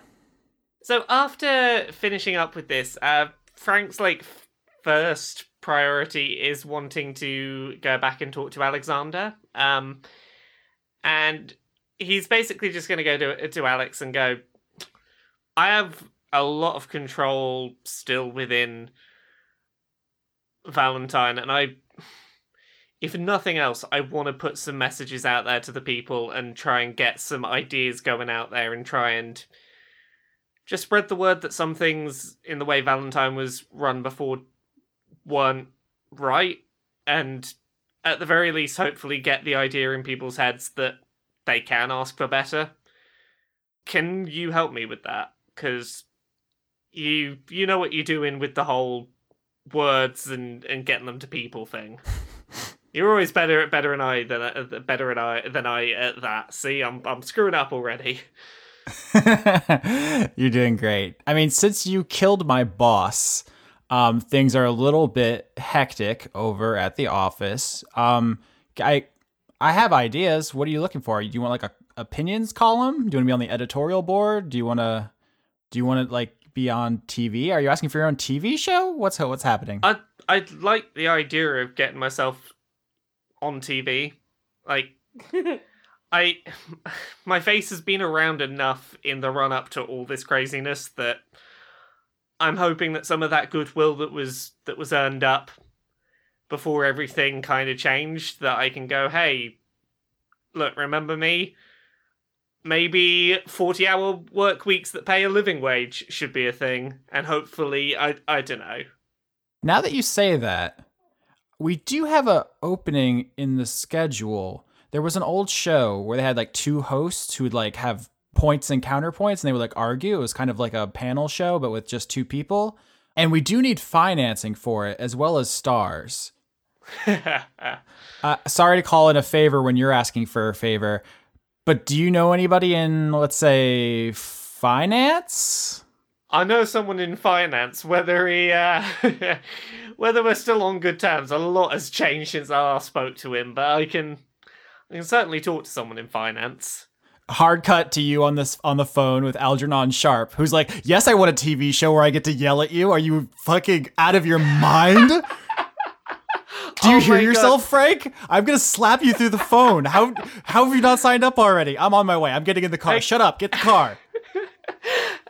B: So after finishing up with this, uh, Frank's like f- first priority is wanting to go back and talk to Alexander. Um, and he's basically just going to go to to Alex and go. I have a lot of control still within Valentine, and I. if nothing else, I want to put some messages out there to the people and try and get some ideas going out there and try and just spread the word that some things in the way Valentine was run before weren't right. And at the very least, hopefully, get the idea in people's heads that they can ask for better. Can you help me with that? Because you you know what you're doing with the whole words and and getting them to people thing. You're always better at better than I than uh, better at I than I at that. See, I'm I'm screwing up already.
J: You're doing great. I mean, since you killed my boss, um, things are a little bit hectic over at the office. Um, I I have ideas. What are you looking for? Do you want like a opinions column? Do you want to be on the editorial board? Do you want to do you want to like be on TV? Are you asking for your own TV show? What's what's happening?
B: I I like the idea of getting myself on TV. Like I my face has been around enough in the run up to all this craziness that I'm hoping that some of that goodwill that was that was earned up before everything kind of changed that I can go, "Hey, look, remember me? Maybe 40-hour work weeks that pay a living wage should be a thing." And hopefully I I don't know.
J: Now that you say that, we do have a opening in the schedule. There was an old show where they had like two hosts who would like have points and counterpoints and they would like argue. It was kind of like a panel show but with just two people. And we do need financing for it as well as stars. Uh, sorry to call in a favor when you're asking for a favor, but do you know anybody in let's say finance?
B: I know someone in finance. Whether he, uh, [LAUGHS] whether we're still on good terms, a lot has changed since I last spoke to him. But I can, I can certainly talk to someone in finance.
J: hard cut to you on this on the phone with Algernon Sharp, who's like, "Yes, I want a TV show where I get to yell at you. Are you fucking out of your mind? Do you
B: Oh
J: hear
B: my God.
J: yourself, Frank? I'm gonna slap you through the phone. How how have you not signed up already? I'm on my way. I'm getting in the car. Shut up. Get the car.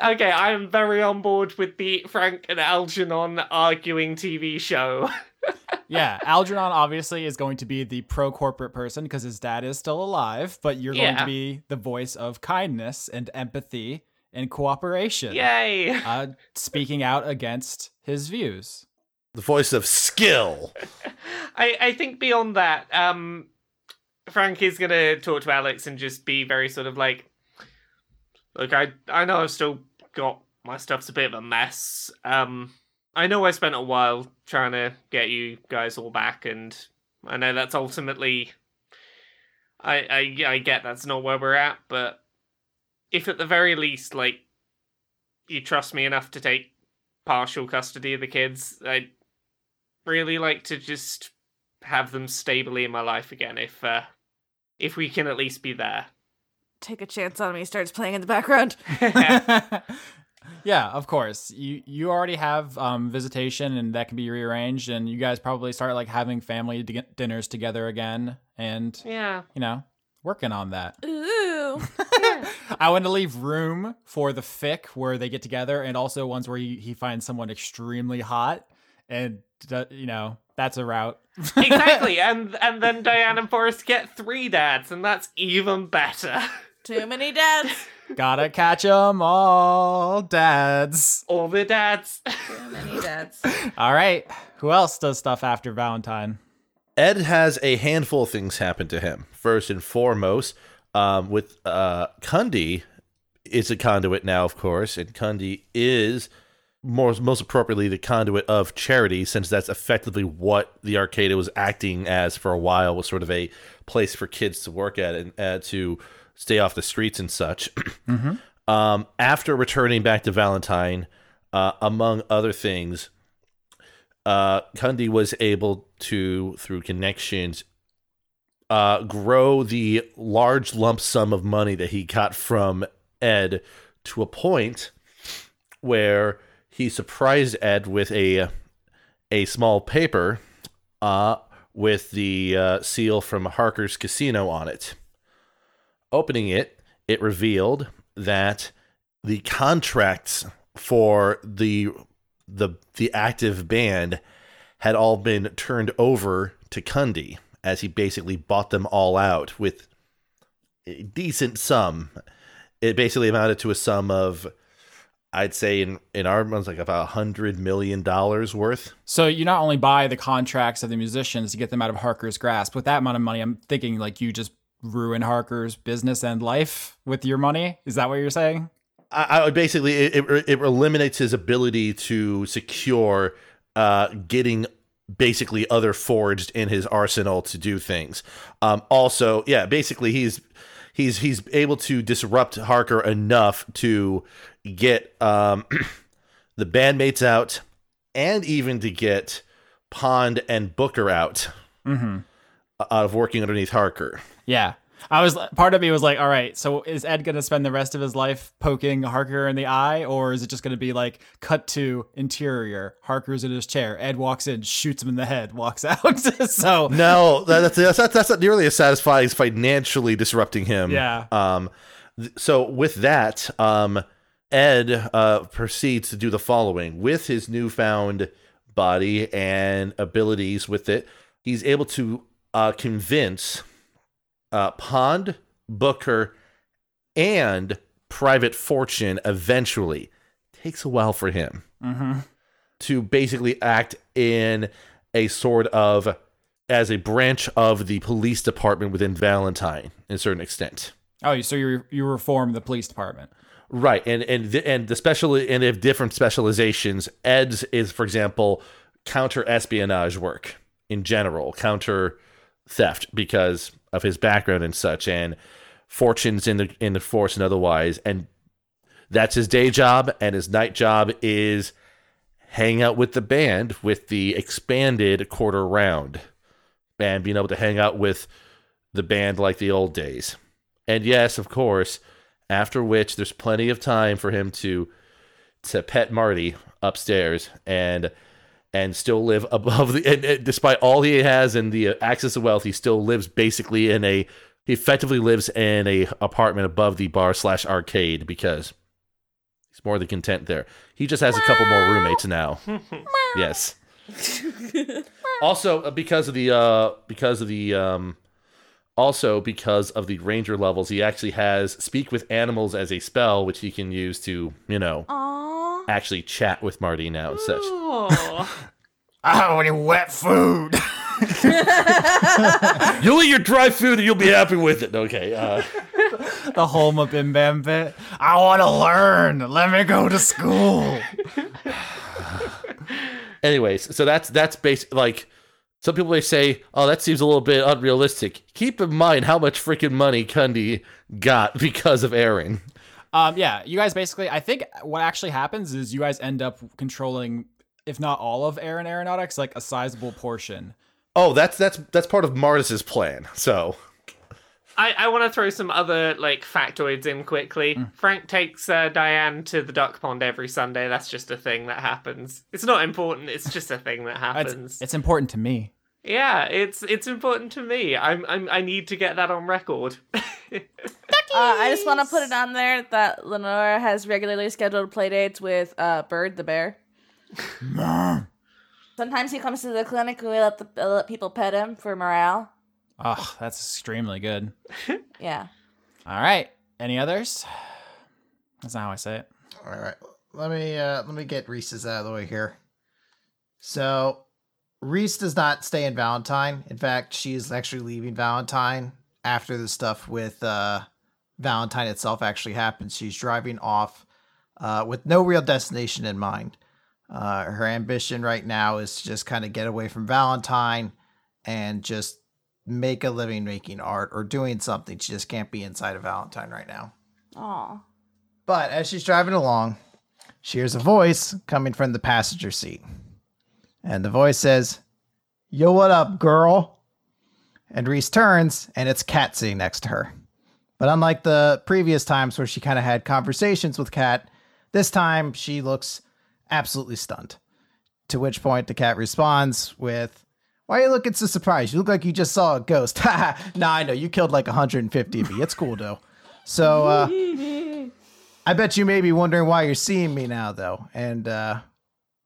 B: Okay, I am very on board with the Frank and Algernon arguing TV show. [LAUGHS]
J: Yeah, Algernon obviously is going to be the pro corporate person because his dad is still alive, but you're going
B: Yeah.
J: to be the voice of kindness and empathy and cooperation.
B: Yay!
J: Uh, speaking out against his views.
F: The voice of skill.
B: I, I think beyond that, um, Frank is gonna talk to Alex and just be very sort of like, look, I I know I've still got my stuff's a bit of a mess. Um, I know I spent a while trying to get you guys all back, and I know that's ultimately, I I I get that's not where we're at, but if at the very least, like, you trust me enough to take partial custody of the kids, I really like to just have them stably in my life again if uh, if we can at least be there.
E: Take a chance on me starts playing in
D: [LAUGHS]
E: the background.
J: yeah, of course. You you already have um, visitation, and that can be rearranged. And you guys probably start like having family di- dinners together again, and
B: yeah.
J: you know, working on that.
E: Ooh.
J: I want to leave room for the fic where they get together, and also ones where he, he finds someone extremely hot, and d- you know that's a
B: [LAUGHS]
J: route.
B: exactly. And and then Diane and Forrest get three dads and that's even better.
E: Too many dads.
J: Gotta catch 'em all, dads.
B: All the dads.
E: [LAUGHS] Too many dads.
J: All right, who else does stuff after Valentine?
F: Ed has a handful of things happen to him. First and foremost, um, with uh, Kundi is a conduit now, of course, and Kundi is more most appropriately the conduit of charity, since that's effectively what the Arcada was acting as for a while was sort of a place for kids to work at and uh, to stay off the streets and such. um, after returning back to Valentine, uh, among other things, uh, Kundi was able to, through connections, uh, grow the large lump sum of money that he got from Ed to a point where he surprised Ed with a a small paper uh, with the uh, seal from Harker's Casino on it. Opening it, it revealed that the contracts for the the the active band had all been turned over to Kundi as he basically bought them all out with a decent sum. It basically amounted to a sum of, I'd say, in in our months, like about a hundred million dollars worth.
J: So you not only buy the contracts of the musicians to get them out of Harker's grasp, with that amount of money, I'm thinking like you just ruin Harker's business and life with your money. Is that what you're saying?
F: I, I would basically it, it it eliminates his ability to secure uh getting basically other forged in his arsenal to do things. Um also, yeah, basically he's he's he's able to disrupt Harker enough to get um [CLEARS THROAT] the bandmates out and even to get Pond and Booker out
J: Mm-hmm.
F: out of working underneath Harker.
J: Yeah. I was part of me was like, all right, so is Ed gonna spend the rest of his life poking Harker in the eye, or is it just gonna be like cut to interior? Harker's in his chair, Ed walks in, shoots him in the head, walks [LAUGHS] out. so
F: No, that- that's that's not, that's not nearly as satisfying as financially disrupting him.
J: Yeah.
F: Um. th- So with that, um, Ed uh, proceeds to do the following with his newfound body and abilities. With it, he's able to uh, convince uh, Pond, Booker, and Private Fortune. Eventually, takes a while for him
J: hmm
F: to basically act in a sort of as a branch of the police department within Valentine in a certain extent.
J: Oh, so you you reform the police department.
F: Right. And and the, and the special and they have different specializations. Ed's is for example counter espionage work in general, counter theft because of his background and such and fortunes in the in the force and otherwise and that's his day job and his night job is hang out with the band with the expanded quarter round and being able to hang out with the band like the old days and yes of course after which there's plenty of time for him to to pet marty upstairs and and still live above the and, and despite all he has and the uh, access to wealth he still lives basically in a he effectively lives in a apartment above the bar slash arcade because he's more than content there he just has a couple more roommates now yes also uh, because of the uh because of the um also because of the ranger levels he actually has speak with animals as a spell which he can use to you know
E: Aww.
F: actually chat with marty now and such
B: [LAUGHS] Oh,
J: Oh, any wet [LAUGHS] food.
F: [LAUGHS] You'll eat your dry food and you'll be happy with it. Okay. Uh,
J: [LAUGHS] the Holma Bim Bam bit. I want to learn. Let me go to school.
F: anyways, so that's that's basic. Like some people may say, "Oh, that seems a little bit unrealistic." Keep in mind how much freaking money Cundy got [LAUGHS] because of Aaron.
J: Um, yeah, you guys basically. I think what actually happens is you guys end up controlling, if not all of Aaron Aeronautics, like a sizable portion.
F: Oh, that's that's that's part of Mardis's plan. So
B: I, I want to throw some other like factoids in quickly.
F: Hmm.
B: Frank takes uh, Diane to the duck pond every Sunday. That's just a thing that happens. It's not important. It's just a
F: [LAUGHS]
B: thing that happens.
J: It's, it's important to me. [CLEARS THROAT]
B: Yeah, it's it's important to me. I'm, I'm I need to get that on record.
E: Uh, I just want to put it on there that Lenora has regularly scheduled playdates with uh, Bird the bear. Sometimes he comes to the clinic and we let, the, let people pet him for morale.
J: Oh, that's extremely good.
E: Yeah.
J: All right. Any others? That's not how I say it.
D: All right. Let me uh let me get Reese's out of the way here. So Reese does not stay in Valentine. In fact, she is actually leaving Valentine after the stuff with uh Valentine itself actually happens. She's driving off uh with no real destination in mind. Uh her ambition right now is to just kind of get away from Valentine and just make a living making art or doing something. She just can't be inside of Valentine right now.
E: Aw.
D: But as she's driving along, she hears a voice coming from the passenger seat. And the voice says, Yo, what up, girl? And Reese turns, and it's Kat sitting next to her. But unlike the previous times where she kind of had conversations with Kat, this time she looks absolutely stunned. To which point the cat responds with, Why are you looking so surprised? You look like you just saw a ghost. [LAUGHS] nah, I know. You killed like 150 of me. It's cool, though. So, uh, I bet you may be wondering why you're seeing me now, though. And uh,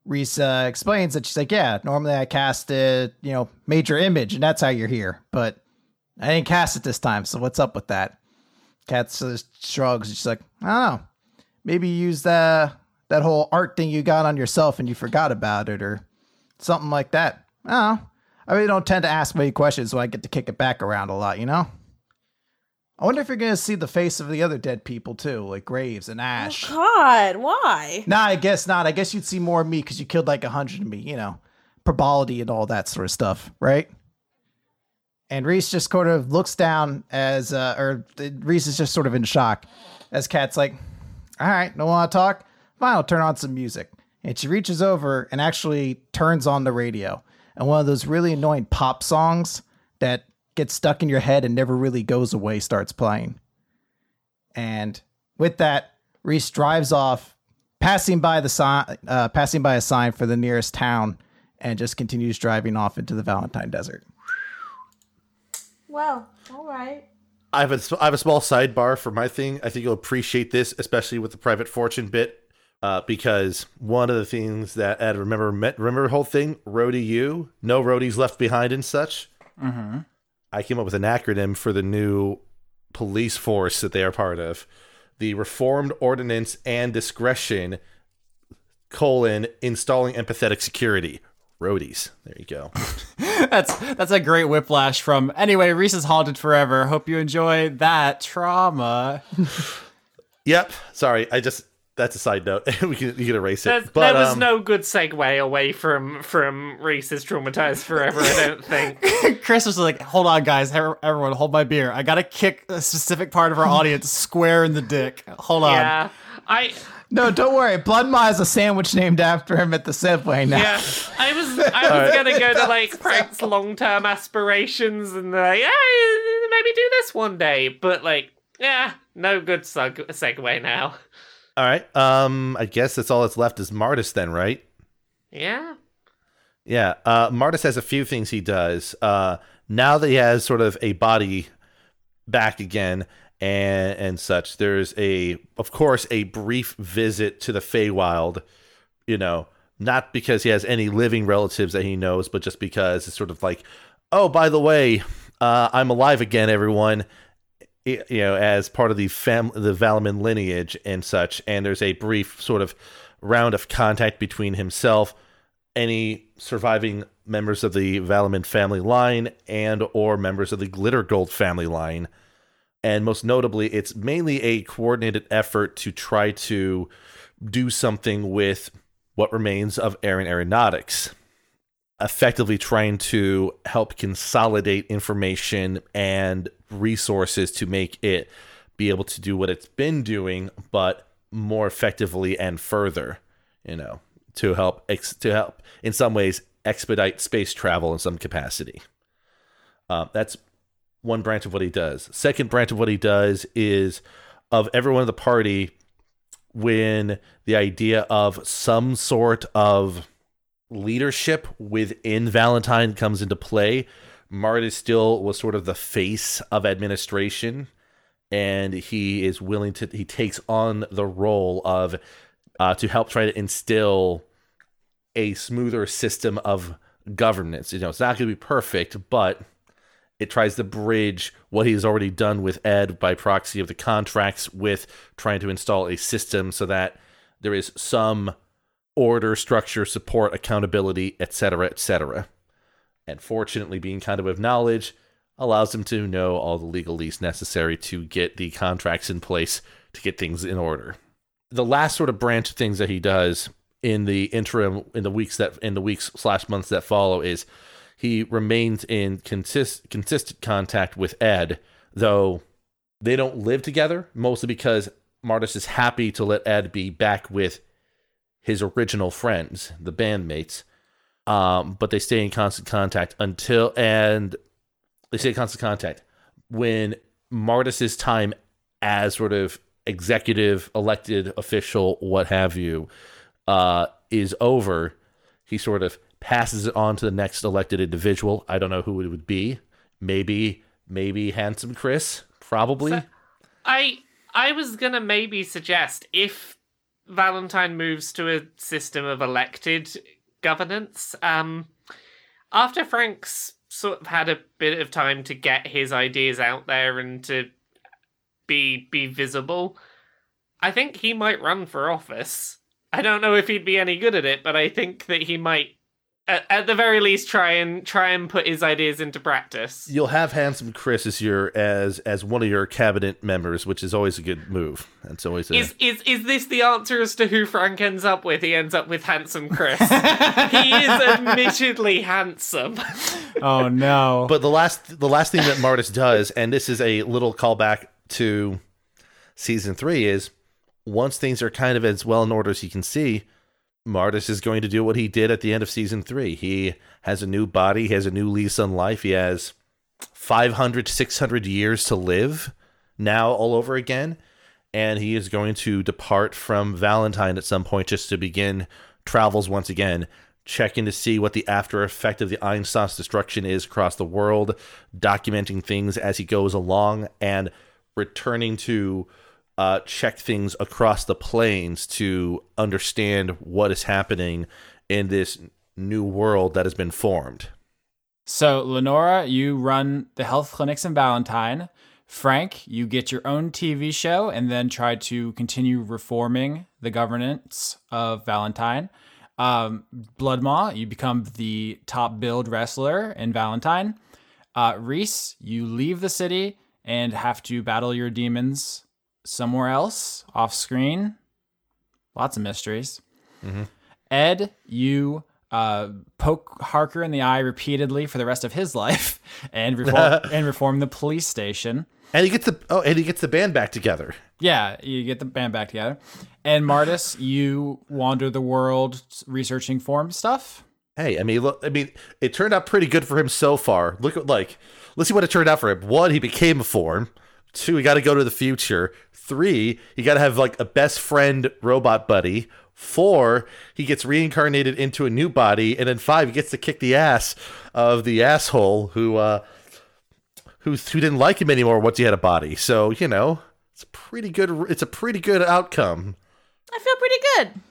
D: Risa explains that she's like, yeah, normally I cast a you know major image, and that's how you're here, but I didn't cast it this time. So what's up with that? Kat just shrugs. And she's like, I don't know. Maybe you used uh, that whole art thing you got on yourself and you forgot about it, or something like that. I don't know. I really don't tend to ask many questions, so I get to kick it back around a lot, you know. I wonder if you're gonna see the face of the other dead people too, like Graves and Ash.
E: God, why?
D: Nah, I guess not. I guess you'd see more of me because you killed like a hundred of me, you know, probality and all that sort of stuff, right? And Reese just sort of looks down as, uh, or uh, Reese is just sort of in shock as Kat's like, all right, don't want to talk? Fine, I'll turn on some music. And she reaches over and actually turns on the radio and one of those really annoying pop songs that gets stuck in your head and never really goes away starts playing. And with that, Reese drives off, passing by the sign, uh, passing by a sign for the nearest town, and just continues driving off into the Valentine Desert.
E: Well, all right.
F: I have a, I have a small sidebar for my thing. I think you'll appreciate this, especially with the private fortune bit, uh, because one of the things that Ed remember met, remember the whole thing, roadie you, no roadies left behind and such.
J: Mm-hmm.
F: I came up with an acronym for the new police force that they are part of, the Reformed Ordinance and Discretion colon installing empathetic security roadies. There you
B: [LAUGHS]
F: go.
J: [LAUGHS] That's that's a great whiplash from anyway, Reese's Haunted Forever. Hope you enjoy that trauma. [LAUGHS]
F: yep. Sorry, I just that's a side note. [LAUGHS] we can you can erase it.
B: There's-
F: but
B: there was
F: um,
B: no good segue away from from Reese's traumatized forever. I don't
F: [LAUGHS]
B: think.
J: Chris was like, hold on guys, Ev- everyone, hold my beer. I gotta kick a specific part of our audience square in the dick. Hold on.
B: yeah, I
D: No, don't worry. Bloodma is a sandwich named after him at the subway [LAUGHS] now.
B: yeah I was I was gonna go to like Prank's long term aspirations and like yeah, maybe do this one day, but like yeah, no good seg- segue now.
F: All right. Um, I guess that's all that's left is Martis then, right?
B: Yeah.
F: Yeah. Uh, Martis has a few things he does. Uh, now that he has sort of a body back again and and such, there's a, of course, a brief visit to the Feywild. You know, not because he has any living relatives that he knows, but just because it's sort of like, oh, by the way, uh, I'm alive again, everyone. i- You know, as part of the fam, the Valaman lineage and such, and there's a brief sort of round of contact between himself any surviving members of the Valaman family line and or members of the Glitter Gold family line. And most notably, it's mainly a coordinated effort to try to do something with what remains of Aaron Aeronautics, effectively trying to help consolidate information and resources to make it be able to do what it's been doing, but more effectively and further, you know to help ex- to help in some ways expedite space travel in some capacity. Um, that's one branch of what he does. Second branch of what he does is of everyone in the party when the idea of some sort of leadership within Valentine comes into play. Marta still was sort of the face of administration, and he is willing to he takes on the role of uh, to help try to instill a smoother system of governance. You know, it's not going to be perfect, but it tries to bridge what he's already done with Ed by proxy of the contracts with trying to install a system so that there is some order, structure, support, accountability, etc., etc. And fortunately, being kind of with knowledge allows him to know all the legalese necessary to get the contracts in place to get things in order the last sort of branch of things that he does in the interim in the weeks that in the weeks slash months that follow is he remains in consist, consistent contact with ed though they don't live together mostly because martis is happy to let ed be back with his original friends the bandmates um, but they stay in constant contact until and they stay in constant contact when martis's time as sort of executive, elected official, what have you, uh, is over, he sort of passes it on to the next elected individual. I don't know who it would be. Maybe, maybe handsome Chris. Probably.
B: So- I I was gonna maybe suggest if Valentine moves to a system of elected governance. Um, after Frank's sort of had a bit of time to get his ideas out there and to be be visible, I think he might run for office. I don't know if he'd be any good at it, but I think that he might, at, at the very least, try and try and put his ideas into practice.
F: You'll have handsome Chris as your as as one of your cabinet members, which is always a good move. That's always a,
B: Is is is this the answer as to who Frank ends up with? He ends up with handsome Chris. he is admittedly handsome.
J: [LAUGHS] Oh no.
F: But the last the last thing that Martis does, and this is a little callback to season three, is once things are kind of as well in order as you can see, Martis is going to do what he did at the end of season three. He has a new body, he has a new lease on life, he has 500, 600 years to live now all over again. And he is going to depart from Valentine at some point just to begin travels once again, checking to see what the after effect of the Einstein's destruction is across the world, documenting things as he goes along, and returning to uh, check things across the planes to understand what is happening in this new world that has been formed.
J: So, Lenora, you run the health clinics in Valentine. Frank, you get your own TV show and then try to continue reforming the governance of Valentine. Um, Bloodmaw, you become the top build wrestler in Valentine. Uh, Reese, you leave the city and have to battle your demons somewhere else off screen. Lots of mysteries. Ed, you uh, poke Harker in the eye repeatedly for the rest of his [LAUGHS] life, and reform and reform the police station.
F: And he gets the oh, and he gets the band back together.
J: Yeah, you get the band back together. And Martis, you wander the world researching form stuff.
F: Hey, I mean, look, I mean, it turned out pretty good for him so far. Look at like, let's see what it turned out for him. One, he became a form. Two, he got to go to the future. Three, he got to have like a best friend robot buddy. Four, he gets reincarnated into a new body, and then five, he gets to kick the ass of the asshole who uh, who who didn't like him anymore once he had a body. So you know, it's a pretty good. It's a pretty good outcome.
E: I feel pretty good.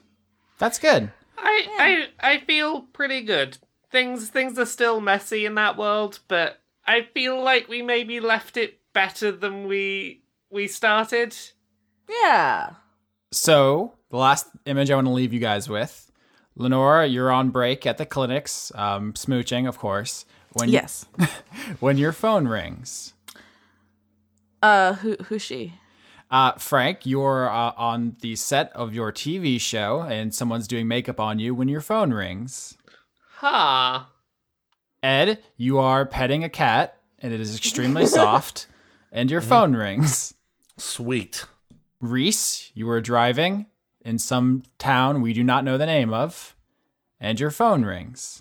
J: That's good.
B: I, I I feel pretty good. Things things are still messy in that world, but I feel like we maybe left it better than we we started.
E: Yeah.
J: So the last image I want to leave you guys with, Lenora, you're on break at the clinics, um, smooching, of course. When
E: Yes.
J: [LAUGHS] when your phone rings,
E: Uh, who who's she?
J: Uh, Frank, you're uh, on the set of your TV show and someone's doing makeup on you when your phone rings.
B: Ha.
J: Ed, you are petting a cat and it is extremely [LAUGHS] soft and your phone rings.
F: Sweet.
J: Reese, you are driving in some town we do not know the name of and your phone rings.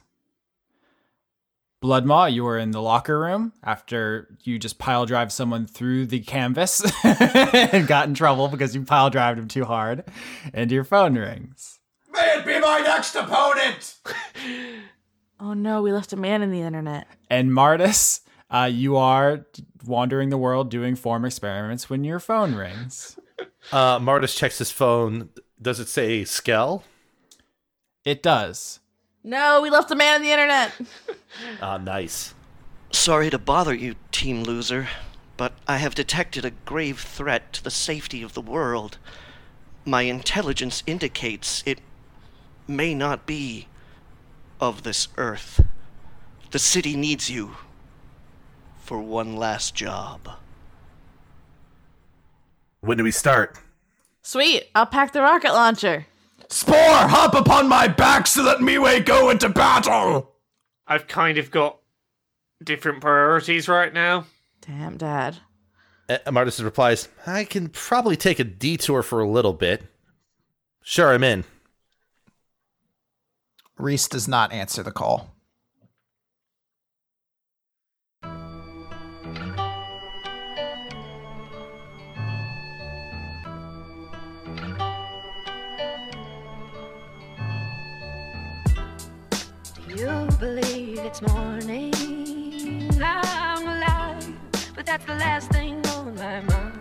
J: Bloodmaw, you are in the locker room after you just pile drive someone through the canvas [LAUGHS] and got in trouble because you pile drived him too hard, and your phone rings.
H: May it be my next opponent!
E: [LAUGHS] Oh no, we left a man in the internet.
J: And Martis, uh, you are wandering the world doing form experiments when your phone rings.
F: Uh, Martis checks his phone. Does it say Skell?
J: It does.
E: No, we left a man in the internet.
F: Ah, nice.
K: Sorry to bother you, team loser, but I have detected a grave threat to the safety of the world. My intelligence indicates it may not be of this earth. The city needs you for one last job.
G: When do we start?
E: Sweet. I'll pack the rocket launcher.
G: Spore, hop upon my back so that Miwe go into battle!
B: I've kind of got different priorities right now.
E: Damn, Dad.
F: Uh, Martis replies, I can probably take a detour for a little bit. Sure, I'm in.
D: Reese does not answer the call.
L: You believe it's morning. I'm alive, but that's the last thing on my mind.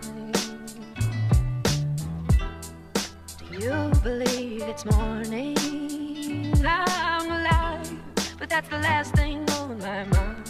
L: you believe it's morning. I'm alive, but that's the last thing on my mind.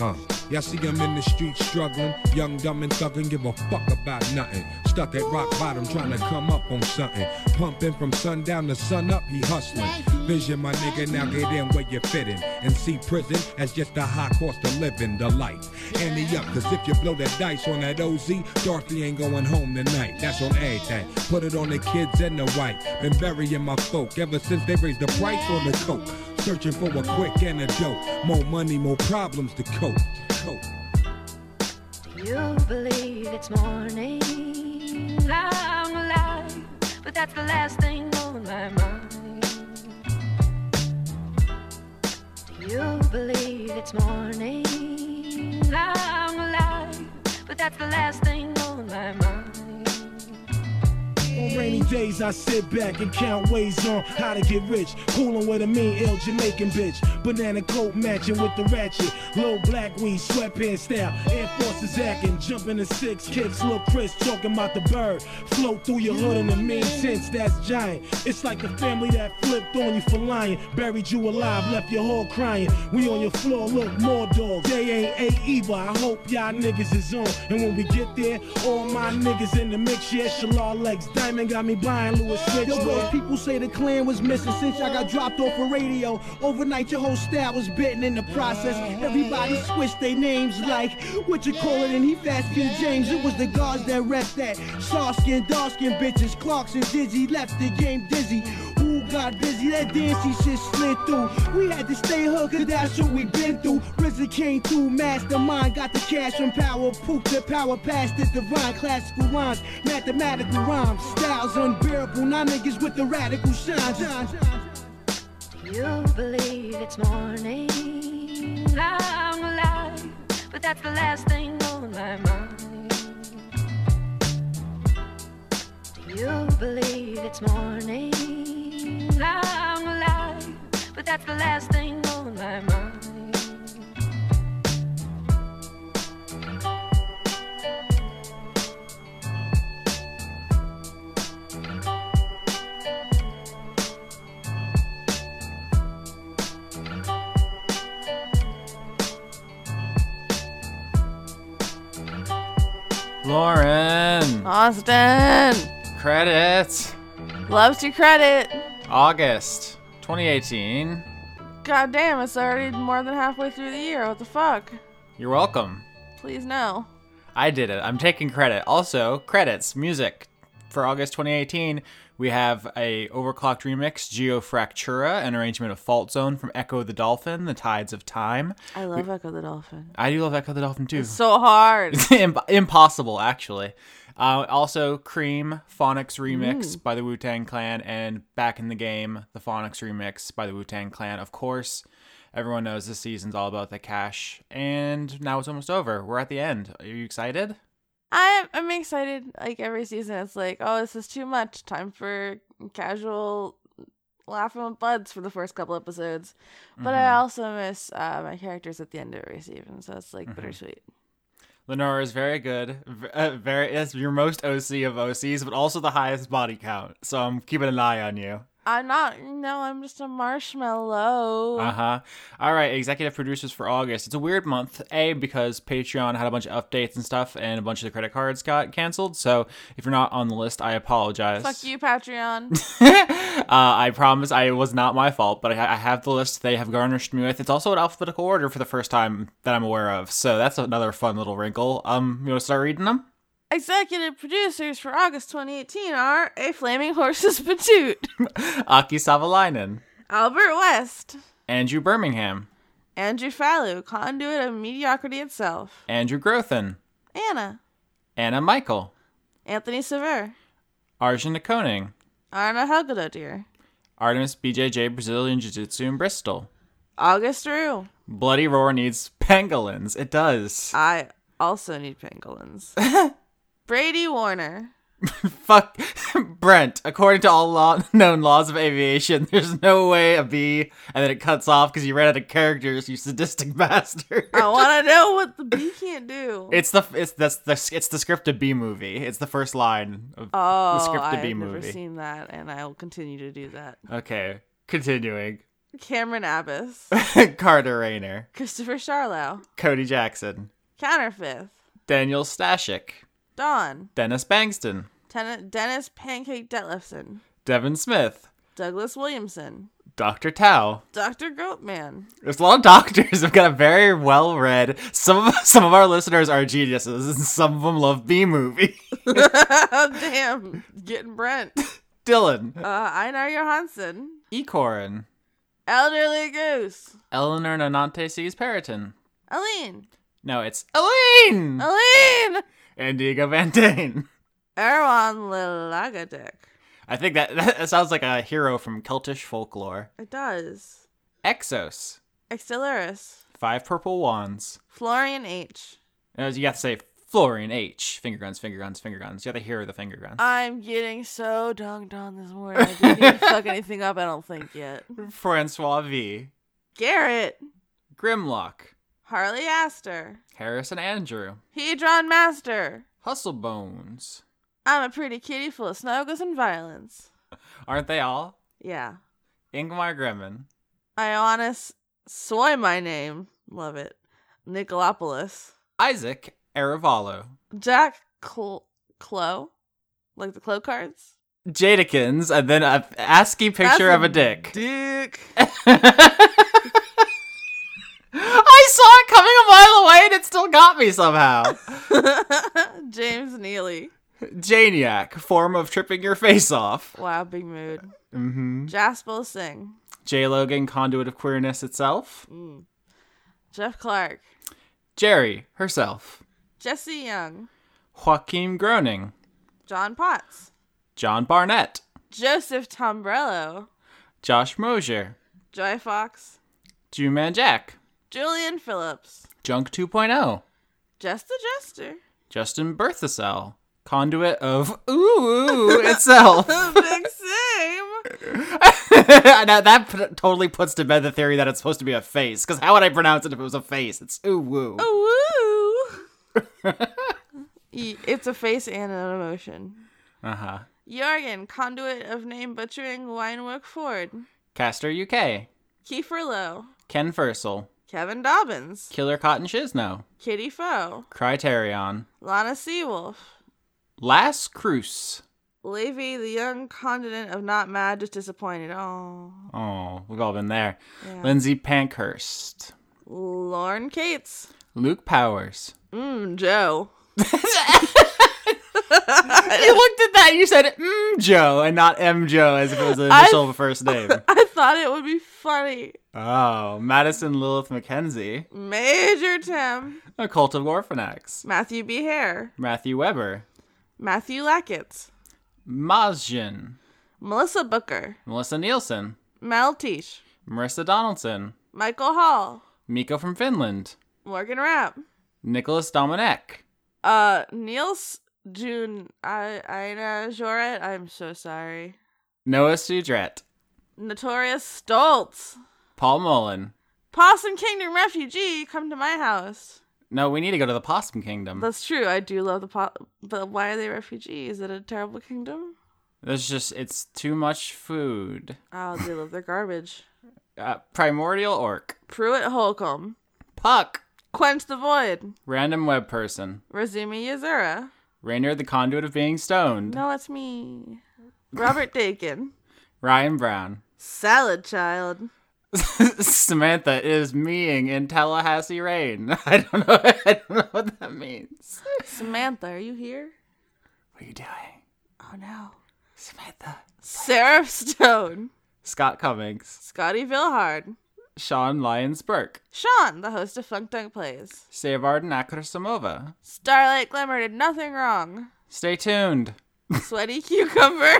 M: Uh, yeah, I see him in the street struggling, young, dumb, and thuggin', give a fuck about nothing. Stuck at rock bottom, trying to come up on something. Pumping from sundown to sun up, he hustling. Vision, my nigga, now get in where you fit in. And see prison as just a high cost of living, the life. Ante up, cause if you blow the dice on that OZ, Dorothy ain't going home tonight. That's on everything. Put it on the kids and the white. Been burying my folk ever since they raised the price on the coke. Searching for a quick antidote. More money, more problems to cope. cope.
L: You believe it's morning. I'm alive, but that's the last thing on my mind. You believe it's morning. I'm alive, but that's the last thing on my mind.
N: On rainy days, I sit back and count ways on how to get rich. Coolin' with a mean, ill Jamaican bitch. Banana coat matching with the ratchet. Low black weed, sweatpants style. Air Forces acting, jumping in six kicks. Lil' Chris talking about the bird. Float through your hood in the mean sense, that's giant. It's like the family that flipped on you for lying. Buried you alive, left your whole crying. We on your floor, look, more dogs. They ain't eight either. I hope y'all niggas is on. And when we get there, all my niggas in the mix, yeah, Shalal legs. Diamond got me buying Louis Rich.
O: Yo,
N: yeah.
O: those people say the clan was missing since I got dropped off a radio. Overnight, your whole style was bitten in the process. Everybody switched their names like what you call it, and he fast skin James. It was the guards that rep that. Soft skin, dark skin bitches. Clarkson dizzy left the game dizzy. Who got busy? That dancey shit slid through. We had to stay hood, cause that's what we been through. RZA came through, mastermind, got the cash from power, poop the power past the divine. Classical lines, mathematical rhymes, styles unbearable. Now niggas with the radical shines.
L: You believe it's morning. I'm alive, but that's the last thing on my mind. You believe it's morning. I'm alive, but that's the last thing on my mind.
J: Lauren.
E: Austin.
J: Credits.
E: Loves to credit.
J: August 2018.
E: God damn, it's already more than halfway through the year. What the fuck?
J: You're welcome.
E: Please no.
J: I did it. I'm taking credit. Also, credits, music. For August 2018, we have a overclocked remix, Geofractura, an arrangement of Fault Zone from Echo the Dolphin, The Tides of Time.
E: I love Echo the Dolphin.
J: I do love Echo the Dolphin too.
E: It's
J: [LAUGHS]
E: so hard.
J: It's Im- impossible, actually. Uh, also, Cream Phonics Remix
E: Mm.
J: by the Wu Tang Clan and Back in the Game, the Phonics Remix by the Wu Tang Clan. Of course, everyone knows this season's all about the cash, and now it's almost over. We're at the end. Are you excited?
E: I'm I'm excited. Like every season, it's like, oh, this is too much. Time for casual laughing with buds for the first couple episodes. But I
J: Mhm.
E: also miss uh, my characters at the end of every season, so it's like
J: Mhm.
E: bittersweet.
J: Lenora is very good. v- uh, Very, that's your most OC of OCs, but also the highest body count. So I'm keeping an eye on you.
E: I'm not. No, I'm just a marshmallow.
J: Uh huh. All right, executive producers for August. It's a weird month, A, because Patreon had a bunch of updates and stuff, and a bunch of the credit cards got canceled. So if you're not on the list, I apologize.
E: Fuck you, Patreon.
J: Uh, I promise I it was not my fault, but I, I have the list they have garnished me with. It's also in alphabetical order for the first time that I'm aware of. So that's another fun little wrinkle. Um, you want to start reading them?
E: Executive producers for August 2018 are A Flaming Horses Patoot,
J: Aki Savalainen,
E: Albert West,
J: Andrew Birmingham,
E: Andrew Fallu, Conduit of Mediocrity Itself,
J: Andrew Grothin,
E: Anna,
J: Anna Michael,
E: Anthony Sever,
J: Arjun Koning,
E: Arna Helgedotir,
J: Artemis BJJ Brazilian Jiu Jitsu in Bristol.
E: August Rue.
J: Bloody Roar needs pangolins. It does.
E: I also need pangolins. Brady Warner,
J: [LAUGHS] Fuck [LAUGHS] Brent. According to all law- [LAUGHS] known laws of aviation, [LAUGHS] there's no way a bee, and then it cuts off because you ran out of characters. You sadistic [LAUGHS] bastard.
E: I want to know what the bee can't do.
J: It's the it's that's the it's the scripted bee movie. It's the first line of the
E: oh,
J: scripted
E: I've
J: bee
E: never
J: movie.
E: seen that, and I'll continue to do that.
J: Okay, continuing. [LAUGHS]
E: Cameron Abbas,
J: Carter Rayner,
E: Christopher Charlow,
J: Cody Jackson,
E: Counterfeit,
J: Daniel Stashik,
E: Dawn,
J: Dennis Bangston,
E: Ten- Dennis Pancake Detlefson,
J: Devin Smith,
E: Douglas Williamson,
J: Doctor Tao.
E: Dr. Goatman. [LAUGHS]
J: There's a lot of doctors. [LAUGHS] I've got a very well read. Some of [LAUGHS] some of our listeners are geniuses, and some of them love B movie.
E: Damn, getting Brent.
J: Dylan,
E: Uh, Einar Johansson,
J: Ecorin,
E: Elderly Goose,
J: Eleanor Nonante sees Periton.
E: Aline,
J: No, it's Elaine,
E: Aline,
J: and Diego Van Dane.
E: Erwan Lilagadic.
J: I think that [LAUGHS] that sounds like a hero from Celtish folklore.
E: It does.
J: Exos,
E: Extellaris,
J: five purple wands. [LAUGHS]
E: Florian H.
J: Uh, You have to say Florian H. Finger guns, finger guns, finger guns. You have to hear the finger guns.
E: I'm getting so dunked on this morning. I didn't
J: [LAUGHS]
E: even fuck anything up, I don't think yet.
J: Francois V.
E: Garrett,
J: Grimlock.
E: Harley Astor,
J: Harrison Andrew.
E: Hedron Master.
J: Hustlebones.
E: I'm a pretty kitty full of snuggles and violence.
J: Aren't they all?
E: Yeah.
J: Ingmar Grimmin.
E: Ioannis Soy my name. Love it. Nicolopoulos.
J: Isaac Arevalo.
E: Jack Cl- Clo. Like the Clo cards?
J: Jadakins, and then a ASCII picture
E: That's
J: of a dick.
E: Dick.
J: I saw it coming a mile away and it still got me somehow.
E: [LAUGHS] James Neely.
J: Janiac, form of tripping your face off.
E: Wow, big mood.
J: Mm-hmm.
E: Jasper Singh.
J: J Logan, conduit of queerness itself.
E: Mm. Jeff Clark.
J: Jerry, herself.
E: Jesse Young.
J: Joaquin Groening.
E: John Potts.
J: John Barnett.
E: Joseph Tombrello.
J: Josh Mosier.
E: Joy Fox.
J: Jew Man Jack.
E: Julian Phillips.
J: Junk 2.0.
E: Just the Jester.
J: Justin Berthasell. Conduit of
E: [LAUGHS]
J: Ooh itself.
E: Big
J: [LAUGHS]
E: same.
J: now that p- totally puts to bed the theory that it's supposed to be a face, because how would I pronounce it if it was a face? It's ooh woo. [LAUGHS]
E: Oh, woo. it's a face and an emotion.
J: Uh huh.
E: Jorgen, conduit of name butchering Winework Ford.
J: Caster UK.
E: Kiefer Lowe.
J: Ken Fursel.
E: Kevin Dobbins.
J: Killer Cotton Shizno.
E: Kitty Foe.
J: Criterion.
E: Lana Seawolf.
J: Last Cruce.
E: Levy, the young continent of not mad, just disappointed. Oh.
J: Oh, we've all been there.
E: Yeah.
J: Lindsay Pankhurst.
E: Lauren Cates.
J: Luke Powers.
E: Mmm,
J: [LAUGHS]
E: Joe.
J: you looked at that and you said, mm, Joe, and not M. Joe as if it was the
E: [LAUGHS] I-
J: initial of a first name.
E: I thought it would be funny.
J: Oh, Madison Lilith McKenzie.
E: Major Tim.
J: A Cult of Orphanax.
E: Matthew B. Hare.
J: Matthew Weber.
E: Matthew Lackett.
J: Mazjin.
E: Melissa Booker.
J: Melissa Nielsen.
E: Mel Teach.
J: Marissa Donaldson.
E: Michael Hall.
J: Miko from Finland.
E: Morgan Rapp.
J: Nicholas Dominic.
E: Uh, Niels June. I Ina Joret. I'm so sorry.
J: Noah Sudret.
E: Notorious Stoltz.
J: Paul Mullen.
E: Possum Kingdom refugee. Come to my house.
J: No, we need to go to the Possum Kingdom.
E: That's true. I do love the pot, but why are they refugees? Is it a terrible kingdom?
J: There's just, it's too much food.
E: Oh, they love their garbage.
J: Uh, Primordial Orc.
E: Pruitt Holcomb.
J: Puck.
E: Quench the Void.
J: Random Web Person.
E: Razumi Yazura.
J: Rainier the Conduit of Being Stoned.
E: No, it's me. Robert Dakin.
J: Ryan Brown. [LAUGHS]
E: Salad Child.
J: Samantha is meing in Tallahassee rain. [LAUGHS] I don't know. I don't know what that means.
E: Samantha, are you here?
J: What are you doing?
E: Oh no.
J: Samantha.
E: Seraph Stone.
J: Scott Cummings,
E: Scotty Vilhard.
J: Sean Lyons Burke,
E: Sean, the host of Funk Dunk Plays.
J: Savard Nakrasamova.
E: Starlight Glimmer did
J: [LAUGHS]
E: nothing wrong.
J: Stay tuned.
E: Sweaty Cucumber.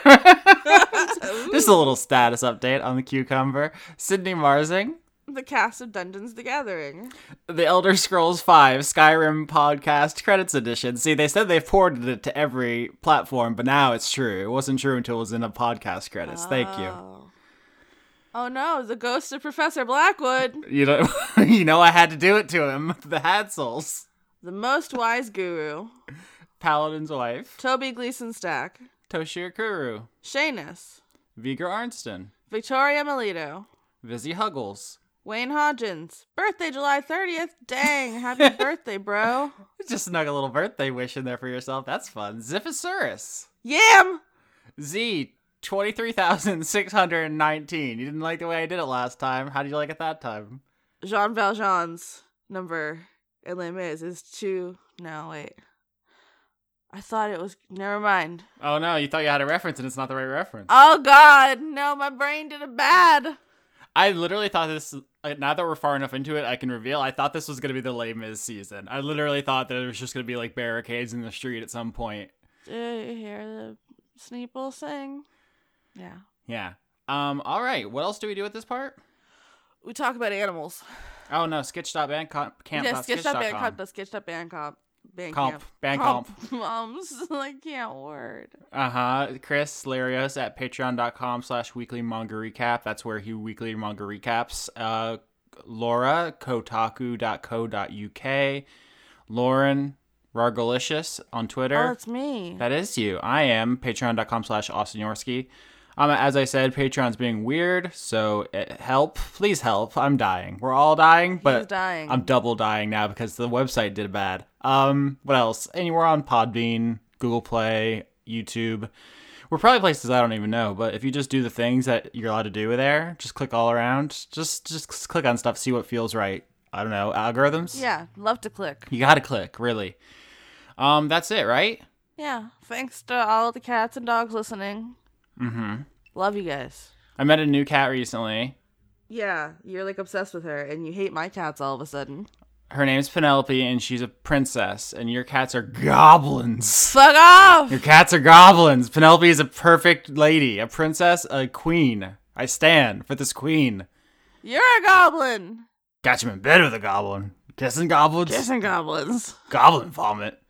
J: Just a little status update on the cucumber. Sydney Marsing,
E: the cast of Dungeons the Gathering.
J: The Elder Scrolls V Skyrim podcast credits edition. See, they said they've ported it to every platform, but now it's true. It wasn't true until it was in the podcast credits. Thank you.
E: Oh no, the ghost of Professor Blackwood,
J: You know, [LAUGHS] you know, I had to do it to him. [LAUGHS] The Hadsels,
E: the most wise guru,
J: Paladin's wife,
E: Toby Gleason Stack,
J: Toshir Kuru,
E: Shanus,
J: Vigar Arnston,
E: Victoria Melito,
J: Vizzy Huggles.
E: Wayne Hodgins. Birthday July 30th. Dang, happy
J: [LAUGHS]
E: birthday, bro.
J: Just snug a little birthday wish in there for yourself. That's fun. Ziphosaurus.
E: Yam.
J: Z. 23,619. You didn't like the way I did it last time. How did you like it that time?
E: Jean Valjean's number in Les Mis is two. No, wait. I thought it was. Never mind.
J: Oh no, you thought you had a reference and it's not the right reference.
E: Oh, God. No, my brain did a bad.
J: I literally thought this. uh, Now that we're far enough into it, I can reveal. I thought this was going to be the lame Mis season. I literally thought that it was just going to be like barricades in the street at some point.
E: Do you hear the Sneeple sing? Yeah.
J: Yeah. Um. All right. What else do we do at this part?
E: We talk about animals.
J: Oh no, sketch.bandcamp.sketch.com.
E: yeah, sketched up Bandcamp, but sketched up Bandcamp. Bandcamp.
J: Comp. Bandcamp.
E: Comp. [LAUGHS] Moms, I can't word.
J: Uh huh. Chris Larios at patreon.com slash weekly manga recap. That's where he weekly manga recaps. Uh, Laura, kotaku.co.uk. Lauren, Rargolicious on Twitter.
E: Oh, it's me.
J: That is you. I am patreon.com slash Austin Yorsky. Um, as I said, Patreon's being weird, so eh, help. Please help. I'm dying. We're all dying, but
E: dying.
J: I'm double dying now because the website did bad. Um, what else? And we're on Podbean, Google Play, YouTube. We're probably places I don't even know, but if you just do the things that you're allowed to do there, just click all around. Just just click on stuff, see what feels right. I don't know, algorithms?
E: Yeah, love to click.
J: You gotta click, really. Um, that's it, right?
E: Yeah, thanks to all the cats and dogs listening.
J: Mm-hmm.
E: Love you guys.
J: I met a new cat recently.
E: Yeah, you're like obsessed with her and you hate my cats all of a sudden.
J: Her name's Penelope, and she's a princess. And your cats are goblins.
E: Fuck off!
J: Your cats are goblins. Penelope is a perfect lady, a princess, a queen. I stand for this queen.
E: You're a goblin!
J: Got you in bed with a goblin. Kissing goblins.
E: Kissing goblins.
J: Goblin vomit.